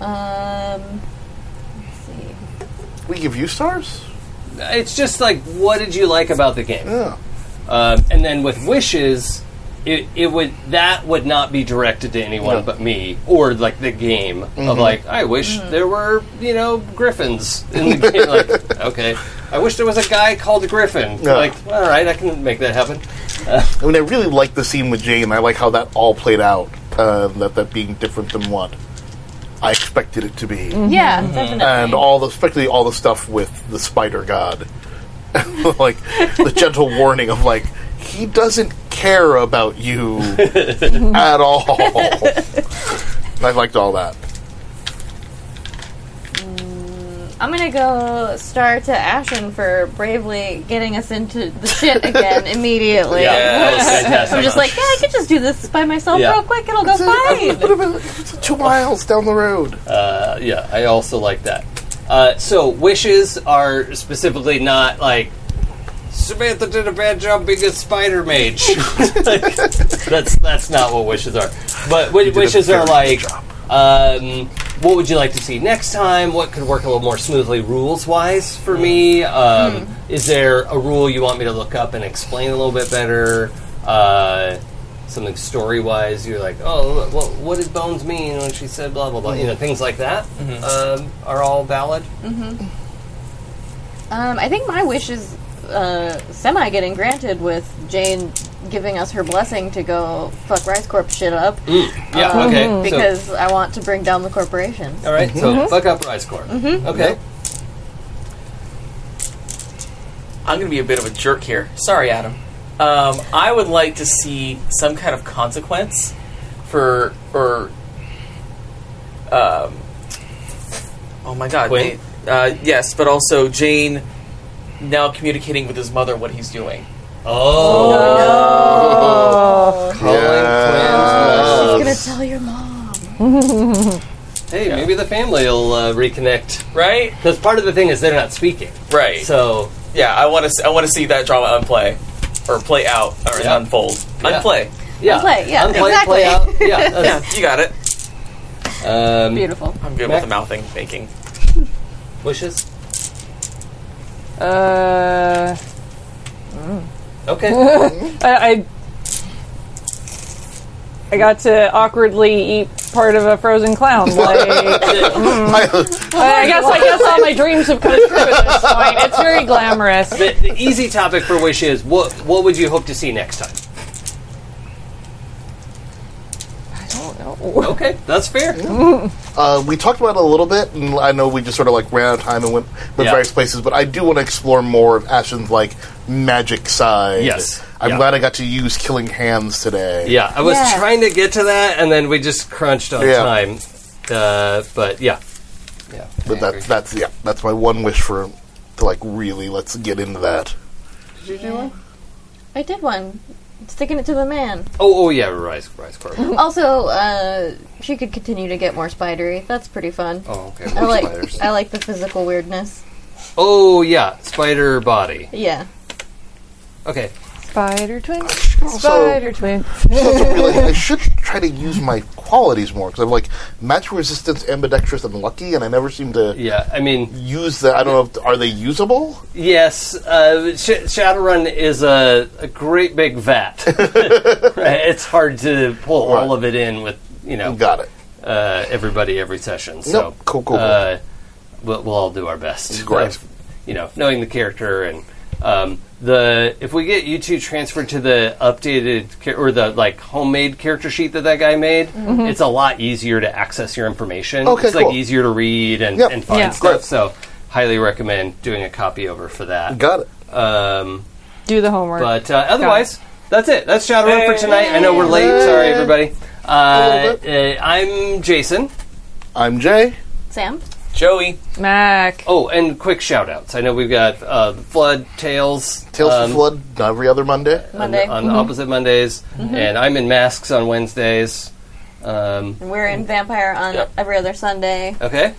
Speaker 3: good. Um, let's see.
Speaker 2: We give you stars?
Speaker 1: it's just like, what did you like about the game?
Speaker 2: Yeah.
Speaker 1: Um, and then with wishes, it, it would that would not be directed to anyone
Speaker 2: No.
Speaker 1: but me or like the game
Speaker 4: Mm-hmm.
Speaker 1: of like, I wish there were you know griffins in the game. like, okay, I wish there was a guy called a griffin.
Speaker 2: Yeah.
Speaker 1: Like, all right, I can make that happen.
Speaker 2: I mean, I really like the scene with Jane. I like how that all played out. Uh, that that being different than what I expected it to be,
Speaker 3: Yeah,
Speaker 1: Mm-hmm.
Speaker 3: definitely.
Speaker 2: and all the especially all the stuff with the spider god, like the gentle warning of like he doesn't care about you at all. I liked all that.
Speaker 3: I'm gonna go star to Ashen for bravely getting us into the shit again immediately.
Speaker 1: that was fantastic.
Speaker 3: I'm just like, yeah, I could just do this by myself
Speaker 1: Yeah.
Speaker 3: real quick. It'll go
Speaker 2: It's a-
Speaker 3: fine.
Speaker 2: it's two miles down the road.
Speaker 1: Uh, yeah, I also like that. Uh, so wishes are specifically not like Samantha did a bad job being a spider mage. that's that's not what wishes are. But wi-
Speaker 2: did a
Speaker 1: wishes
Speaker 2: very
Speaker 1: are
Speaker 2: good
Speaker 1: like,
Speaker 2: job.
Speaker 1: um, what would you like to see next time? What could work a little more smoothly rules wise for me? Um, Is there a rule you want me to look up and explain a little bit better? Uh, something story wise, you're like, oh, what, what did Bones mean when she said blah blah blah? You know, things like that um, are all valid.
Speaker 3: Um, I think my wish is uh, semi getting granted with Jane giving us her blessing to go fuck Rice Corp shit up.
Speaker 1: Yeah.
Speaker 3: um,
Speaker 1: Uh, okay. Mm. so- Uh,
Speaker 3: Because Mm-hmm. I want to bring down the corporation.
Speaker 1: All right, so fuck up Rise Corp.
Speaker 3: Mm-hmm.
Speaker 1: Okay.
Speaker 4: I'm going to be a bit of a jerk here. Sorry, Adam. Um, I would like to see some kind of consequence for or um, oh my god,
Speaker 1: Quinn?
Speaker 4: Uh, yes, but also Jane now communicating with his mother what he's doing.
Speaker 1: Oh. Calling
Speaker 2: Yes.
Speaker 3: I'm gonna tell your mom.
Speaker 1: Quinn's mother. Hey, maybe the family will uh, reconnect.
Speaker 4: Right,
Speaker 1: Because part of the thing is they're not speaking.
Speaker 4: right.
Speaker 1: So,
Speaker 4: So yeah, I want to I want to see that drama unplay or play out or
Speaker 1: Yeah.
Speaker 4: unfold.
Speaker 1: Yeah.
Speaker 4: Unplay.
Speaker 1: yeah.
Speaker 3: Unplay, yeah,
Speaker 1: Unplay,
Speaker 3: exactly.
Speaker 1: play out. Yeah.
Speaker 4: Yeah,
Speaker 1: that's-
Speaker 4: you got it.
Speaker 1: Um,
Speaker 3: Beautiful.
Speaker 4: I'm good
Speaker 1: Mac?
Speaker 4: with the mouthing making.
Speaker 1: wishes?
Speaker 5: Uh,
Speaker 1: Okay.
Speaker 5: I, I I got to awkwardly eat part of a frozen clown. Like, I, I guess I guess all my dreams have come true at this point. It's very glamorous.
Speaker 1: the, the easy topic for wish is what, what would you hope to see next time?
Speaker 5: I don't know.
Speaker 1: Okay, that's fair.
Speaker 2: Uh, we talked about it a little bit, and I know we just sort of like ran out of time and went with
Speaker 1: Yeah.
Speaker 2: various places, but I do want to explore more of Ashton's like magic side.
Speaker 1: Yes.
Speaker 2: I'm
Speaker 1: Yeah.
Speaker 2: glad I got to use killing hands today.
Speaker 1: Yeah, I was
Speaker 3: Yeah.
Speaker 1: trying to get to that, and then we just crunched on
Speaker 2: Yeah.
Speaker 1: time. Uh, but yeah. Yeah.
Speaker 2: but that, that's yeah, that's my one wish for to like really let's get into that.
Speaker 3: I did one. Sticking it to the man.
Speaker 1: Oh, oh yeah, Rise, Rise Corp.
Speaker 5: Mm-hmm.
Speaker 3: Also, uh, she could continue to get more spidery. That's pretty fun.
Speaker 1: Oh, okay.
Speaker 3: I like
Speaker 2: spiders.
Speaker 5: uh,
Speaker 3: I like the physical weirdness.
Speaker 1: Oh yeah, spider body.
Speaker 3: Yeah.
Speaker 1: Okay.
Speaker 5: Spider twin.
Speaker 2: So,
Speaker 5: Spider twin.
Speaker 2: so really, I should try to use my qualities more because I'm like match resistance, ambidextrous, and lucky, and I never seem to
Speaker 1: Yeah, I mean,
Speaker 2: use that. I don't know. If, are they usable?
Speaker 1: yes, uh, Sh- Shadowrun is a, a great big vat. Right? It's hard to pull all
Speaker 2: Right.
Speaker 1: of it in with you know
Speaker 2: Got it.
Speaker 1: uh, everybody every session. So
Speaker 2: Nope. Cool, cool, cool.
Speaker 1: Uh, we'll, we'll all do our best.
Speaker 2: Great.
Speaker 1: of, you know, knowing the character and um, the if we get you two transferred to the updated cha- or the like homemade character sheet that that guy made, it's a lot easier to access your information.
Speaker 2: Okay,
Speaker 1: it's like
Speaker 2: cool.
Speaker 1: easier to read and,
Speaker 2: Yep.
Speaker 1: and find
Speaker 5: Yeah.
Speaker 1: stuff.
Speaker 2: Great.
Speaker 1: So highly recommend doing a copy over for that.
Speaker 2: Got it.
Speaker 1: Um,
Speaker 5: Do the homework.
Speaker 1: but uh, otherwise, that's it. That's Shadowrun for
Speaker 4: Hey.
Speaker 1: tonight. I know we're late. Sorry, everybody. Uh, uh, I'm Jason.
Speaker 2: I'm Jay.
Speaker 3: Sam?
Speaker 4: Joey.
Speaker 5: Mac.
Speaker 1: Oh, and quick shout outs. I know we've got uh, Flood, Tales.
Speaker 2: Tales
Speaker 1: um,
Speaker 2: of Flood every other Monday. Mm-hmm.
Speaker 1: on,
Speaker 3: Monday.
Speaker 1: on opposite Mondays. And I'm in Masks on Wednesdays. Um,
Speaker 3: We're in Vampire on
Speaker 4: Yep.
Speaker 3: every other Sunday.
Speaker 1: okay.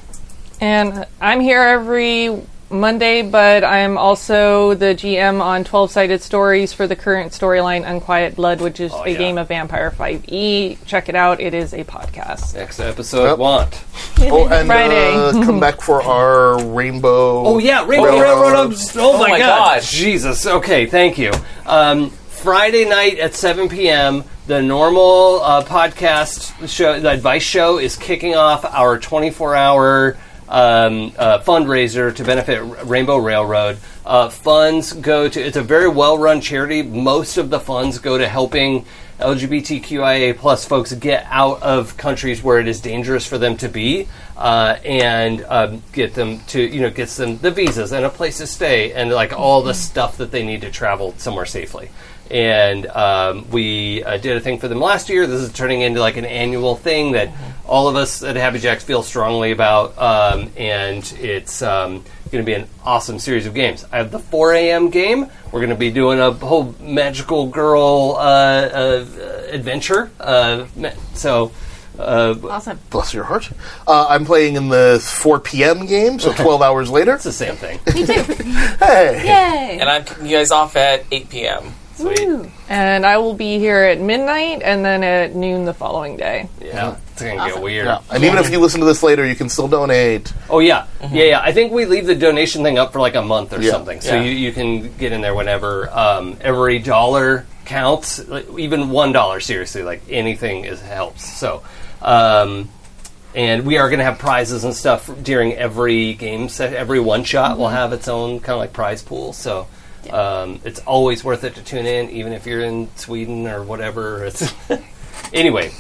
Speaker 5: And I'm here every Monday, but I'm also the GM on 12 Sided Stories for the current storyline Unquiet Blood, which is
Speaker 1: Oh,
Speaker 5: a
Speaker 1: yeah.
Speaker 5: game of Vampire 5e. Check it out, it is a podcast.
Speaker 1: Next episode,
Speaker 2: Yep.
Speaker 1: Want.
Speaker 2: Oh, and
Speaker 5: Friday.
Speaker 2: uh, come back for our rainbow.
Speaker 1: Oh, yeah. Rainbow
Speaker 2: Railroad.
Speaker 1: Railroad. Ups. Oh, my,
Speaker 4: my
Speaker 1: God.
Speaker 4: gosh.
Speaker 1: Jesus. Okay, thank you. Um, Friday night at 7 p.m., the normal uh, podcast show, the advice show, is kicking off our 24 hour um, uh, fundraiser to benefit R- Rainbow Railroad. Uh, funds go to, it's a very well run charity. Most of the funds go to helping. LGBTQIA plus folks get out of countries where it is dangerous for them to be, uh, and um, get them to you know gets them the visas and a place to stay and like all the stuff that they need to travel somewhere safely. And um, we uh, did a thing for them last year. This is turning into like an annual thing that all of us at Happy Jacks feel strongly about, um, and it's um, going to be an awesome series of games. I have the 4 a.m. game. We're going to be doing a whole magical girl uh, uh, adventure. Uh, ma- uh, so Uh,
Speaker 3: Awesome.
Speaker 2: Bless your heart. Uh, I'm playing in the 4 p.m. game, so 12 hours later.
Speaker 1: it's the same thing.
Speaker 3: Me too.
Speaker 2: Hey,
Speaker 3: Yay.
Speaker 4: And I'm kicking you guys off at 8 p.m.
Speaker 1: Sweet.
Speaker 5: And I will be here at midnight and then at noon the following day.
Speaker 1: Yeah, it's gonna get
Speaker 3: Awesome.
Speaker 1: weird.
Speaker 2: Yeah. And even if you listen to this later, you can still donate.
Speaker 1: Oh yeah, yeah, yeah. I think we leave the donation thing up for like a month or
Speaker 2: Yeah.
Speaker 1: something, so
Speaker 4: Yeah.
Speaker 1: you, you can get in there whenever. Um, every dollar counts, like, even one dollar. Seriously, like anything is helps. So, um, and we are going to have prizes and stuff during every game set. Every one shot will have its own kind of like prize pool. So. Um, it's always worth it to tune in, even if you're in Sweden or whatever. It's anyway.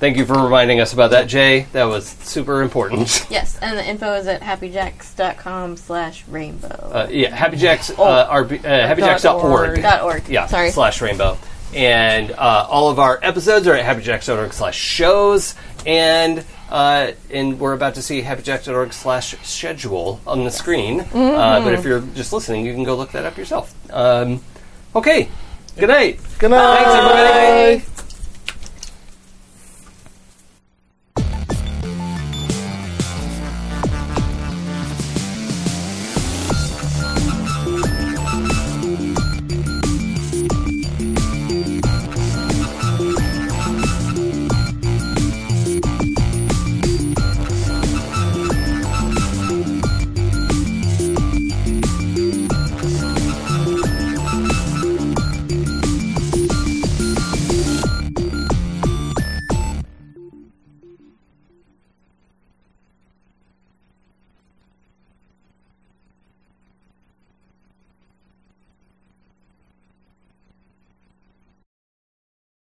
Speaker 1: Thank you for reminding us about that, Jay. That was super important.
Speaker 3: Yes, and the info is at happyjacks.com slash rainbow.
Speaker 1: uh, yeah, Happy Jacks, uh, RB, uh, happyjacks.org.
Speaker 5: Dot
Speaker 3: Oh. dot org.
Speaker 1: Yeah,
Speaker 3: Sorry.
Speaker 1: slash rainbow. And uh, all of our episodes are at happyjacks.org slash shows. And uh, and we're about to see happyjacks.org slash schedule on the screen. Uh,
Speaker 3: Mm-hmm.
Speaker 1: but if you're just listening, you can go look that up yourself. Um, okay. Good night.
Speaker 2: Good night.
Speaker 1: Thanks, everybody.